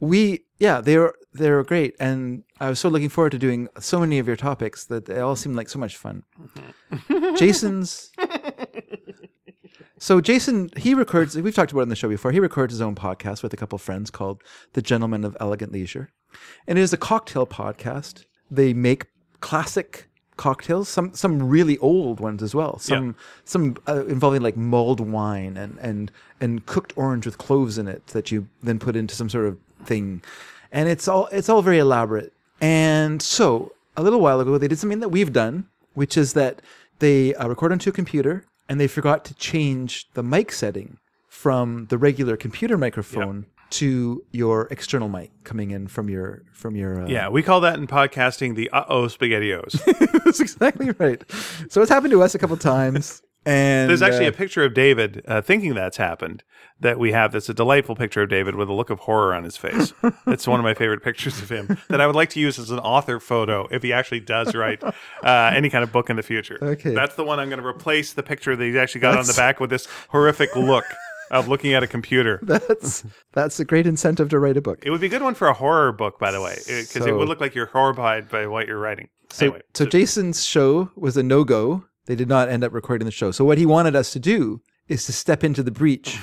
Speaker 1: We yeah, they were they were great, and I was so looking forward to doing so many of your topics that they all seemed like so much fun.
Speaker 2: Mm-hmm.
Speaker 1: Jason's. So Jason, he records. We've talked about it on the show before. He records his own podcast with a couple friends called "The Gentlemen of Elegant Leisure," and it is a cocktail podcast. They make classic cocktails, some some really old ones as well. Some some uh, involving like mulled wine and and and cooked orange with cloves in it that you then put into some sort of thing, and it's all it's all very elaborate. And so a little while ago, they did something that we've done, which is that they uh, record onto a computer and they forgot to change the mic setting from the regular computer microphone to your external mic coming in from your from your uh,
Speaker 2: Yeah, we call that in podcasting the uh oh spaghettios.
Speaker 1: (laughs) that's exactly right. So it's happened to us a couple times, and
Speaker 2: There's actually
Speaker 1: uh,
Speaker 2: a picture of David uh, thinking that's happened that we have. That's a delightful picture of David with a look of horror on
Speaker 1: (laughs)
Speaker 2: his face. it's one of my favorite pictures of him that I would like to use as an author photo if he actually does write uh, any kind of book in the future.
Speaker 1: Okay.
Speaker 2: That's the one I'm going to replace the picture that he's actually got on the back with this horrific look of looking at
Speaker 1: (laughs)
Speaker 2: a computer.
Speaker 1: (laughs) that's that's a great incentive to write a book.
Speaker 2: It would be a good one for a horror book, by the way, because it
Speaker 1: So-
Speaker 2: would look like you're horrified by what you're writing.
Speaker 1: So,
Speaker 2: anyway,
Speaker 1: so Jason's show was a no go. They did not end up recording the show. So what he wanted us to do is to step into the
Speaker 2: (laughs)
Speaker 1: breach,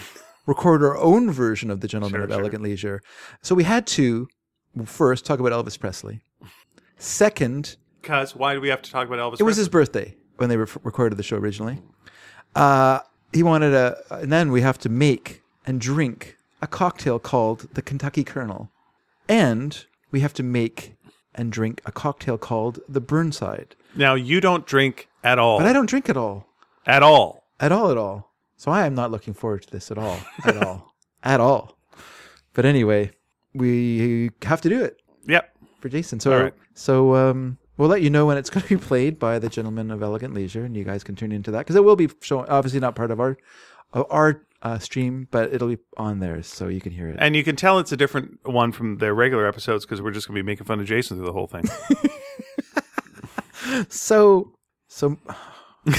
Speaker 1: record our own version of the Gentleman
Speaker 2: Sure,
Speaker 1: of
Speaker 2: sure.
Speaker 1: Elegant Leisure. So we had to first talk about Elvis Presley. Second,
Speaker 2: because why do we have to talk about Elvis?
Speaker 1: it was his birthday when they re- recorded the show originally. Uh, he wanted a, and then we have to make and drink a cocktail called the Kentucky Colonel, and we have to make and drink a cocktail called the Burnside.
Speaker 2: Now you don't drink at all.
Speaker 1: But I don't drink at all.
Speaker 2: At all.
Speaker 1: At all, at all. So I am not looking forward to this at all. At all. at all. But anyway, we have to do it
Speaker 2: Yep.
Speaker 1: for Jason. So,
Speaker 2: All right.
Speaker 1: so um, we'll let you know when it's (laughs) going to be played by the gentlemen of Elegant Leisure, and you guys can tune into that because it will be showing, obviously not part of our of our uh, stream, but it'll be on theirs, so you can hear it.
Speaker 2: And you can tell it's a different one from their regular episodes because we're just going to be making fun of Jason through the
Speaker 1: (laughs)
Speaker 2: whole thing.
Speaker 1: So, so I'm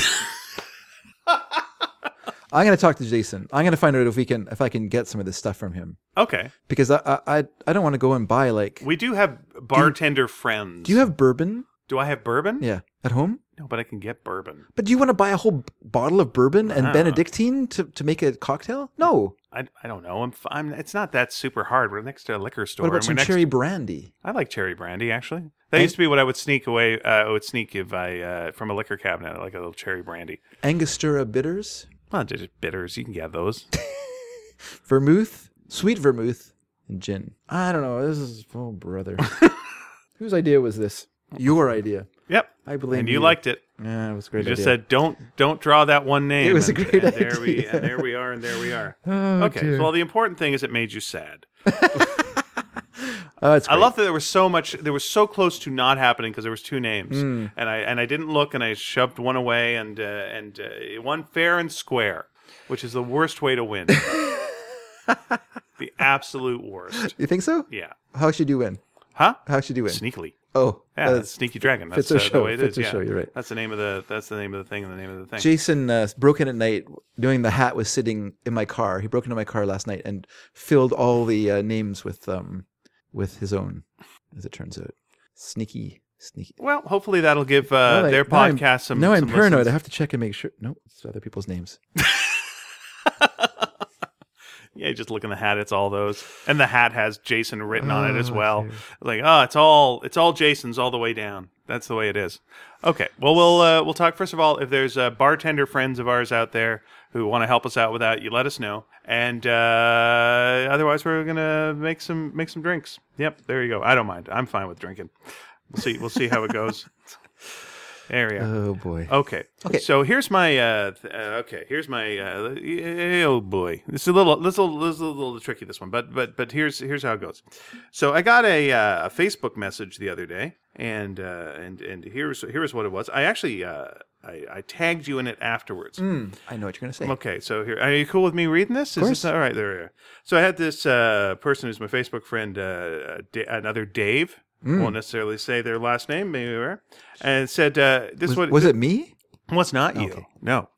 Speaker 1: going to talk to Jason. I'm going to find out if we can if I can get some of this stuff from him.
Speaker 2: okay.
Speaker 1: because I I- I I don't want to go and buy like.
Speaker 2: We do have bartender friends.
Speaker 1: do you have bourbon?
Speaker 2: Do I have bourbon?
Speaker 1: Yeah, at home.
Speaker 2: No, but I can get bourbon.
Speaker 1: But do you want to buy a whole b- bottle of bourbon and
Speaker 2: Ah.
Speaker 1: Benedictine to, to make a cocktail? No.
Speaker 2: I, I don't know. I'm, f- I'm it's not that super hard. We're next to a liquor store.
Speaker 1: What about
Speaker 2: and we're
Speaker 1: some
Speaker 2: next-
Speaker 1: cherry brandy?
Speaker 2: I like cherry brandy actually. That
Speaker 1: And-
Speaker 2: used to be what I would sneak away. Uh, I would sneak if I uh, from a liquor cabinet, I like a little cherry brandy.
Speaker 1: Angostura bitters,
Speaker 2: Well, just bitters. You can
Speaker 1: (laughs)
Speaker 2: get those.
Speaker 1: vermouth, sweet vermouth, and gin. I don't know. This is oh
Speaker 2: (laughs)
Speaker 1: brother. Whose idea was this? Your idea.
Speaker 2: yep.
Speaker 1: I blame
Speaker 2: And you liked it.
Speaker 1: Yeah, it was a great.
Speaker 2: You just
Speaker 1: idea.
Speaker 2: said don't don't draw that one name.
Speaker 1: It was a
Speaker 2: and,
Speaker 1: great
Speaker 2: and There we
Speaker 1: idea.
Speaker 2: and there we are and there we are.
Speaker 1: (laughs) Oh,
Speaker 2: okay.
Speaker 1: dear.
Speaker 2: Well, the important thing is it made you sad.
Speaker 1: Oh, it's
Speaker 2: I
Speaker 1: great.
Speaker 2: love that there was so much. There was so close to not happening because there was two names,
Speaker 1: Mm.
Speaker 2: and I and I didn't look, and I shoved one away, and uh, and uh, one fair and square, which is the worst way
Speaker 1: (laughs)
Speaker 2: to win. the absolute worst.
Speaker 1: You think so?
Speaker 2: Yeah.
Speaker 1: How should you win?
Speaker 2: Huh?
Speaker 1: How should you win?
Speaker 2: Sneakily.
Speaker 1: Oh,
Speaker 2: Yeah,
Speaker 1: that's-
Speaker 2: that's sneaky dragon. That's
Speaker 1: fits our
Speaker 2: uh, the
Speaker 1: show,
Speaker 2: way it
Speaker 1: fits
Speaker 2: is.
Speaker 1: our
Speaker 2: yeah.
Speaker 1: show, you're right.
Speaker 2: That's the name of the. That's the name of the thing, and the name of the thing.
Speaker 1: Jason uh, broke in at night, doing the hat was sitting in my car. He broke into my car last night and filled all the uh, names with um with his own, as it turns out. Sneaky, sneaky.
Speaker 2: Well, hopefully that'll give uh,
Speaker 1: Well, I-
Speaker 2: their
Speaker 1: now I'm-
Speaker 2: podcast some.
Speaker 1: Now I'm
Speaker 2: some
Speaker 1: paranoid.
Speaker 2: listens.
Speaker 1: I have to check and make sure. No, it's other people's names.
Speaker 2: Yeah, just look in the hat. It's all those, and the hat has Jason written on it as
Speaker 1: Oh,
Speaker 2: well.
Speaker 1: dear.
Speaker 2: Like, oh, it's all it's all Jason's all the way down. That's the way it is. Okay, well, we'll uh, we'll talk first of all. If there's uh, bartender friends of ours out there who want to help us out with that, you let us know. And uh, otherwise, we're gonna make some make some drinks. Yep, there you go. I don't mind. I'm fine with drinking. We'll see. We'll see how it goes. (laughs) There we are.
Speaker 1: Oh boy.
Speaker 2: Okay.
Speaker 1: Okay.
Speaker 2: So here's my uh, th- uh okay, here's my uh, eh, oh boy. This is a little this is a little, this is a little tricky this one, but but but here's here's how it goes. So I got a, uh, a Facebook message the other day and uh, and and here's here's what it was. I actually uh, I, I tagged you in it afterwards.
Speaker 1: Mm, Hmm, I know what you're gonna say.
Speaker 2: Okay, so here, are you cool with me reading this? Is
Speaker 1: course.
Speaker 2: this all right? There. we are. So I had this uh, person who's my Facebook friend, uh, uh, da- another Dave.
Speaker 1: Mm.
Speaker 2: Won't necessarily say their last name, maybe they were, and said uh, this
Speaker 1: Was,
Speaker 2: what
Speaker 1: was it me?
Speaker 2: was not you.
Speaker 1: Okay.
Speaker 2: No.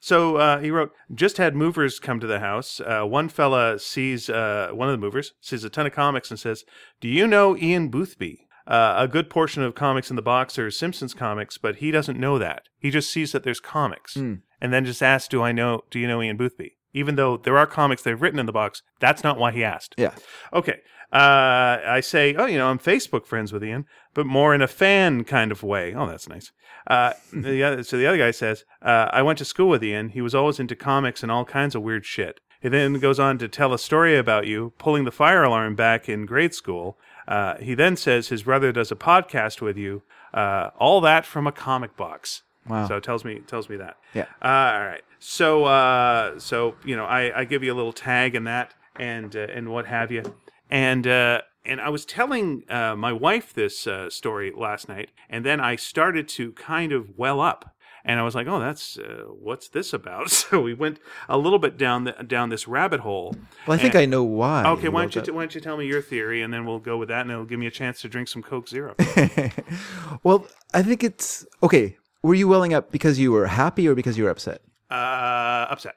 Speaker 2: So uh, he wrote, just had movers come to the house. Uh, one fella sees, uh, one of the movers sees a ton of comics and says, Do you know Ian Boothby? Uh, a good portion of comics in the box are Simpsons comics, but he doesn't know that. He just sees that there's comics and then just asks, Do I know, do you know Ian Boothby? Even though there are comics they've written in the box, that's not why he asked.
Speaker 1: Yeah.
Speaker 2: Okay. Uh, I say, oh, you know, I'm Facebook friends with Ian, but more in a fan kind of way. Oh, that's nice. Uh, the other, so the other guy says, uh, I went to school with Ian. He was always into comics and all kinds of weird shit. He then goes on to tell a story about you pulling the fire alarm back in grade school. Uh, he then says his brother does a podcast with you. Uh, all that from a comic box.
Speaker 1: Wow.
Speaker 2: So it tells me tells me that.
Speaker 1: Yeah.
Speaker 2: Uh, all right. So uh, so you know, I, I give you a little tag in that, and uh, and what have you. And uh, and I was telling uh, my wife this uh, story last night, and then I started to kind of well up. And I was like, "Oh, that's uh, what's this about?" (laughs) So we went a little bit down the, down this rabbit hole.
Speaker 1: Well, I think
Speaker 2: And-
Speaker 1: I know why.
Speaker 2: Okay, why
Speaker 1: wrote
Speaker 2: don't you
Speaker 1: that.
Speaker 2: t- why don't you tell me your theory, and then we'll go with that, and it'll give me a chance to drink some
Speaker 1: (laughs)
Speaker 2: Coke Zero.
Speaker 1: well, I think it's okay. Were you welling up because you were happy or because you were upset?
Speaker 2: uh, upset.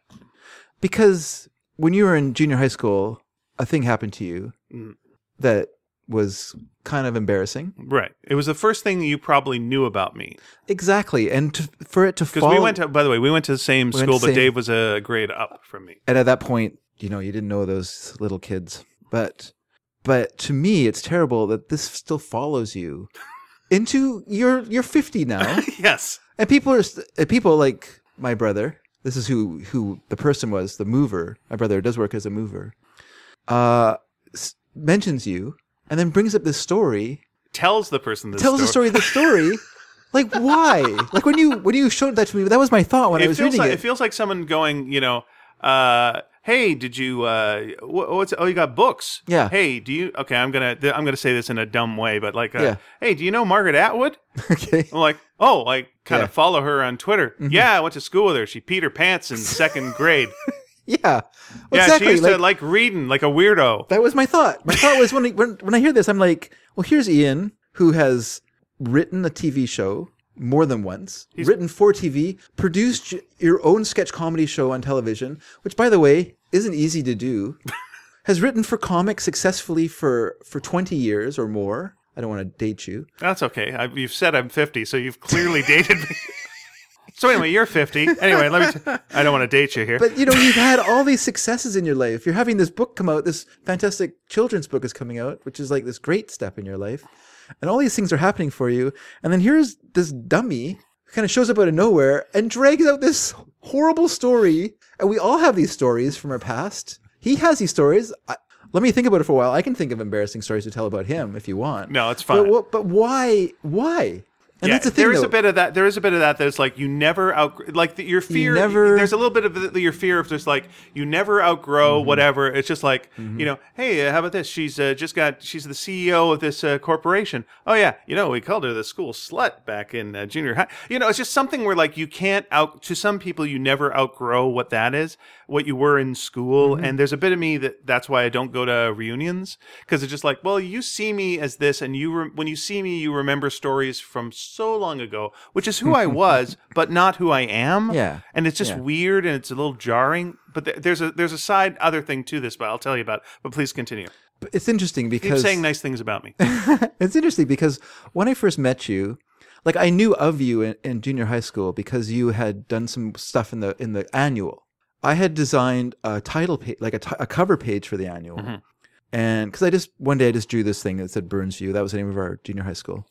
Speaker 1: Because when you were in junior high school, a thing happened to you
Speaker 2: Mm.
Speaker 1: that was kind of embarrassing.
Speaker 2: Right. It was the first thing you probably knew about me
Speaker 1: Exactly, and to, for it to
Speaker 2: because
Speaker 1: fall,
Speaker 2: we went to. By the way, we went to the same
Speaker 1: went to
Speaker 2: school, but
Speaker 1: same-
Speaker 2: Dave was a grade up from
Speaker 1: (laughs)
Speaker 2: me.
Speaker 1: and at that point, you know, you didn't know those little kids, but but to me, it's terrible that this still follows you
Speaker 2: (laughs)
Speaker 1: into you're you're 50 now.
Speaker 2: yes.
Speaker 1: And people are st- uh, people like my brother. This is who who the person was, the mover. My brother does work as a mover. Uh, s- mentions you and then brings up this story,
Speaker 2: Tells the person this
Speaker 1: tells the story
Speaker 2: story.
Speaker 1: of the
Speaker 2: (laughs)
Speaker 1: story. like why? Like when you when you showed that to me, that was my thought when I
Speaker 2: It
Speaker 1: was
Speaker 2: feels
Speaker 1: reading
Speaker 2: like
Speaker 1: it.
Speaker 2: it feels like someone going, you know, uh, hey, did you? Uh, wh- what's? Oh, you got books.
Speaker 1: Yeah.
Speaker 2: Hey, do you? Okay, I'm gonna th- I'm gonna say this in a dumb way, but like, uh,
Speaker 1: Yeah.
Speaker 2: hey, do you know Margaret Atwood?
Speaker 1: (laughs) okay.
Speaker 2: I'm like, oh, like
Speaker 1: Yeah.
Speaker 2: kind
Speaker 1: Mm-hmm.
Speaker 2: of follow her on Twitter. Yeah, I went to school with her. She peed her pants in second
Speaker 1: (laughs)
Speaker 2: grade.
Speaker 1: Yeah.
Speaker 2: yeah, she
Speaker 1: exactly.
Speaker 2: used
Speaker 1: like,
Speaker 2: to like reading like a weirdo.
Speaker 1: that was my thought. My thought was when I, when when I hear this, I'm like, well, here's Ian who has written a TV show more than once, written for TV, produced y- your own sketch comedy show on television, which by the way isn't easy to do. (laughs) has written for comics successfully for for 20 years or more. I don't want to date you.
Speaker 2: That's okay. I, you've said I'm 50, so you've clearly dated me. (laughs) so anyway, you're 50. Anyway, let me. T- I don't want to date you here.
Speaker 1: But you know, you've had all these successes in your life. You're having this book come out. This fantastic children's book is coming out, which is like this great step in your life. And all these things are happening for you. And then here's this dummy who kind of shows up out of nowhere and drags out this horrible story. And we all have these stories from our past. He has these stories. I, let me think about it for a while. I can think of embarrassing stories to tell about him if you want.
Speaker 2: No, it's fine.
Speaker 1: But, wha- but why? Why? And
Speaker 2: yeah,
Speaker 1: that's the thing.
Speaker 2: there is
Speaker 1: though.
Speaker 2: a bit of that. There is a bit of that. That's like you never out like the, your fear.
Speaker 1: never-
Speaker 2: there's a little bit of the, your fear of just like you never outgrow whatever. It's just like you know, hey, uh, how about this? She's uh, just got she's the CEO of this uh, corporation. Oh yeah, you know we called her the school slut back in uh, junior high. You know, it's just something where like you can't out to some people you never outgrow what that is, what you were in school. And there's a bit of me that that's why I don't go to reunions because it's just like, well, you see me as this, and you re- when you see me, you remember stories from so long ago, which is who I was, but not who I am.
Speaker 1: Yeah.
Speaker 2: and it's just
Speaker 1: Yeah.
Speaker 2: weird and it's a little jarring. But th- there's a there's a side other thing to this, but I'll tell you about. it. But please continue.
Speaker 1: It's interesting
Speaker 2: Keep
Speaker 1: because
Speaker 2: saying nice things about me.
Speaker 1: (laughs) it's interesting because when I first met you, like I knew of you in, in junior high school because you had done some stuff in the in the annual. I had designed a title page, like a ti- a cover page for the annual,
Speaker 2: Mm-hmm.
Speaker 1: and because I just one day I just drew this thing that said Burns View. That was the name of our junior high school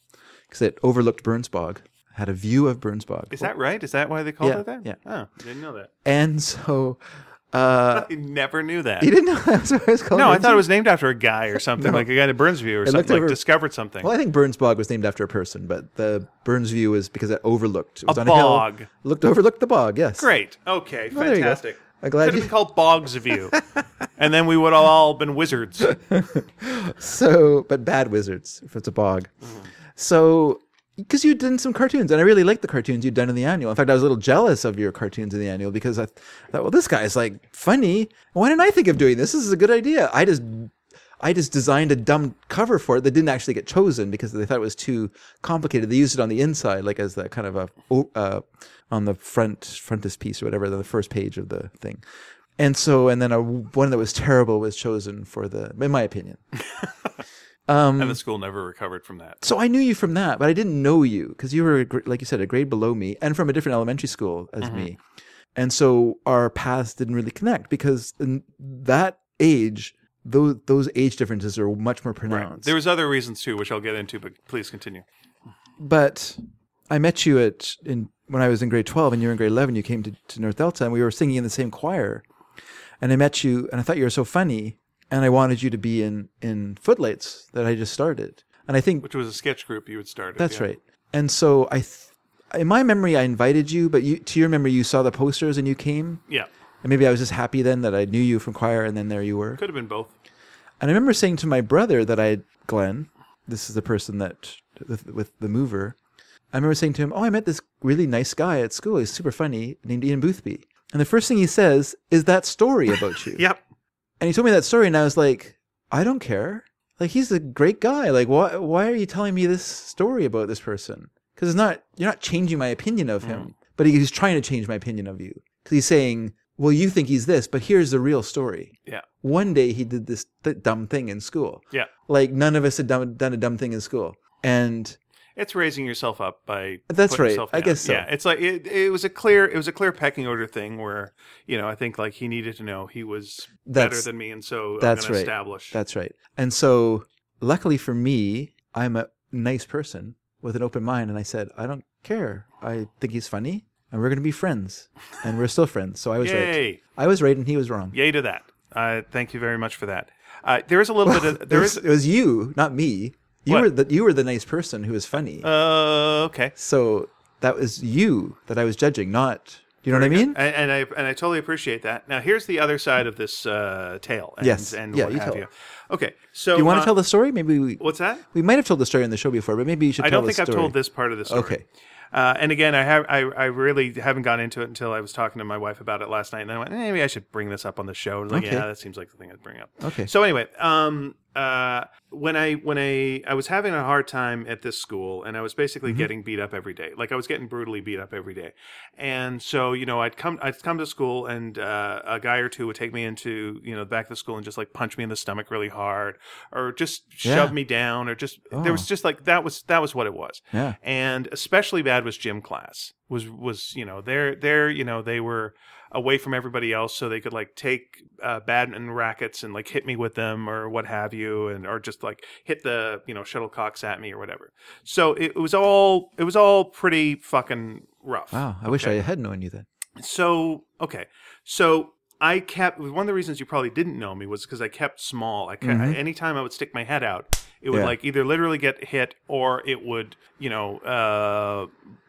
Speaker 1: because it overlooked Burns Bog, had a view of Burns Bog,
Speaker 2: Is that right? Is that why they called
Speaker 1: Yeah,
Speaker 2: it that?
Speaker 1: yeah.
Speaker 2: Oh, didn't know that.
Speaker 1: and so uh,
Speaker 2: (laughs) I never knew that.
Speaker 1: you didn't know (laughs) that's what it was called.
Speaker 2: No, I
Speaker 1: Burns
Speaker 2: thought it
Speaker 1: View?
Speaker 2: was named after a guy
Speaker 1: (laughs)
Speaker 2: or something, like a guy in Burnsview or
Speaker 1: looked
Speaker 2: something, like
Speaker 1: over-
Speaker 2: discovered something.
Speaker 1: Well, I think Burns Bog was named after a person, but the Burns View is because it overlooked. It was
Speaker 2: A
Speaker 1: on a hill,
Speaker 2: bog.
Speaker 1: looked overlooked the bog. Yes,
Speaker 2: Great. Okay.
Speaker 1: there you go.
Speaker 2: fantastic.
Speaker 1: I'm glad
Speaker 2: Could have
Speaker 1: you-
Speaker 2: been called Bogs
Speaker 1: (laughs)
Speaker 2: of You, and then we would have all been wizards.
Speaker 1: So, but bad wizards if it's a bog. So, because you did some cartoons, and I really liked the cartoons you'd done in the annual. In fact, I was a little jealous of your cartoons in the annual because I thought, well, this guy's like funny. Why didn't I think of doing this? This is a good idea. I just, I just designed a dumb cover for it that didn't actually get chosen because they thought it was too complicated. They used it on the inside, like as the kind of a o- uh, on the front frontispiece or whatever, the first page of the thing. And so, and then a one that was terrible was chosen for the, in my opinion. Um,
Speaker 2: and the school never recovered from that.
Speaker 1: so I knew you from that, but I didn't know you because you were, a gr- like you said, a grade below me and from a different elementary school as me. And so our paths didn't really connect because in that age, those, those age differences are much more pronounced.
Speaker 2: There was other reasons too, which I'll get into, but please continue.
Speaker 1: but I met you at in when I was in grade twelve and you were in grade eleven. You came to, to North Delta and we were singing in the same choir. And I met you and I thought you were so funny and I wanted you to be in in Footlights that I just started. And I think
Speaker 2: Which was a sketch group you had started.
Speaker 1: that's
Speaker 2: yeah.
Speaker 1: right. And so I, th- in my memory, I invited you, but you, to your memory, you saw the posters and you came.
Speaker 2: Yeah.
Speaker 1: And maybe I was just happy then that I knew you from choir, and then there you were.
Speaker 2: Could have been both.
Speaker 1: And I remember saying to my brother that I, Glenn, this is the person that with, with the mover. I remember saying to him, "Oh, I met this really nice guy at school. He's super funny, named Ian Boothby." And the first thing he says is that story about you.
Speaker 2: Yep.
Speaker 1: And he told me that story, and I was like, "I don't care. Like, he's a great guy. Like, why? Why are you telling me this story about this person? Because it's not you're not changing my opinion of
Speaker 2: Mm.
Speaker 1: him, but he, he's trying to change my opinion of you. Because he's saying, "Well, you think he's this, but here's the real story."
Speaker 2: Yeah.
Speaker 1: one day he did this th- dumb thing in school.
Speaker 2: Yeah.
Speaker 1: Like none of us had done, done a dumb thing in school. And
Speaker 2: It's raising yourself up by
Speaker 1: That's
Speaker 2: putting
Speaker 1: right.
Speaker 2: yourself
Speaker 1: I
Speaker 2: down.
Speaker 1: guess so.
Speaker 2: Yeah, it's like it, it was a clear it was a clear pecking order thing where you know I think like he needed to know he was better
Speaker 1: That's-
Speaker 2: than me, and so
Speaker 1: that's
Speaker 2: I'm gonna
Speaker 1: right.
Speaker 2: establish
Speaker 1: that's right. And so luckily for me, I'm a nice person with an open mind. And I said, I don't care. I think he's funny and we're going to be friends. And we're still friends. So I was right.
Speaker 2: yay
Speaker 1: I was right and he was wrong.
Speaker 2: yay to that. Uh, thank you very much for that. Uh, there is a little bit of there
Speaker 1: (laughs)
Speaker 2: is
Speaker 1: it was you, not me. You
Speaker 2: What?
Speaker 1: were the you were the nice person who was funny.
Speaker 2: uh, okay.
Speaker 1: so that was you that I was judging, not you know what I mean?
Speaker 2: And, and I and I totally appreciate that. Now here's the other side of this uh, tale. And,
Speaker 1: Yes.
Speaker 2: and
Speaker 1: Yeah,
Speaker 2: what
Speaker 1: you
Speaker 2: have
Speaker 1: tell
Speaker 2: you. Okay, so
Speaker 1: Do you want
Speaker 2: uh,
Speaker 1: to tell the story? Maybe we
Speaker 2: what's that?
Speaker 1: we might have told the story on the show before, but maybe you should.
Speaker 2: I
Speaker 1: tell
Speaker 2: don't
Speaker 1: the
Speaker 2: think I've
Speaker 1: story.
Speaker 2: told this part of the story.
Speaker 1: Okay.
Speaker 2: Uh, and again, I have I, I really haven't gone into it until I was talking to my wife about it last night, and then I went, eh, maybe I should bring this up on the show. And I was like,
Speaker 1: Okay.
Speaker 2: yeah, that seems like the thing I'd bring up.
Speaker 1: Okay.
Speaker 2: So anyway, um, uh, when I when I I was having a hard time at this school, and I was basically
Speaker 1: Mm-hmm.
Speaker 2: getting beat up every day. Like I was getting brutally beat up every day, and so you know I'd come I'd come to school, and uh, a guy or two would take me into you know the back of the school and just like punch me in the stomach really hard, or just shove
Speaker 1: Yeah.
Speaker 2: me down, or just
Speaker 1: Oh.
Speaker 2: there was just like that was that was what it was
Speaker 1: Yeah.
Speaker 2: and especially bad was gym class was was you know they're they're you know they were away from everybody else so they could like take uh, badminton rackets and like hit me with them or what have you and or just like hit the you know shuttlecocks at me or whatever so it, was all it was all pretty fucking rough
Speaker 1: Wow. I wish I had known you then.
Speaker 2: so okay so i kept one of the reasons you probably didn't know me was because i kept small i kept, anytime i would stick my head out it would
Speaker 1: Yeah.
Speaker 2: like either literally get hit or it would you know uh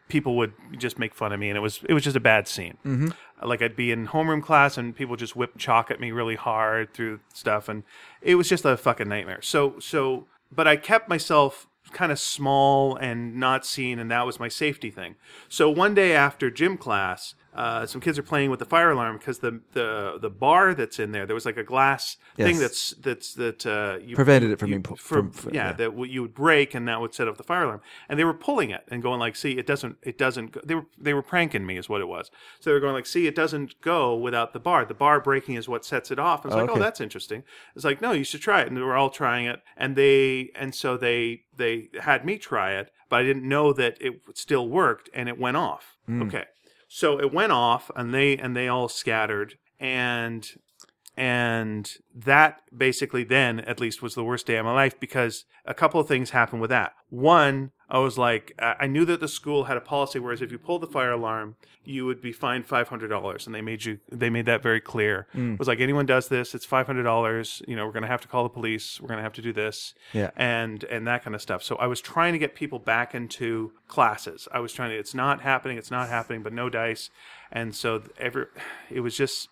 Speaker 2: people would just make fun of me and it was it was just a bad scene like i'd be in homeroom class and people just whip chalk at me really hard through stuff and it was just a fucking nightmare so so but i kept myself kind of small and not seen, and that was my safety thing. So one day after gym class, uh, some kids are playing with the fire alarm because the, the the bar that's in there, there was like a glass
Speaker 1: Yes.
Speaker 2: thing that's that's that uh, you
Speaker 1: Prevented it from being pu- from-
Speaker 2: from,
Speaker 1: from-
Speaker 2: yeah,
Speaker 1: yeah.
Speaker 2: that w- you would break and that would set off the fire alarm. And they were pulling it and going like, "See, it doesn't, it doesn't." Go. They were they were pranking me, is what it was. So they were going like, "See, it doesn't go without the bar. The bar breaking is what sets it off." And it's like, "Oh,
Speaker 1: okay.
Speaker 2: that's interesting." It's like, "No, you should try it." And they were all trying it, and they and so they they had me try it, but I didn't know that it still worked, and it went off.
Speaker 1: Hmm.
Speaker 2: Okay, so it went off, and they and they all scattered. And and that basically then at least was the worst day of my life because a couple of things happened with that one i was like uh, i knew that the school had a policy whereas if you pulled the fire alarm you would be fined $500 and they made you they made that very clear it was like anyone does this it's $500 you know we're going to have to call the police we're going to have to do this
Speaker 1: Yeah.
Speaker 2: and and that kind of stuff so i was trying to get people back into classes i was trying to it's not happening it's not happening but no dice and so every (sighs) it was just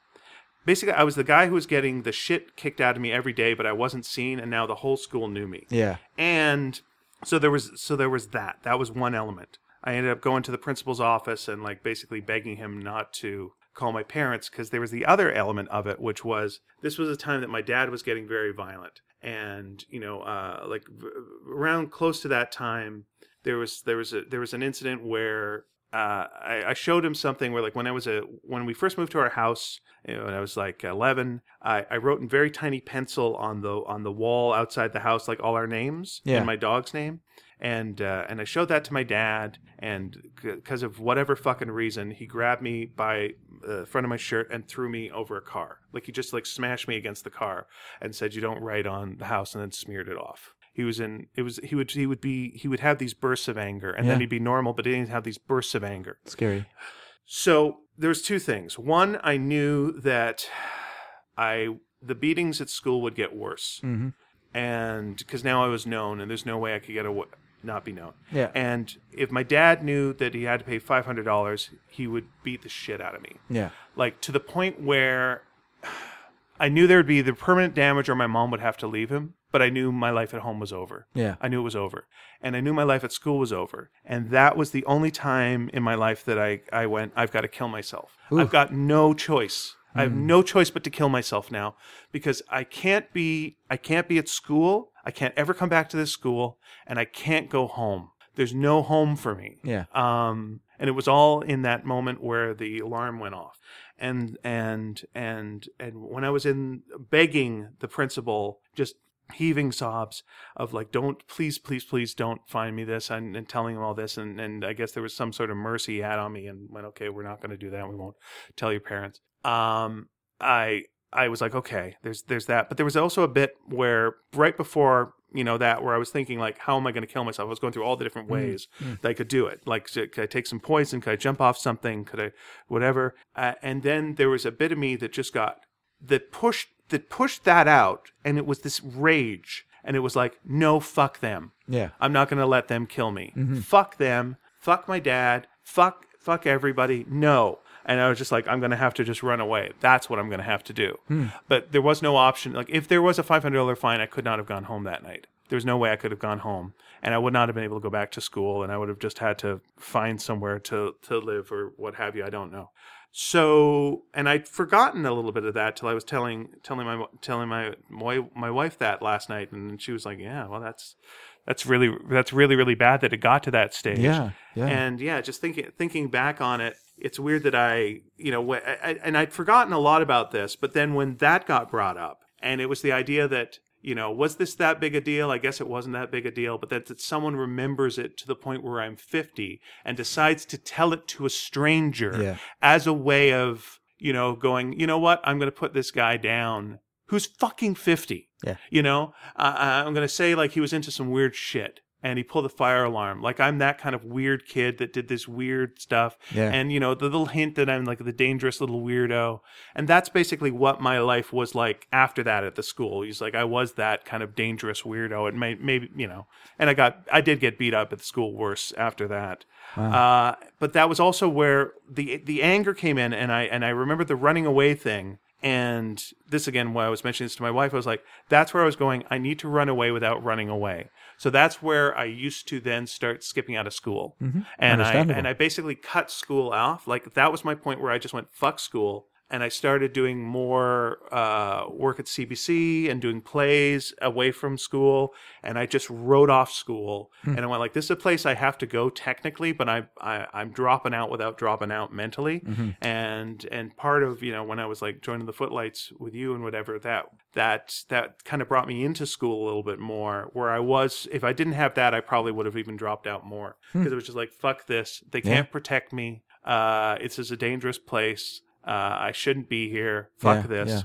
Speaker 2: basically I was the guy who was getting the shit kicked out of me every day, but I wasn't seen, and now the whole school knew me.
Speaker 1: Yeah.
Speaker 2: And so there was so there was that. That was one element. I ended up going to the principal's office and like basically begging him not to call my parents because there was the other element of it, which was this was a time that my dad was getting very violent, and you know, uh, like v- around close to that time, there was there was a there was an incident where uh, I, I showed him something where like when I was a when we first moved to our house you know, when I was like eleven, I, I wrote in very tiny pencil on the on the wall outside the house like all our names
Speaker 1: Yeah.
Speaker 2: and my dog's name, and uh, and I showed that to my dad, and because of whatever fucking reason, he grabbed me by the front of my shirt and threw me over a car. Like he just like smashed me against the car and said, "You don't write on the house," and then smeared it off. He was in. It was he would he would be he would have these bursts of anger, and then
Speaker 1: Yeah.
Speaker 2: he'd be normal, but he didn't have these bursts of anger.
Speaker 1: Scary.
Speaker 2: So there's two things. One, I knew that I the beatings at school would get worse,
Speaker 1: Mm-hmm.
Speaker 2: and because now I was known, and there's no way I could get away. not be known.
Speaker 1: Yeah.
Speaker 2: And if my dad knew that he had to pay five hundred dollars, he would beat the shit out of me.
Speaker 1: Yeah.
Speaker 2: Like to the point where (sighs) I knew there would be the permanent damage or my mom would have to leave him, but I knew my life at home was over.
Speaker 1: Yeah.
Speaker 2: I knew it was over. And I knew my life at school was over. And that was the only time in my life that I, I went, I've got to kill myself. I've got no choice. I
Speaker 1: Mm.
Speaker 2: have no choice but to kill myself now because I can't be I can't be at school. I can't ever come back to this school and I can't go home. There's no home for me.
Speaker 1: Yeah.
Speaker 2: Um, and it was all in that moment where the alarm went off. And and and and when I was in begging the principal, just heaving sobs of like, "Don't please, please, please, don't find me this," and, and telling him all this, and and I guess there was some sort of mercy he had on me, and went, "Okay, we're not going to do that. We won't tell your parents." Um, I I was like, okay, there's there's that, but there was also a bit where right before you know that where I was thinking like, how am I going to kill myself? I was going through all the different ways that I could do it. Like, should- could I take some poison? Could I jump off something? Could I whatever? Uh, and then there was a bit of me that just got that pushed that pushed that out, and it was this rage, and it was like, no, fuck them.
Speaker 1: Yeah.
Speaker 2: I'm not going to let them kill me. Fuck them. Fuck my dad. Fuck fuck everybody. No. And I was just like, I'm going to have to just run away. That's what I'm going to have to do. But there was no option. Like, if there was a $500 fine, I could not have gone home that night. There was no way I could have gone home, and I would not have been able to go back to school, and I would have just had to find somewhere to to live or what have you. I don't know. So, and I'd forgotten a little bit of that till I was telling telling my telling my my, my wife that last night, and she was like, "Yeah, well, that's that's really that's really really bad that it got to that stage."
Speaker 1: Yeah, yeah.
Speaker 2: And yeah, just thinking thinking back on it, it's weird that I you know wh- I, I- and I'd forgotten a lot about this, but then when that got brought up, and it was the idea that you know was this that big a deal? I guess it wasn't that big a deal, but that, that someone remembers it to the point where I'm 50 and decides to tell it to a stranger
Speaker 1: Yeah.
Speaker 2: as a way of you know going you know what i'm going to put this guy down who's fucking 50
Speaker 1: Yeah.
Speaker 2: (laughs) you know uh, i'm going to say like he was into some weird shit and he pulled the fire alarm like i'm that kind of weird kid that did this weird stuff
Speaker 1: Yeah.
Speaker 2: and you know the little hint that i'm like the dangerous little weirdo and that's basically what my life was like after that at the school he's like i was that kind of dangerous weirdo it may maybe you know and i got i did get beat up at the school worse after that uh, but that was also where the the anger came in, and I and I remember the running away thing. And this again, when I was mentioning this to my wife, I was like, "That's where I was going. I need to run away without running away." So that's where I used to then start skipping out of school, and I
Speaker 1: Understandable.
Speaker 2: and I basically cut school off. Like that was my point where I just went fuck school, and I started doing more uh, work at CBC and doing plays away from school, and I just wrote off school, and I went like, "This is a place I have to go technically, but I, I I'm dropping out without dropping out mentally."
Speaker 1: Mm-hmm.
Speaker 2: And and part of you know when I was like joining the footlights with you and whatever that that that kind of brought me into school a little bit more, where I was if I didn't have that, I probably would have even dropped out more because it was just like, "Fuck this! They
Speaker 1: Hmm. Yeah.
Speaker 2: can't protect me. Uh, it's just a dangerous place." Uh, I shouldn't be here. Fuck
Speaker 1: Yeah,
Speaker 2: this.
Speaker 1: yeah.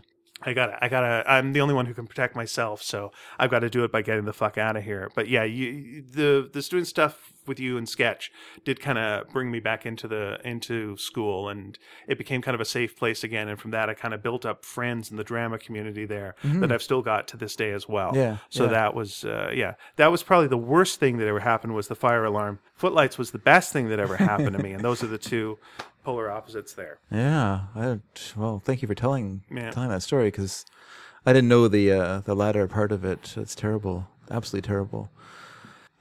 Speaker 2: I gotta, I gotta. I'm the only one who can protect myself, so I've got to do it by getting the fuck out of here. But yeah, you, the the student stuff with you and sketch did kind of bring me back into the into school, and it became kind of a safe place again. And from that, I kind of built up friends in the drama community there that I've still got to this day as well.
Speaker 1: Mm-hmm. Yeah,
Speaker 2: So
Speaker 1: yeah.
Speaker 2: that was, uh, yeah, that was probably the worst thing that ever happened was the fire alarm. Footlights was the best thing that ever happened to me, and those are the two polar opposites there.
Speaker 1: Yeah. I, well, thank you for telling
Speaker 2: Yeah.
Speaker 1: telling that story because I didn't know the uh, the latter part of it. It's terrible. Absolutely terrible.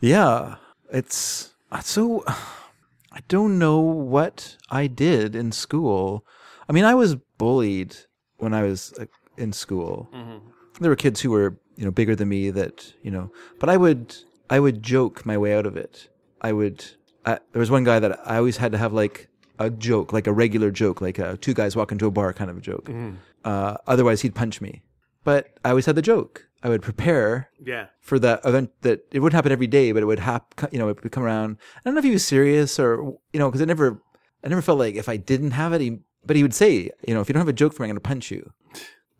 Speaker 1: Yeah. It's it's so (sighs) I don't know what I did in school. I mean, I was bullied when I was like, in school. There were kids who were, you know, bigger than me that, you know, but I would I would joke my way out of it. I would I, there was one guy that I always had to have like a joke, like a regular joke, like a two guys walk into a bar kind of a joke. Uh, otherwise, he'd punch me. But I always had the joke. I would prepare
Speaker 2: Yeah.
Speaker 1: for that event that it wouldn't happen every day, but it would happen, you know, it would come around. I don't know if he was serious or, you know, because I never, I never felt like if I didn't have it, he, but he would say, you know, if you don't have a joke for me, I'm going to punch you.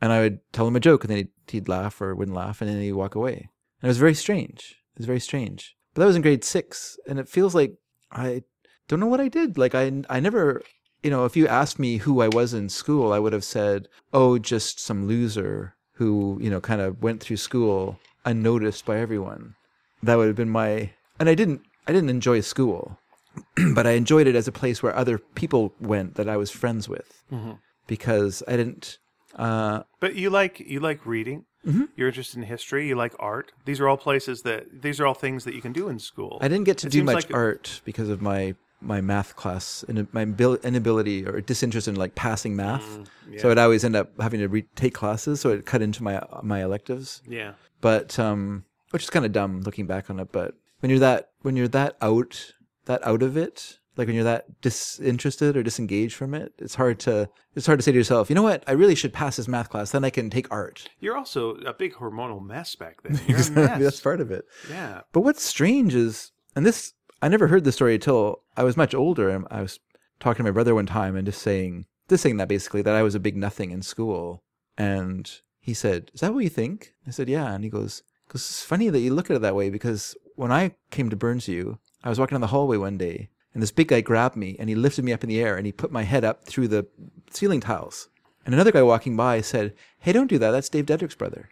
Speaker 1: And I would tell him a joke and then he'd, he'd laugh or wouldn't laugh and then he'd walk away. And it was very strange. It was very strange. But that was in grade six. And it feels like I don't know what I did. Like I, I never, you know, if you asked me who I was in school, I would have said, oh, just some loser who, you know, kind of went through school unnoticed by everyone. That would have been my and I didn't I didn't enjoy school, (clears throat) but I enjoyed it as a place where other people went that I was friends with
Speaker 2: Mm-hmm.
Speaker 1: because I didn't. Uh,
Speaker 2: But you like you like reading.
Speaker 1: Mm-hmm.
Speaker 2: You're interested in history. You like art. These are all places that these are all things that you can do in school.
Speaker 1: I didn't get to
Speaker 2: It
Speaker 1: do
Speaker 2: seems
Speaker 1: much
Speaker 2: like-
Speaker 1: art because of my my math class and my abil- inability or disinterest in like passing math.
Speaker 2: Mm,
Speaker 1: So I'd always end up having to re- take classes, so it cut into my my electives.
Speaker 2: Yeah.
Speaker 1: But um, which is kind of dumb looking back on it. But when you're that when you're that out that out of it, like when you're that disinterested or disengaged from it, it's hard to it's hard to say to yourself, you know what? I really should pass this math class, then I can take art.
Speaker 2: You're also a big hormonal mess back
Speaker 1: (laughs)
Speaker 2: then. You're a
Speaker 1: Maybe
Speaker 2: mess.
Speaker 1: that's part of it.
Speaker 2: Yeah.
Speaker 1: But what's strange is, and this, I never heard this story until I was much older. And I was talking to my brother one time and just saying, just saying that basically, that I was a big nothing in school. And he said, Is that what you think? I said, Yeah. And he goes, Because it's funny that you look at it that way because when I came to Burns U, I was walking down the hallway one day and this big guy grabbed me and he lifted me up in the air and he put my head up through the ceiling tiles. And another guy walking by said, Hey, don't do that. That's Dave Dedrick's brother.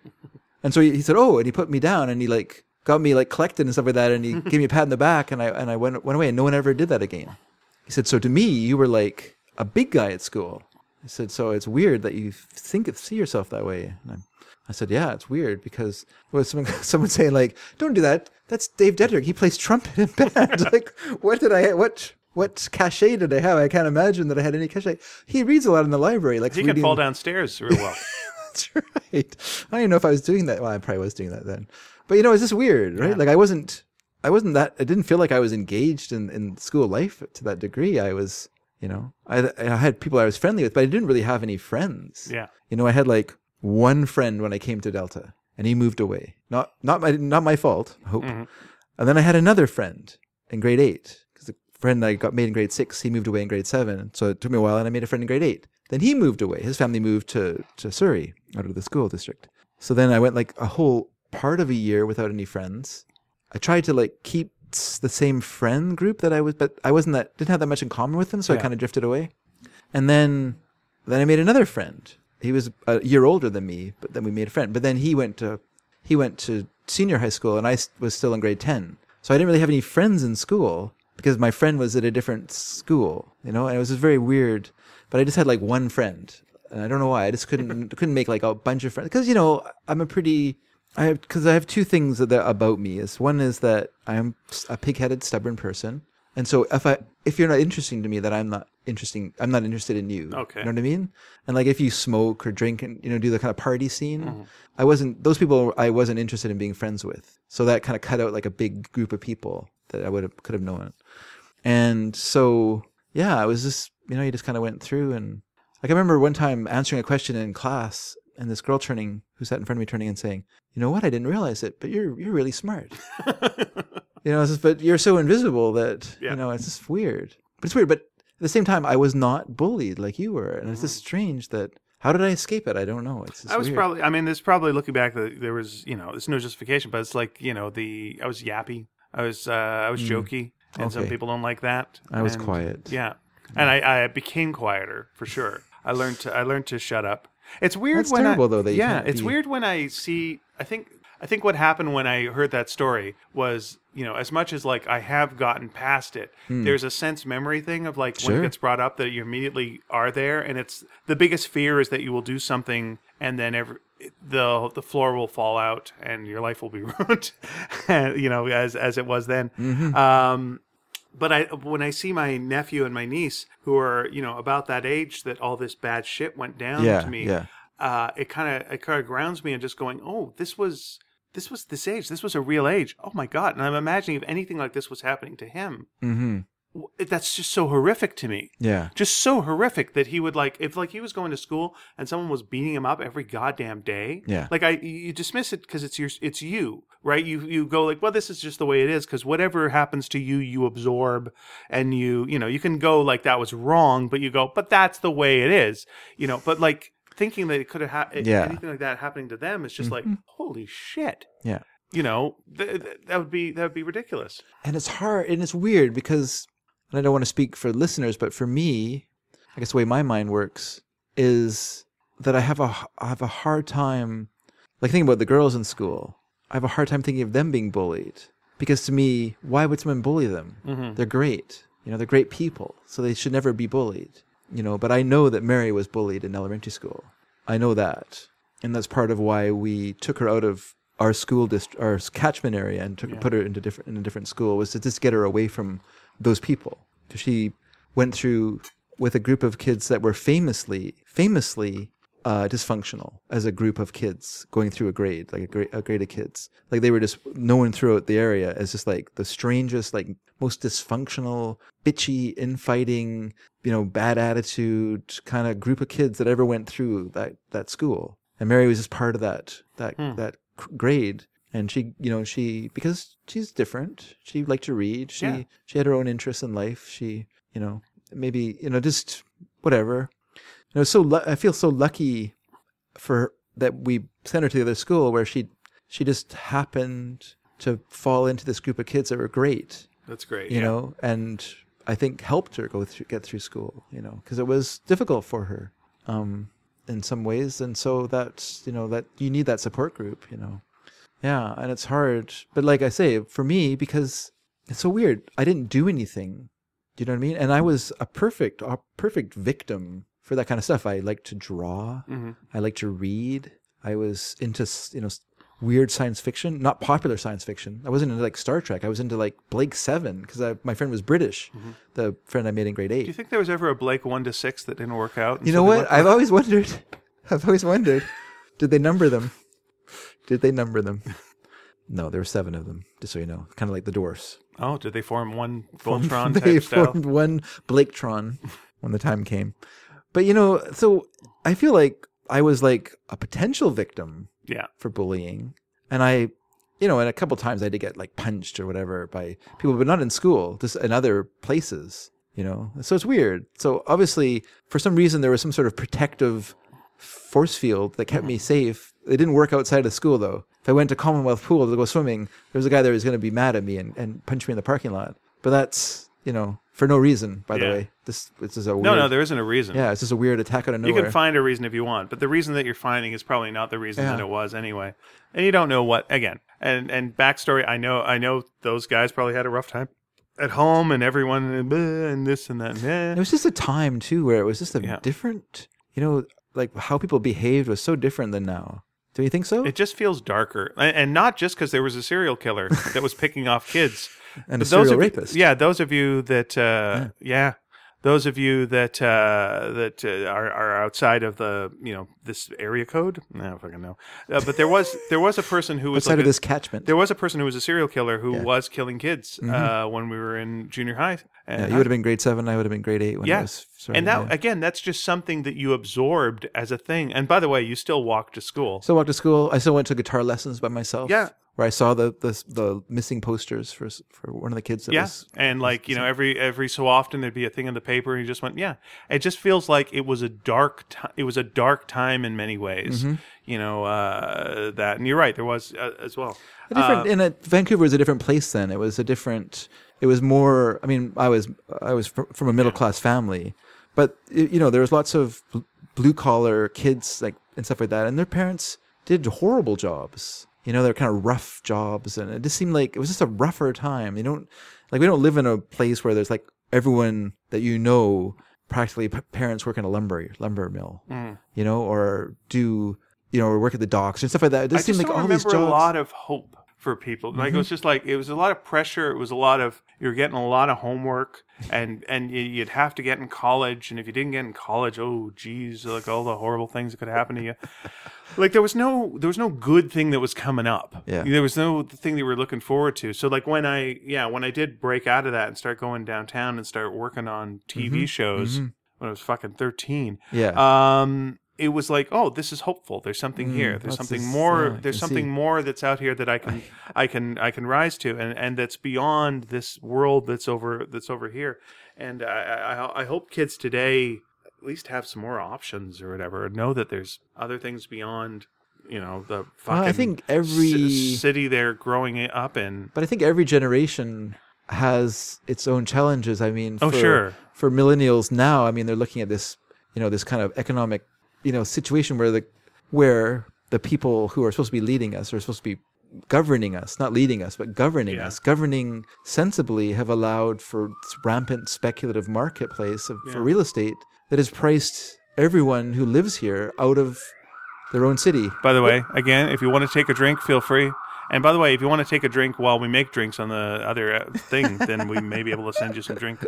Speaker 1: And so he, he said, "Oh," and he put me down, and he like got me like collected and stuff like that, and
Speaker 2: (laughs)
Speaker 1: he gave me a pat on the back, and I and I went went away, and no one ever did that again. He said, "So to me, you were like a big guy at school." I said, "So it's weird that you think see yourself that way." And I, I said, "Yeah, it's weird because well, someone (laughs) someone saying like, don't do that. That's Dave Dedrick. He plays trumpet in (laughs) band. like, what did I what?" What cachet did I have? I can't imagine that I had any cachet. He reads a lot in the library, like
Speaker 2: He
Speaker 1: reading
Speaker 2: can fall downstairs real well.
Speaker 1: that's (laughs) right. I don't even know if I was doing that. Well, I probably was doing that then. But you know, it's just weird, right? Like I wasn't, I wasn't that. I didn't feel like I was engaged in, in school life to that degree. I was, you know, I I had people I was friendly with, but I didn't really have any friends.
Speaker 2: Yeah.
Speaker 1: You know, I had like one friend when I came to Delta, and he moved away. Not not my not my fault. I hope. And then I had another friend in grade eight because the friend I got made in grade six, he moved away in grade seven, so it took me a while, and I made a friend in grade eight. Then he moved away. His family moved to to Surrey out of the school district. So then I went like a whole part of a year without any friends. I tried to like keep s- the same friend group that I was, but I wasn't that didn't have that much in common with them, so I kind of drifted away. And then then I made another friend. He was a year older than me, but then we made a friend. But then he went to he went to senior high school, and I s- was still in grade ten, so I didn't really have any friends in school because my friend was at a different school, you know. And it was just very weird. But I just had like one friend, and I don't know why. I just couldn't couldn't make like a bunch of friends because you know I'm a pretty I have because I have two things that are about me. Is one is that I'm s- a pig-headed, stubborn person, and so if I if you're not interesting to me, then I'm not interesting. I'm not interested in you.
Speaker 2: Okay.
Speaker 1: You know what I mean? And like if you smoke or drink and you know do the kind of party scene, I wasn't those people I wasn't interested in being friends with. So that kind of cut out like a big group of people that I would have could have known. And so yeah, it was just you know you just kind of went through and like I remember one time answering a question in class and this girl turning who sat in front of me turning and saying, "You know what? I didn't realize it, but you're you're really smart." you know, it's just, but you're so invisible that
Speaker 2: Yeah.
Speaker 1: you know it's just weird. But it's weird. But at the same time, I was not bullied like you were, and it's just strange that how did I escape it? I don't know. It's just
Speaker 2: I Mm. was
Speaker 1: weird.
Speaker 2: probably. I mean, there's probably looking back that there was, you know, there's no justification, but it's like, you know, the I was yappy, I was, uh, I was jokey, and some
Speaker 1: Mm. Okay.
Speaker 2: people don't like that.
Speaker 1: I was
Speaker 2: And-
Speaker 1: quiet. Mm.
Speaker 2: Yeah, and I, I became quieter for sure. I learned to, I learned to shut up. It's weird
Speaker 1: That's
Speaker 2: when
Speaker 1: terrible,
Speaker 2: I,
Speaker 1: though, that you
Speaker 2: yeah,
Speaker 1: can't
Speaker 2: it's
Speaker 1: be-
Speaker 2: weird when I see. I think I think what happened when I heard that story was, you know, as much as like I have gotten past it, there's a sense memory thing of like when
Speaker 1: Hmm.
Speaker 2: it
Speaker 1: Sure.
Speaker 2: gets brought up that you immediately are there, and it's the biggest fear is that you will do something and then every the the floor will fall out and your life will be (laughs) ruined, you know, as as it was then.
Speaker 1: Mm-hmm.
Speaker 2: Um, but I when I see my nephew and my niece who are you know about that age that all this bad shit went down
Speaker 1: Yeah,
Speaker 2: to me,
Speaker 1: yeah.
Speaker 2: uh, it kind of it kind of grounds me and just going, oh, this was this was this age, this was a real age. Oh my god! And I'm imagining if anything like this was happening to him,
Speaker 1: Mm-hmm.
Speaker 2: w- that's just so horrific to me.
Speaker 1: Yeah.
Speaker 2: Just so horrific that he would like if like he was going to school and someone was beating him up every goddamn day.
Speaker 1: Yeah.
Speaker 2: Like I you dismiss it because it's your it's you, right? You you go like, well, this is just the way it is because whatever happens to you, you absorb, and you you know you can go like that was wrong, but you go, but that's the way it is, you know. But like thinking that it could have ha-
Speaker 1: Yeah.
Speaker 2: anything like that happening to them is just like holy shit,
Speaker 1: Yeah.
Speaker 2: you know. Th- th- that would be that would be ridiculous.
Speaker 1: and it's hard and it's weird because and I don't want to speak for listeners, but for me, I guess the way my mind works is that I have a I have a hard time like thinking about the girls in school. I have a hard time thinking of them being bullied because to me, why would someone bully them?
Speaker 2: Mhm.
Speaker 1: They're great. You know, they're great people, so they should never be bullied. You know, but I know that Mary was bullied in elementary school. I know that, and that's part of why we took her out of our school dist- our catchment area, and took, put her into different in a different school was to just get her away from those people. 'Cause She went through with a group of kids that were famously famously uh, dysfunctional as a group of kids going through a grade, like a grade, a grade of kids. Like they were just known throughout the area as just like the strangest, like most dysfunctional, bitchy, infighting, you know, bad attitude kind of group of kids that ever went through that that school. And Mary was just part of that that that cr- grade. And she, you know, she because she's different. She liked to read. She
Speaker 2: Yeah.
Speaker 1: she had her own interests in life. She, you know, maybe you know just whatever. And it was so lu- I feel so lucky for that we sent her to the other school where she she just happened to fall into this group of kids that were great,
Speaker 2: That's great.
Speaker 1: you
Speaker 2: yeah.
Speaker 1: know, and I think helped her go through get through school, you know, because it was difficult for her um, in some ways, and so that's you know that you need that support group, you know, yeah, and it's hard, but like I say, for me because it's so weird, I didn't do anything do you know what I mean?
Speaker 2: Mm-hmm.
Speaker 1: And I was a perfect, a perfect victim for that kind of stuff. I like to draw.
Speaker 2: Mm-hmm.
Speaker 1: I like to read. I was into s- you know s- weird science fiction, not popular science fiction. I wasn't into like Star Trek. I was into like Blake Seven because my friend was British, the friend I made in grade eight.
Speaker 2: Mm-hmm. Do you think there was ever a Blake one to six that didn't work out? and
Speaker 1: You
Speaker 2: so
Speaker 1: know
Speaker 2: they
Speaker 1: what?
Speaker 2: went-
Speaker 1: I've always wondered. (laughs) I've always wondered. Did they number them? Did they number
Speaker 2: (laughs)
Speaker 1: them? No, there were seven of them. Just so you know, kind of like the dwarfs.
Speaker 2: Oh, did they form one
Speaker 1: (laughs)
Speaker 2: Voltron
Speaker 1: they
Speaker 2: type style?
Speaker 1: formed one Blaketron when the time came. But you know, so I feel like I was like a potential victim
Speaker 2: Yeah.
Speaker 1: for bullying, and I, you know, and a couple times I did get like punched or whatever by people, but not in school, just in other places. You know, so it's weird. So obviously, for some reason, there was some sort of protective force field that kept me safe. It didn't work outside of school though. If I went to Commonwealth Pool to go swimming, there was a guy there who was going to be mad at me and, and punch me in the parking lot. But that's you know for no reason. By
Speaker 2: Yeah.
Speaker 1: the way, this this is a weird,
Speaker 2: No, no, there isn't a reason.
Speaker 1: yeah, it's just a weird attack out of
Speaker 2: You
Speaker 1: nowhere.
Speaker 2: can find a reason if you want, but the reason that you're finding is probably not the reason
Speaker 1: Yeah.
Speaker 2: that it was anyway. And you don't know what again. And and backstory, I know I know those guys probably had a rough time at home, and everyone uh, bleh, and this and that.
Speaker 1: it
Speaker 2: And eh.
Speaker 1: was just a time too where it was just a
Speaker 2: Yeah.
Speaker 1: different. You know, like how people behaved was so different than now. Do you think so?
Speaker 2: It just feels darker, and, and not just because there was a serial killer that was picking off kids.
Speaker 1: (laughs) and a
Speaker 2: But those
Speaker 1: serial
Speaker 2: of you-
Speaker 1: rapist.
Speaker 2: yeah, those of you that, uh, yeah. those of you that uh, that uh, are, are outside of the you know this area code. I don't fucking know. Uh, but there was there was a person who was
Speaker 1: outside
Speaker 2: like
Speaker 1: of
Speaker 2: a-
Speaker 1: this catchment.
Speaker 2: there was a person who was a serial killer who was killing kids uh, when we were in junior high. And
Speaker 1: Mm-hmm. yeah, you would have been grade seven. I would have been grade eight when
Speaker 2: yeah.
Speaker 1: I was. Sorry,
Speaker 2: and that
Speaker 1: yeah.
Speaker 2: again, that's just something that you absorbed as a thing. And by the way, you still walk to school.
Speaker 1: Still walked to school. I still went to guitar lessons by myself.
Speaker 2: Yeah.
Speaker 1: Where I saw the the, the missing posters for for one of the kids that
Speaker 2: Yeah.
Speaker 1: was
Speaker 2: And like, you know, every every so often there'd be a thing in the paper and you just went, yeah. It just feels like it was a dark time it was a dark time in many ways.
Speaker 1: Mm-hmm.
Speaker 2: You know, uh that and you're right, there was uh, as well.
Speaker 1: a different
Speaker 2: Uh,
Speaker 1: in a Vancouver was a different place then. It was a different. It was more. I mean, I was I was fr- from a middle class family, but y- you know there was lots of bl- blue collar kids like and stuff like that, and their parents did horrible jobs. You know, they're kind of rough jobs, and it just seemed like it was just a rougher time. You don't like we don't live in a place where there's like everyone that you know practically p- parents work in a lumber lumber mill,
Speaker 2: Mm.
Speaker 1: you know, or do you know or work at the docks and stuff like that. It
Speaker 2: I
Speaker 1: just
Speaker 2: just
Speaker 1: seemed like
Speaker 2: don't
Speaker 1: all these Mm-hmm.
Speaker 2: remember
Speaker 1: jobs.
Speaker 2: a lot of hope for people. Like it was just like it was a lot of pressure. It was a lot of you were getting a lot of homework, and and you- you'd have to get in college. And if you didn't get in college, oh geez, like all the horrible things that could happen to you. Like there was no there was no good thing that was coming up.
Speaker 1: Yeah.
Speaker 2: There was no thing that we were looking forward to. So like when I yeah when I did break out of that and start going downtown and start working on TV
Speaker 1: Mm-hmm.
Speaker 2: shows when I was fucking thirteen,
Speaker 1: yeah.
Speaker 2: um it was like oh this is hopeful there's something here there's
Speaker 1: lots
Speaker 2: something
Speaker 1: is-
Speaker 2: more
Speaker 1: yeah, I
Speaker 2: there's
Speaker 1: can
Speaker 2: something
Speaker 1: see.
Speaker 2: more that's out here that i
Speaker 1: (laughs)
Speaker 2: can i can i can rise to and and that's beyond this world that's over that's over here and i i, I hope kids today at least have some more options or whatever know that there's other things beyond you know the fucking
Speaker 1: Well, I think every-
Speaker 2: ci- city they're growing up in
Speaker 1: But I think every generation has its own challenges. I mean,
Speaker 2: Oh,
Speaker 1: for,
Speaker 2: sure.
Speaker 1: for millennials now, I mean, they're looking at this, you know, this kind of economic, you know, situation where the where the people who are supposed to be leading us are supposed to be governing us, not leading us, but governing
Speaker 2: Yeah.
Speaker 1: us, governing sensibly, have allowed for s- rampant speculative marketplace of,
Speaker 2: Yeah.
Speaker 1: for real estate that has priced everyone who lives here out of their own city.
Speaker 2: By the way, again, if you want to take a drink, feel free. And by the way, if you want to take a drink while we make drinks on the other uh,
Speaker 1: (laughs)
Speaker 2: thing, then we may be able to send you some drink.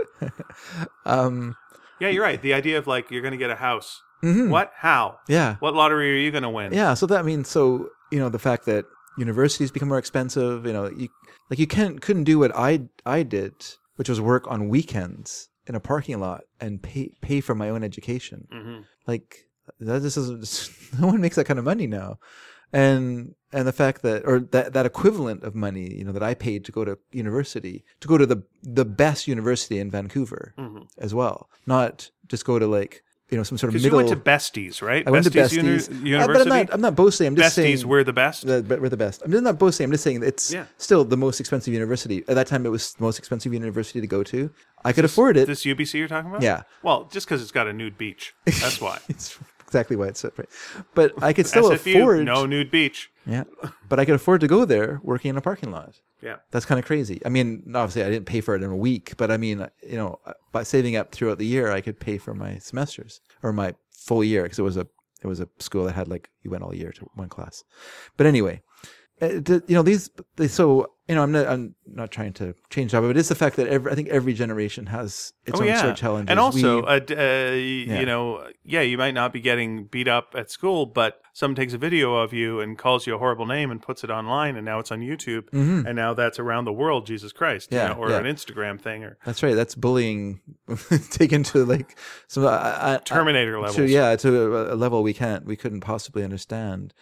Speaker 1: Um,
Speaker 2: Yeah, you're right. The idea of like you're going to get a house.
Speaker 1: mhm.
Speaker 2: What? How?
Speaker 1: Yeah.
Speaker 2: What lottery are you going to win?
Speaker 1: Yeah, so that means so you know the fact that universities become more expensive. You know, you like you can't couldn't do what I I did, which was work on weekends in a parking lot and pay pay for my own education.
Speaker 2: hmm
Speaker 1: Like that just doesn't. (laughs) No one makes that kind of money now, and and the fact that or that that equivalent of money you know that I paid to go to university to go to the the best university in Vancouver
Speaker 2: Mhm.
Speaker 1: as well, not just go to like you know some sort of
Speaker 2: Because you
Speaker 1: middle.
Speaker 2: went to Besties, right?
Speaker 1: I went to Besties. Uh,
Speaker 2: Uni-
Speaker 1: but I'm
Speaker 2: University.
Speaker 1: not, I'm not boasting. I'm just
Speaker 2: Besties
Speaker 1: saying
Speaker 2: were the best.
Speaker 1: the, but we're the best. I'm just not boasting. I'm just saying it's
Speaker 2: Yeah.
Speaker 1: still the most expensive university. At that time, it was the most expensive university to go to. I could afford it.
Speaker 2: this UBC you're talking about?
Speaker 1: Yeah.
Speaker 2: Well, just because it's got a nude beach. That's
Speaker 1: (laughs)
Speaker 2: why.
Speaker 1: (laughs) It's exactly why it's so right. But I
Speaker 2: (laughs)
Speaker 1: could still
Speaker 2: SFU,
Speaker 1: afford.
Speaker 2: no nude beach.
Speaker 1: (laughs) Yeah. But I could afford to go there working in a parking lot.
Speaker 2: Yeah.
Speaker 1: That's kind of crazy. I mean, obviously, I didn't pay for it in a week, but I mean, you know, uh, by saving up throughout the year, I could pay for my semesters or my full year because it was a it was a school that had like you went all year to one class. But anyway, uh, th- you know these they, so you know I'm not I'm not trying to change that, but it is the fact that every, I think every generation has its
Speaker 2: oh
Speaker 1: own
Speaker 2: yeah,
Speaker 1: sort of challenges.
Speaker 2: and also,
Speaker 1: We-
Speaker 2: uh, d- uh, y- you know, yeah, you might not be getting beat up at school, but someone takes a video of you and calls you a horrible name and puts it online, and now it's on YouTube, and now that's around the world. Jesus Christ, you
Speaker 1: Yeah,
Speaker 2: know, or
Speaker 1: yeah.
Speaker 2: an Instagram thing or
Speaker 1: that's right. That's bullying (laughs) taken to like some I, I,
Speaker 2: Terminator levels.
Speaker 1: to yeah to a, a level we can't we couldn't possibly understand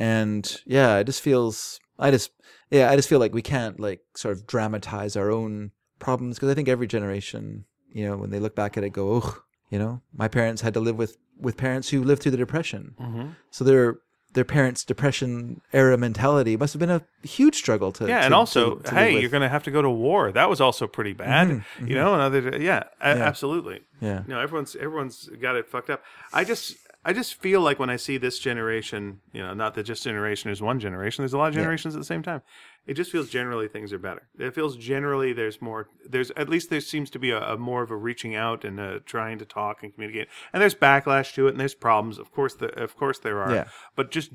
Speaker 1: and yeah it just feels i just yeah i just feel like we can't like sort of dramatize our own problems because i think every generation you know when they look back at it go oh you know my parents had to live with with parents who lived through the depression
Speaker 2: Mhm.
Speaker 1: so their their parents depression era mentality must have been a huge struggle to
Speaker 2: Yeah,
Speaker 1: to-
Speaker 2: and also,
Speaker 1: to- to live
Speaker 2: hey,
Speaker 1: with. Mm-hmm,
Speaker 2: you're going to have to go to war. That was also pretty bad, you know. Another, yeah, a- absolutely.
Speaker 1: Yeah.
Speaker 2: no, everyone's everyone's got it fucked up. I just, I just feel like when I see this generation, you know, not that just generation is one generation. There's a lot of generations at the same time. It just feels generally things are better. It feels generally there's more. There's at least there seems to be a, a more of a reaching out and a trying to talk and communicate. And there's backlash to it, and there's problems. Of course, the, of course there are.
Speaker 1: Yeah.
Speaker 2: But just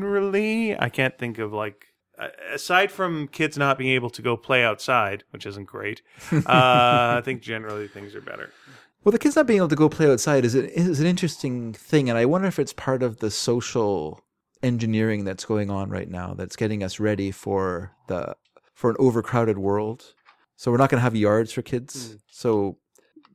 Speaker 2: generally, I can't think of like a- aside from kids not being able to go play outside, which isn't great.
Speaker 1: (laughs)
Speaker 2: Uh, I think generally things are better.
Speaker 1: Well, the kids not being able to go play outside is, a, is an interesting thing, and I wonder if it's part of the social engineering that's going on right now that's getting us ready for the for an overcrowded world. So we're not going to have yards for kids, so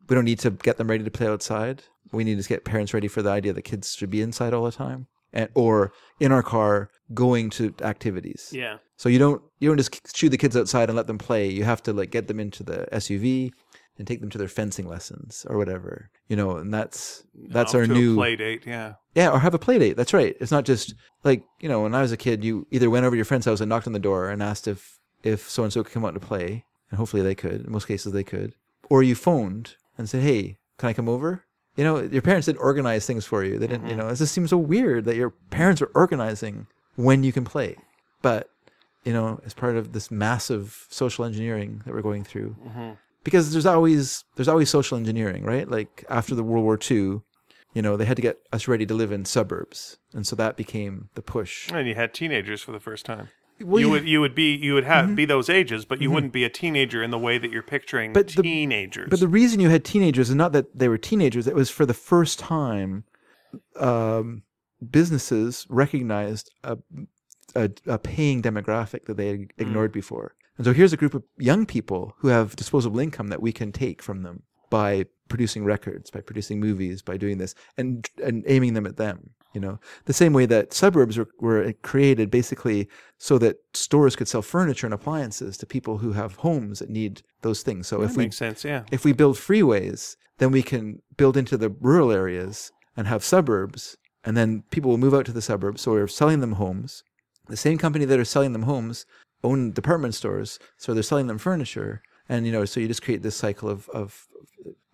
Speaker 1: we don't need to get them ready to play outside. We need to get parents ready for the idea that kids should be inside all the time, and or in our car going to activities.
Speaker 2: Yeah.
Speaker 1: So you don't you don't just shoo the kids outside and let them play. You have to like get them into the SUV and take them to their fencing lessons or whatever. You know, and that's that's
Speaker 2: Off
Speaker 1: our
Speaker 2: to a
Speaker 1: new
Speaker 2: play date. Yeah.
Speaker 1: yeah. Or have a play date. That's right. It's not just like you know when I was a kid, you either went over to your friend's house and knocked on the door and asked if if so and so could come out to play, and hopefully they could. In most cases, they could. Or you phoned and said, "Hey, can I come over?" You know, your parents didn't organize things for you. They didn't.
Speaker 2: Mm-hmm.
Speaker 1: You know, it just seems so weird that your parents are organizing when you can play, but you know, as part of this massive social engineering that we're going through. Because there's always there's always social engineering, right? Like after the World War II, you know, they had to get us ready to live in suburbs, and so that became the push.
Speaker 2: And you had teenagers for the first time.
Speaker 1: Well, Mm-hmm.
Speaker 2: you
Speaker 1: yeah.
Speaker 2: would you would be you would have be those ages, but you wouldn't be a teenager in the way that you're picturing
Speaker 1: But the-
Speaker 2: teenagers.
Speaker 1: But the reason you had teenagers is not that they were teenagers; it was for the first time, um, businesses recognized a, a a paying demographic that they
Speaker 2: Mm.
Speaker 1: had ignored before. And so here's a group of young people who have disposable income that we can take from them by producing records, by producing movies, by doing this, and and aiming them at them. You know, the same way that suburbs were, were created basically so that stores could sell furniture and appliances to people who have homes that need those things. So if
Speaker 2: that
Speaker 1: we
Speaker 2: makes sense. Yeah.
Speaker 1: if we build freeways, then we can build into the rural areas and have suburbs, and then people will move out to the suburbs. So we're selling them homes. The same company that are selling them homes own department stores, so they're selling them furniture, and you know, so you just create this cycle of of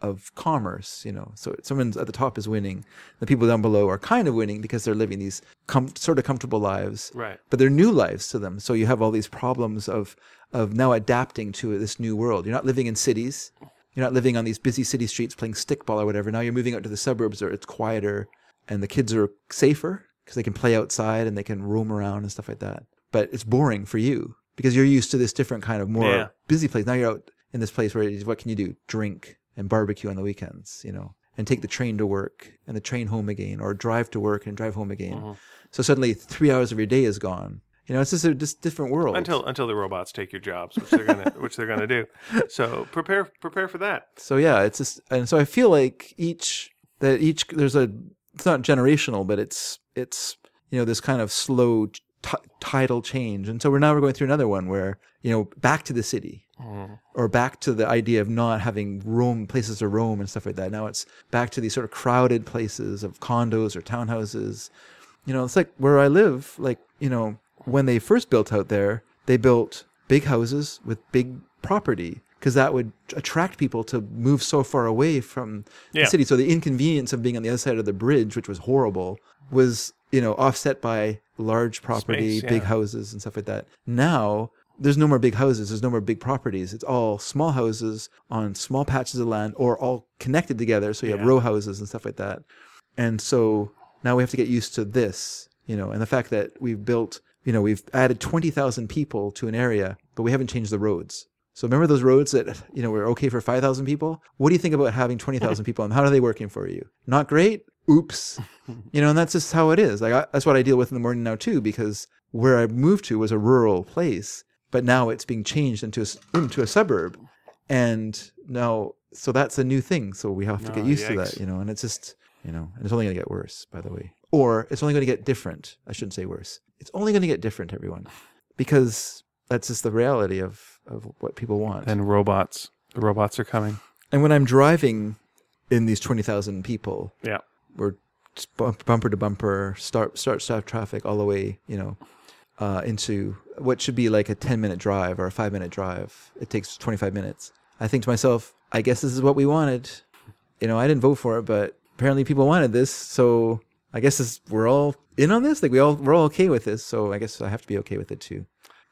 Speaker 1: of commerce. You know, so someone's at the top is winning, the people down below are kind of winning because they're living these com- sort of comfortable lives,
Speaker 2: Right.
Speaker 1: but they're new lives to them. So you have all these problems of of now adapting to this new world. You're not living in cities. You're not living on these busy city streets playing stickball or whatever. Now you're moving out to the suburbs where it's quieter and the kids are safer because they can play outside and they can roam around and stuff like that. But it's boring for you because you're used to this different kind of more
Speaker 2: Yeah.
Speaker 1: busy place. Now you're out in this place where it's- what can you do? Drink and barbecue on the weekends, you know, and take the train to work and the train home again or drive to work and drive home again. So suddenly three hours of your day is gone. You know, it's just a just different world.
Speaker 2: Until until the robots take your jobs, which they're gonna which they're gonna
Speaker 1: (laughs)
Speaker 2: do. So prepare prepare for that.
Speaker 1: so yeah, it's just and so I feel like each that each there's a it's not generational, but it's it's you know this kind of slow t- tidal change, and so we're now we're going through another one where you know back to the city or back to the idea of not having roam places to roam and stuff like that. Now it's back to these sort of crowded places of condos or townhouses. You know, it's like where I live, like, you know, when they first built out there, they built big houses with big property because that would attract people to move so far away from
Speaker 2: Yeah.
Speaker 1: the city. So the inconvenience of being on the other side of the bridge, which was horrible, was, you know, offset by large property,
Speaker 2: Space, yeah.
Speaker 1: big houses and stuff like that. Now there's no more big houses. There's no more big properties. It's all small houses on small patches of land or all connected together. So you
Speaker 2: Yeah.
Speaker 1: have row houses and stuff like that. And so now we have to get used to this, you know, and the fact that we've built, you know, we've added 20,000 people to an area, but we haven't changed the roads. So remember those roads that, you know, were okay for 5,000 people? What do you think about having 20,000 people and how are they working for you? Not great? Oops. You know, and that's just how it is. Like, I, that's what I deal with in the morning now, too, because where I moved to was a rural place, but now it's being changed into a, s- into a suburb. And now, so that's a new thing. So we have to get
Speaker 2: Oh,
Speaker 1: used to
Speaker 2: yikes.
Speaker 1: that, you know, and it's just, you know, and it's only going to get worse, by the way. Or it's only going to get different. I shouldn't say worse. It's only going to get different, everyone, because that's just the reality of, of what people want.
Speaker 2: And robots. The robots are coming.
Speaker 1: And when I'm driving in these 20,000 people,
Speaker 2: Yeah.
Speaker 1: we're just bump, bumper to bumper, start, start, stop traffic all the way, you know, uh, into what should be like a 10 minute drive or a five minute drive. It takes 25 minutes. I think to myself, I guess this is what we wanted. You know, I didn't vote for it, but apparently people wanted this. So I guess this, we're all in on this. Like we all, we're all okay with this. So I guess I have to be okay with it too.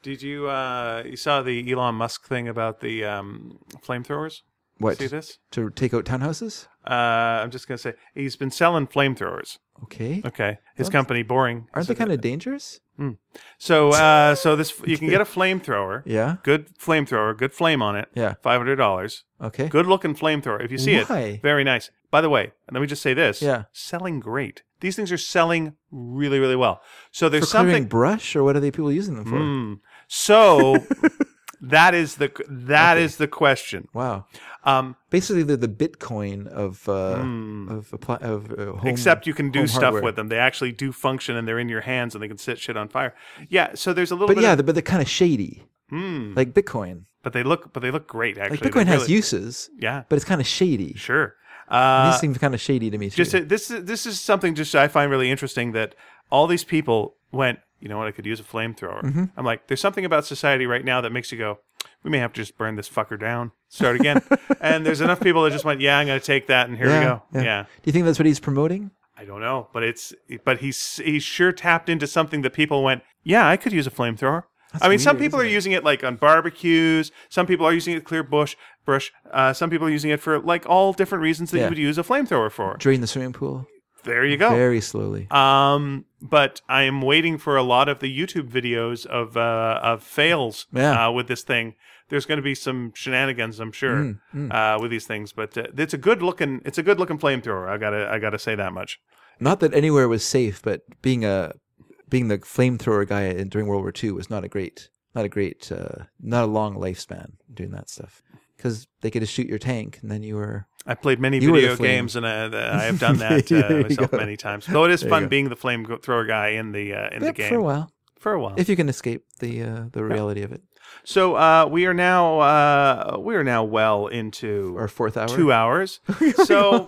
Speaker 2: Did you uh you saw the Elon Musk thing about the um flamethrowers?
Speaker 1: What?
Speaker 2: See this?
Speaker 1: To take out townhouses?
Speaker 2: Uh I'm just gonna say he's been selling flamethrowers.
Speaker 1: Okay.
Speaker 2: Okay. His company boring.
Speaker 1: Aren't they kind of dangerous?
Speaker 2: So uh so this you can get a flamethrower.
Speaker 1: (laughs) Yeah.
Speaker 2: Good flamethrower, good flame on it.
Speaker 1: Yeah.
Speaker 2: Five hundred dollars.
Speaker 1: Okay.
Speaker 2: Good looking flamethrower. If you see
Speaker 1: Why?
Speaker 2: it, very nice. By the way, and let me just say this.
Speaker 1: Yeah.
Speaker 2: Selling great. These things are selling really, really well. So there's
Speaker 1: for clearing
Speaker 2: something
Speaker 1: brush or what are they people using them for?
Speaker 2: Hmm.
Speaker 1: (laughs)
Speaker 2: So that is the that is the question.
Speaker 1: Wow.
Speaker 2: Um
Speaker 1: Basically, they're the Bitcoin of uh, of appli- of uh, home.
Speaker 2: Hmm. except you can do
Speaker 1: home
Speaker 2: stuff
Speaker 1: hardware.
Speaker 2: with them. They actually do function and they're in your hands and they can set shit on fire. Yeah, so there's a little
Speaker 1: But
Speaker 2: bit
Speaker 1: yeah,
Speaker 2: of,
Speaker 1: they're, but they're kind of shady,
Speaker 2: Hmm.
Speaker 1: like Bitcoin.
Speaker 2: but they look but they look great actually.
Speaker 1: Like Bitcoin
Speaker 2: They're
Speaker 1: has
Speaker 2: really-
Speaker 1: uses,
Speaker 2: Yeah.
Speaker 1: but it's kind of shady.
Speaker 2: Sure. Uh,
Speaker 1: These seem kind of shady to me too.
Speaker 2: just uh, this is this is something just I find really interesting that all these people went. You know what? I could use a flamethrower.
Speaker 1: Mm-hmm.
Speaker 2: I'm like, there's something about society right now that makes you go, we may have to just burn this fucker down, start
Speaker 1: (laughs)
Speaker 2: again. and there's enough people that just went, yeah, I'm going to take that, and here we
Speaker 1: Yeah,
Speaker 2: go. Yeah.
Speaker 1: yeah. do you think that's what he's promoting?
Speaker 2: I don't know, but it's but he's he's sure tapped into something that people went, yeah, I could use a flamethrower. I mean, some
Speaker 1: weird,
Speaker 2: people are
Speaker 1: isn't
Speaker 2: using it like on barbecues. Some people are using it to clear bush brush. Uh, some people are using it for like all different reasons that you
Speaker 1: Yeah.
Speaker 2: would use a flamethrower for.
Speaker 1: Drain the swimming pool
Speaker 2: There you go.
Speaker 1: very slowly.
Speaker 2: Um, but I am waiting for a lot of the YouTube videos of uh, of fails
Speaker 1: Yeah.
Speaker 2: uh, with this thing. There's going to be some shenanigans, I'm sure,
Speaker 1: Hmm.
Speaker 2: Uh, with these things. But uh, it's a good looking it's a good looking flamethrower. I gotta I gotta say that much.
Speaker 1: Not that anywhere was safe, but being a being the flamethrower guy in, during World War II was not a great, not a great, uh, not a long lifespan doing that stuff because they could just shoot your tank and then you were
Speaker 2: I played many
Speaker 1: You were the
Speaker 2: video
Speaker 1: flame.
Speaker 2: games, and uh, the, I have
Speaker 1: (laughs)
Speaker 2: done that uh,
Speaker 1: There you
Speaker 2: myself
Speaker 1: go.
Speaker 2: many times. Though it is fun
Speaker 1: go.
Speaker 2: being the flamethrower guy in the uh, in the
Speaker 1: Yep,
Speaker 2: game
Speaker 1: for a while.
Speaker 2: For a while.
Speaker 1: if you can escape the uh, the reality of it.
Speaker 2: so uh, we are now uh, we are now well into
Speaker 1: Our fourth hour.
Speaker 2: two hours.
Speaker 1: (laughs)
Speaker 2: so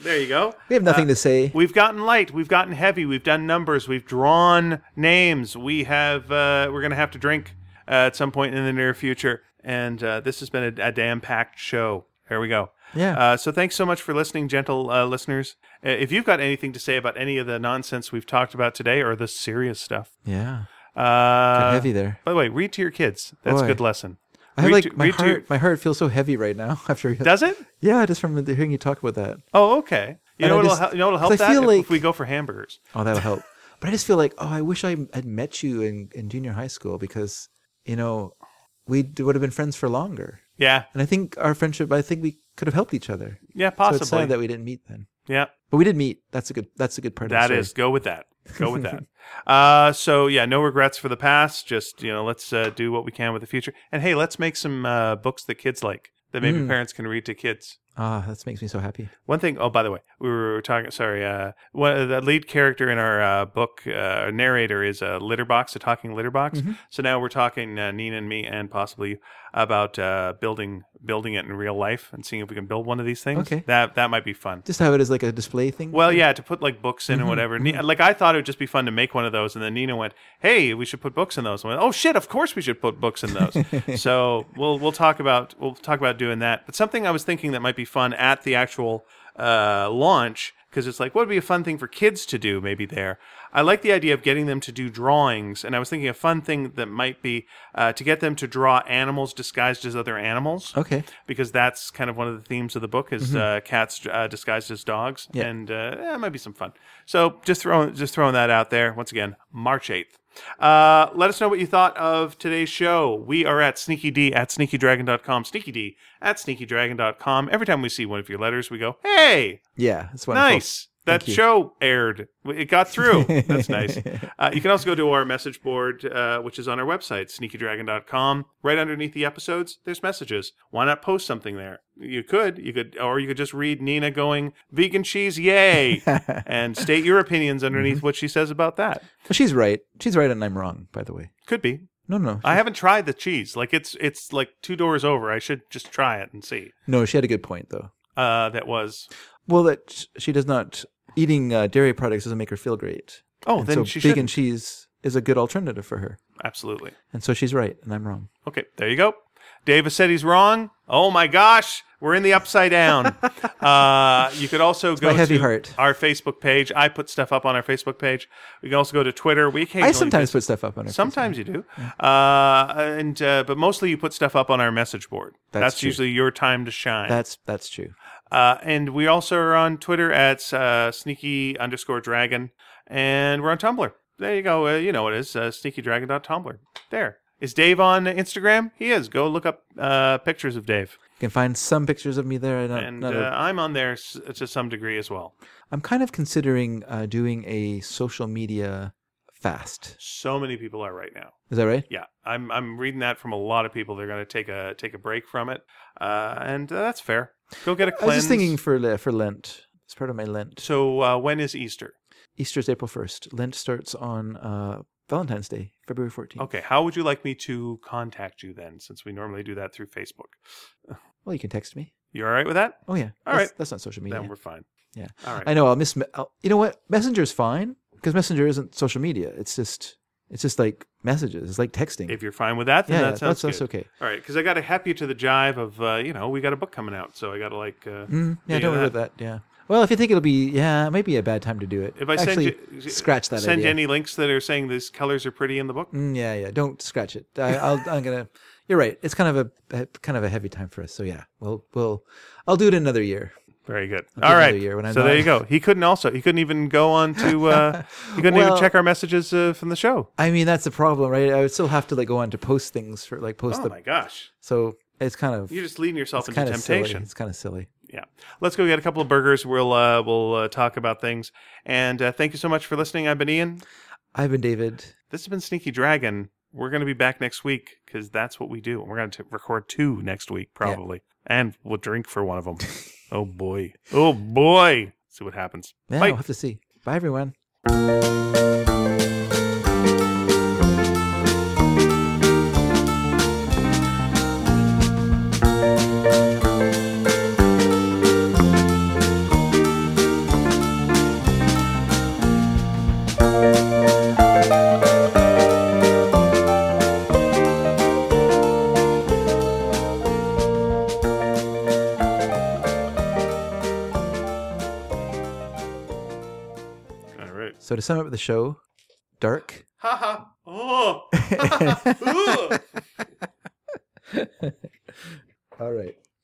Speaker 2: there you go.
Speaker 1: we have nothing to say.
Speaker 2: We've gotten light. We've gotten heavy. We've done numbers. We've drawn names. We have. Uh, we're gonna have to drink uh, at some point in the near future. And uh, this has been a, a damn packed show. Here we go.
Speaker 1: Yeah.
Speaker 2: Uh, so thanks so much for listening, gentle uh, listeners. Uh, If you've got anything to say about any of the nonsense we've talked about today or the serious stuff,
Speaker 1: yeah. Got
Speaker 2: uh,
Speaker 1: heavy there.
Speaker 2: By the way, read to your kids. That's
Speaker 1: Boy.
Speaker 2: a good lesson.
Speaker 1: I have
Speaker 2: read
Speaker 1: like
Speaker 2: to-
Speaker 1: my
Speaker 2: read to-
Speaker 1: heart. my heart feels so heavy right now (laughs) after.
Speaker 2: (laughs) Does it?
Speaker 1: yeah, just from the- hearing you talk about that.
Speaker 2: Oh, okay. You
Speaker 1: And
Speaker 2: know,
Speaker 1: I
Speaker 2: what'll
Speaker 1: just-
Speaker 2: hel- you know what'll
Speaker 1: 'cause
Speaker 2: help
Speaker 1: I
Speaker 2: that
Speaker 1: feel
Speaker 2: if,
Speaker 1: like-
Speaker 2: if we go for hamburgers.
Speaker 1: Oh, that'll
Speaker 2: (laughs)
Speaker 1: help. but I just feel like, oh, I wish I had met you in, in junior high school because, you know, we d- would have been friends for longer.
Speaker 2: Yeah,
Speaker 1: And I think our friendship, I think we could have helped each other.
Speaker 2: yeah,
Speaker 1: So it's
Speaker 2: possibly.
Speaker 1: sad that we didn't meet then.
Speaker 2: yeah,
Speaker 1: But we did meet. That's a good. That's a good part. of
Speaker 2: that
Speaker 1: the
Speaker 2: is. Go with that. Go
Speaker 1: (laughs)
Speaker 2: with that. uh, so yeah, no regrets for the past. Just you know, let's uh, do what we can with the future. And hey, let's make some uh, books that kids like that maybe
Speaker 1: Mm.
Speaker 2: parents can read to kids.
Speaker 1: Ah, that makes me so happy.
Speaker 2: One thing. Oh, by the way, we were talking. Sorry, uh, one, the lead character in our uh, book uh, narrator is a litter box, a talking litter box.
Speaker 1: Mhm.
Speaker 2: So now we're talking uh, Nina and me, and possibly you, about uh, building building it in real life and seeing if we can build one of these things.
Speaker 1: Okay.
Speaker 2: that that might be fun.
Speaker 1: Just have it as like a display thing.
Speaker 2: Well, yeah, to put like books in and whatever. Ni- Like I thought it would just be fun to make one of those, and then Nina went, "Hey, we should put books in those." I went, "Oh shit, of course we should put books in those." so we'll we'll talk about we'll talk about doing that. But something I was thinking that might be fun at the actual uh, launch because it's like what would be a fun thing for kids to do maybe there. I like the idea of getting them to do drawings, and I was thinking a fun thing that might be uh, to get them to draw animals disguised as other animals
Speaker 1: Okay.
Speaker 2: because that's kind of one of the themes of the book is uh, cats uh, disguised as dogs,
Speaker 1: Yeah.
Speaker 2: and uh, eh, it might be some fun. So just throwing just throwing that out there once again, March eighth. Uh, let us know what you thought of today's show. We are at sneakyd at sneakydragon.com, sneakyd at sneakydragon.com. Every time we see one of your letters, we go, hey,
Speaker 1: Yeah. That's wonderful.
Speaker 2: Nice. That
Speaker 1: Thank you.
Speaker 2: show aired. It got through.
Speaker 1: (laughs)
Speaker 2: That's nice. Uh, you can also go to our message board, uh, which is on our website, sneakydragon.com. Right underneath the episodes, there's messages. Why not post something there? You could. You could, or you could just read Nina going, vegan
Speaker 1: (laughs)
Speaker 2: cheese, yay, and state your opinions
Speaker 1: Mm-hmm.
Speaker 2: underneath what she says about that.
Speaker 1: She's right. She's right, and I'm wrong. By the way.
Speaker 2: Could be.
Speaker 1: No, no.
Speaker 2: I haven't tried the cheese. Like it's it's like two doors over. I should just try it and see.
Speaker 1: No, she had a good point though.
Speaker 2: Uh, that was
Speaker 1: Well, that sh- she does not eating uh, dairy products doesn't make her feel great.
Speaker 2: oh,
Speaker 1: And
Speaker 2: then
Speaker 1: so
Speaker 2: she
Speaker 1: vegan
Speaker 2: should
Speaker 1: cheese is a good alternative for her.
Speaker 2: absolutely.
Speaker 1: And so she's right, and I'm wrong.
Speaker 2: Okay, there you go. Davis said he's wrong. Oh my gosh, we're in the
Speaker 1: (laughs)
Speaker 2: upside down. uh, you could also go
Speaker 1: my heavy
Speaker 2: to
Speaker 1: heart.
Speaker 2: our Facebook page. I put stuff up on our Facebook page. We can also go to Twitter. We
Speaker 1: I
Speaker 2: occasionally
Speaker 1: sometimes
Speaker 2: do-
Speaker 1: put stuff up on her.
Speaker 2: sometimes you do, uh, and uh, but mostly you put stuff up on our message board.
Speaker 1: That's
Speaker 2: That's,
Speaker 1: true.
Speaker 2: usually your time to shine.
Speaker 1: That's that's true.
Speaker 2: Uh, and we also are on Twitter at uh, sneaky underscore dragon, and we're on Tumblr. There you go. Uh, you know what it is uh, sneakydragon.tumblr. There. Is Dave on Instagram? He is. Go look up uh, pictures of Dave.
Speaker 1: You can find some pictures of me there. I don't,
Speaker 2: And uh,
Speaker 1: not a-
Speaker 2: I'm on there s- to some degree as well.
Speaker 1: I'm kind of considering uh, doing a social media fast.
Speaker 2: So many people are right now.
Speaker 1: Is that right?
Speaker 2: Yeah, I'm I'm reading that from a lot of people. They're going to take a take a break from it, uh, and uh, that's fair. Go get a
Speaker 1: I was
Speaker 2: cleanse.
Speaker 1: just thinking for Le- for Lent. It's part of my Lent.
Speaker 2: So uh, when is Easter?
Speaker 1: Easter's April first. Lent starts on uh, Valentine's Day, February fourteenth.
Speaker 2: Okay, how would you like me to contact you then? Since we normally do that through Facebook.
Speaker 1: Well, you can text me.
Speaker 2: You all right with that?
Speaker 1: Oh yeah.
Speaker 2: All
Speaker 1: that's,
Speaker 2: right.
Speaker 1: That's not social media.
Speaker 2: Then we're fine.
Speaker 1: Yeah.
Speaker 2: All right.
Speaker 1: I know. I'll miss. Me- I'll, you know what? Messenger's fine because Messenger isn't social media. It's just it's just like messages. It's like texting.
Speaker 2: if you're fine with that, then
Speaker 1: yeah, yeah,
Speaker 2: that sounds
Speaker 1: that's that's
Speaker 2: good.
Speaker 1: okay.
Speaker 2: All right, because I got to help you to the jive of uh, you know we got a book coming out, so I got to like uh,
Speaker 1: Mm, yeah,
Speaker 2: Yeah,
Speaker 1: don't worry
Speaker 2: that-
Speaker 1: about that. Yeah. Well, if you think it'll be, yeah, it might be a bad time to do it.
Speaker 2: if I
Speaker 1: Actually,
Speaker 2: send you
Speaker 1: scratch that
Speaker 2: send
Speaker 1: idea.
Speaker 2: you any links that are saying these colors are pretty in the book.
Speaker 1: Mm, yeah, yeah. Don't scratch it. I, I'll, I'm gonna. You're right. It's kind of a, a kind of a heavy time for us. So yeah, we'll we'll. I'll do it another year.
Speaker 2: Very good.
Speaker 1: give
Speaker 2: All
Speaker 1: it
Speaker 2: right.
Speaker 1: another year when I'm
Speaker 2: so there
Speaker 1: not-
Speaker 2: you go. He couldn't also he couldn't even go on
Speaker 1: (laughs)
Speaker 2: to uh, he couldn't
Speaker 1: Well-
Speaker 2: even check our messages uh, from the show.
Speaker 1: I mean, that's the problem, right? I would still have to like go on to post things for like post
Speaker 2: Oh
Speaker 1: the.
Speaker 2: my gosh,
Speaker 1: So it's kind of
Speaker 2: you're just leading yourself
Speaker 1: it's
Speaker 2: into
Speaker 1: kind of silly.
Speaker 2: temptation.
Speaker 1: It's kind of silly.
Speaker 2: Yeah. Let's go get a couple of burgers. We'll uh, we'll uh, talk about things. And uh, thank you so much for listening. I've been Ian.
Speaker 1: I've been David.
Speaker 2: This has been Sneaky Dragon. We're going to be back next week because that's what we do. We're going to record two next week, probably. And we'll drink for one of them. oh, boy. Oh, boy. See what happens.
Speaker 1: Yeah,
Speaker 2: Bye.
Speaker 1: we'll have to see. Bye, everyone. So to sum up the show, dark.
Speaker 2: Ha ha. Oh. Ha, ha, ha. Ooh.
Speaker 1: All right.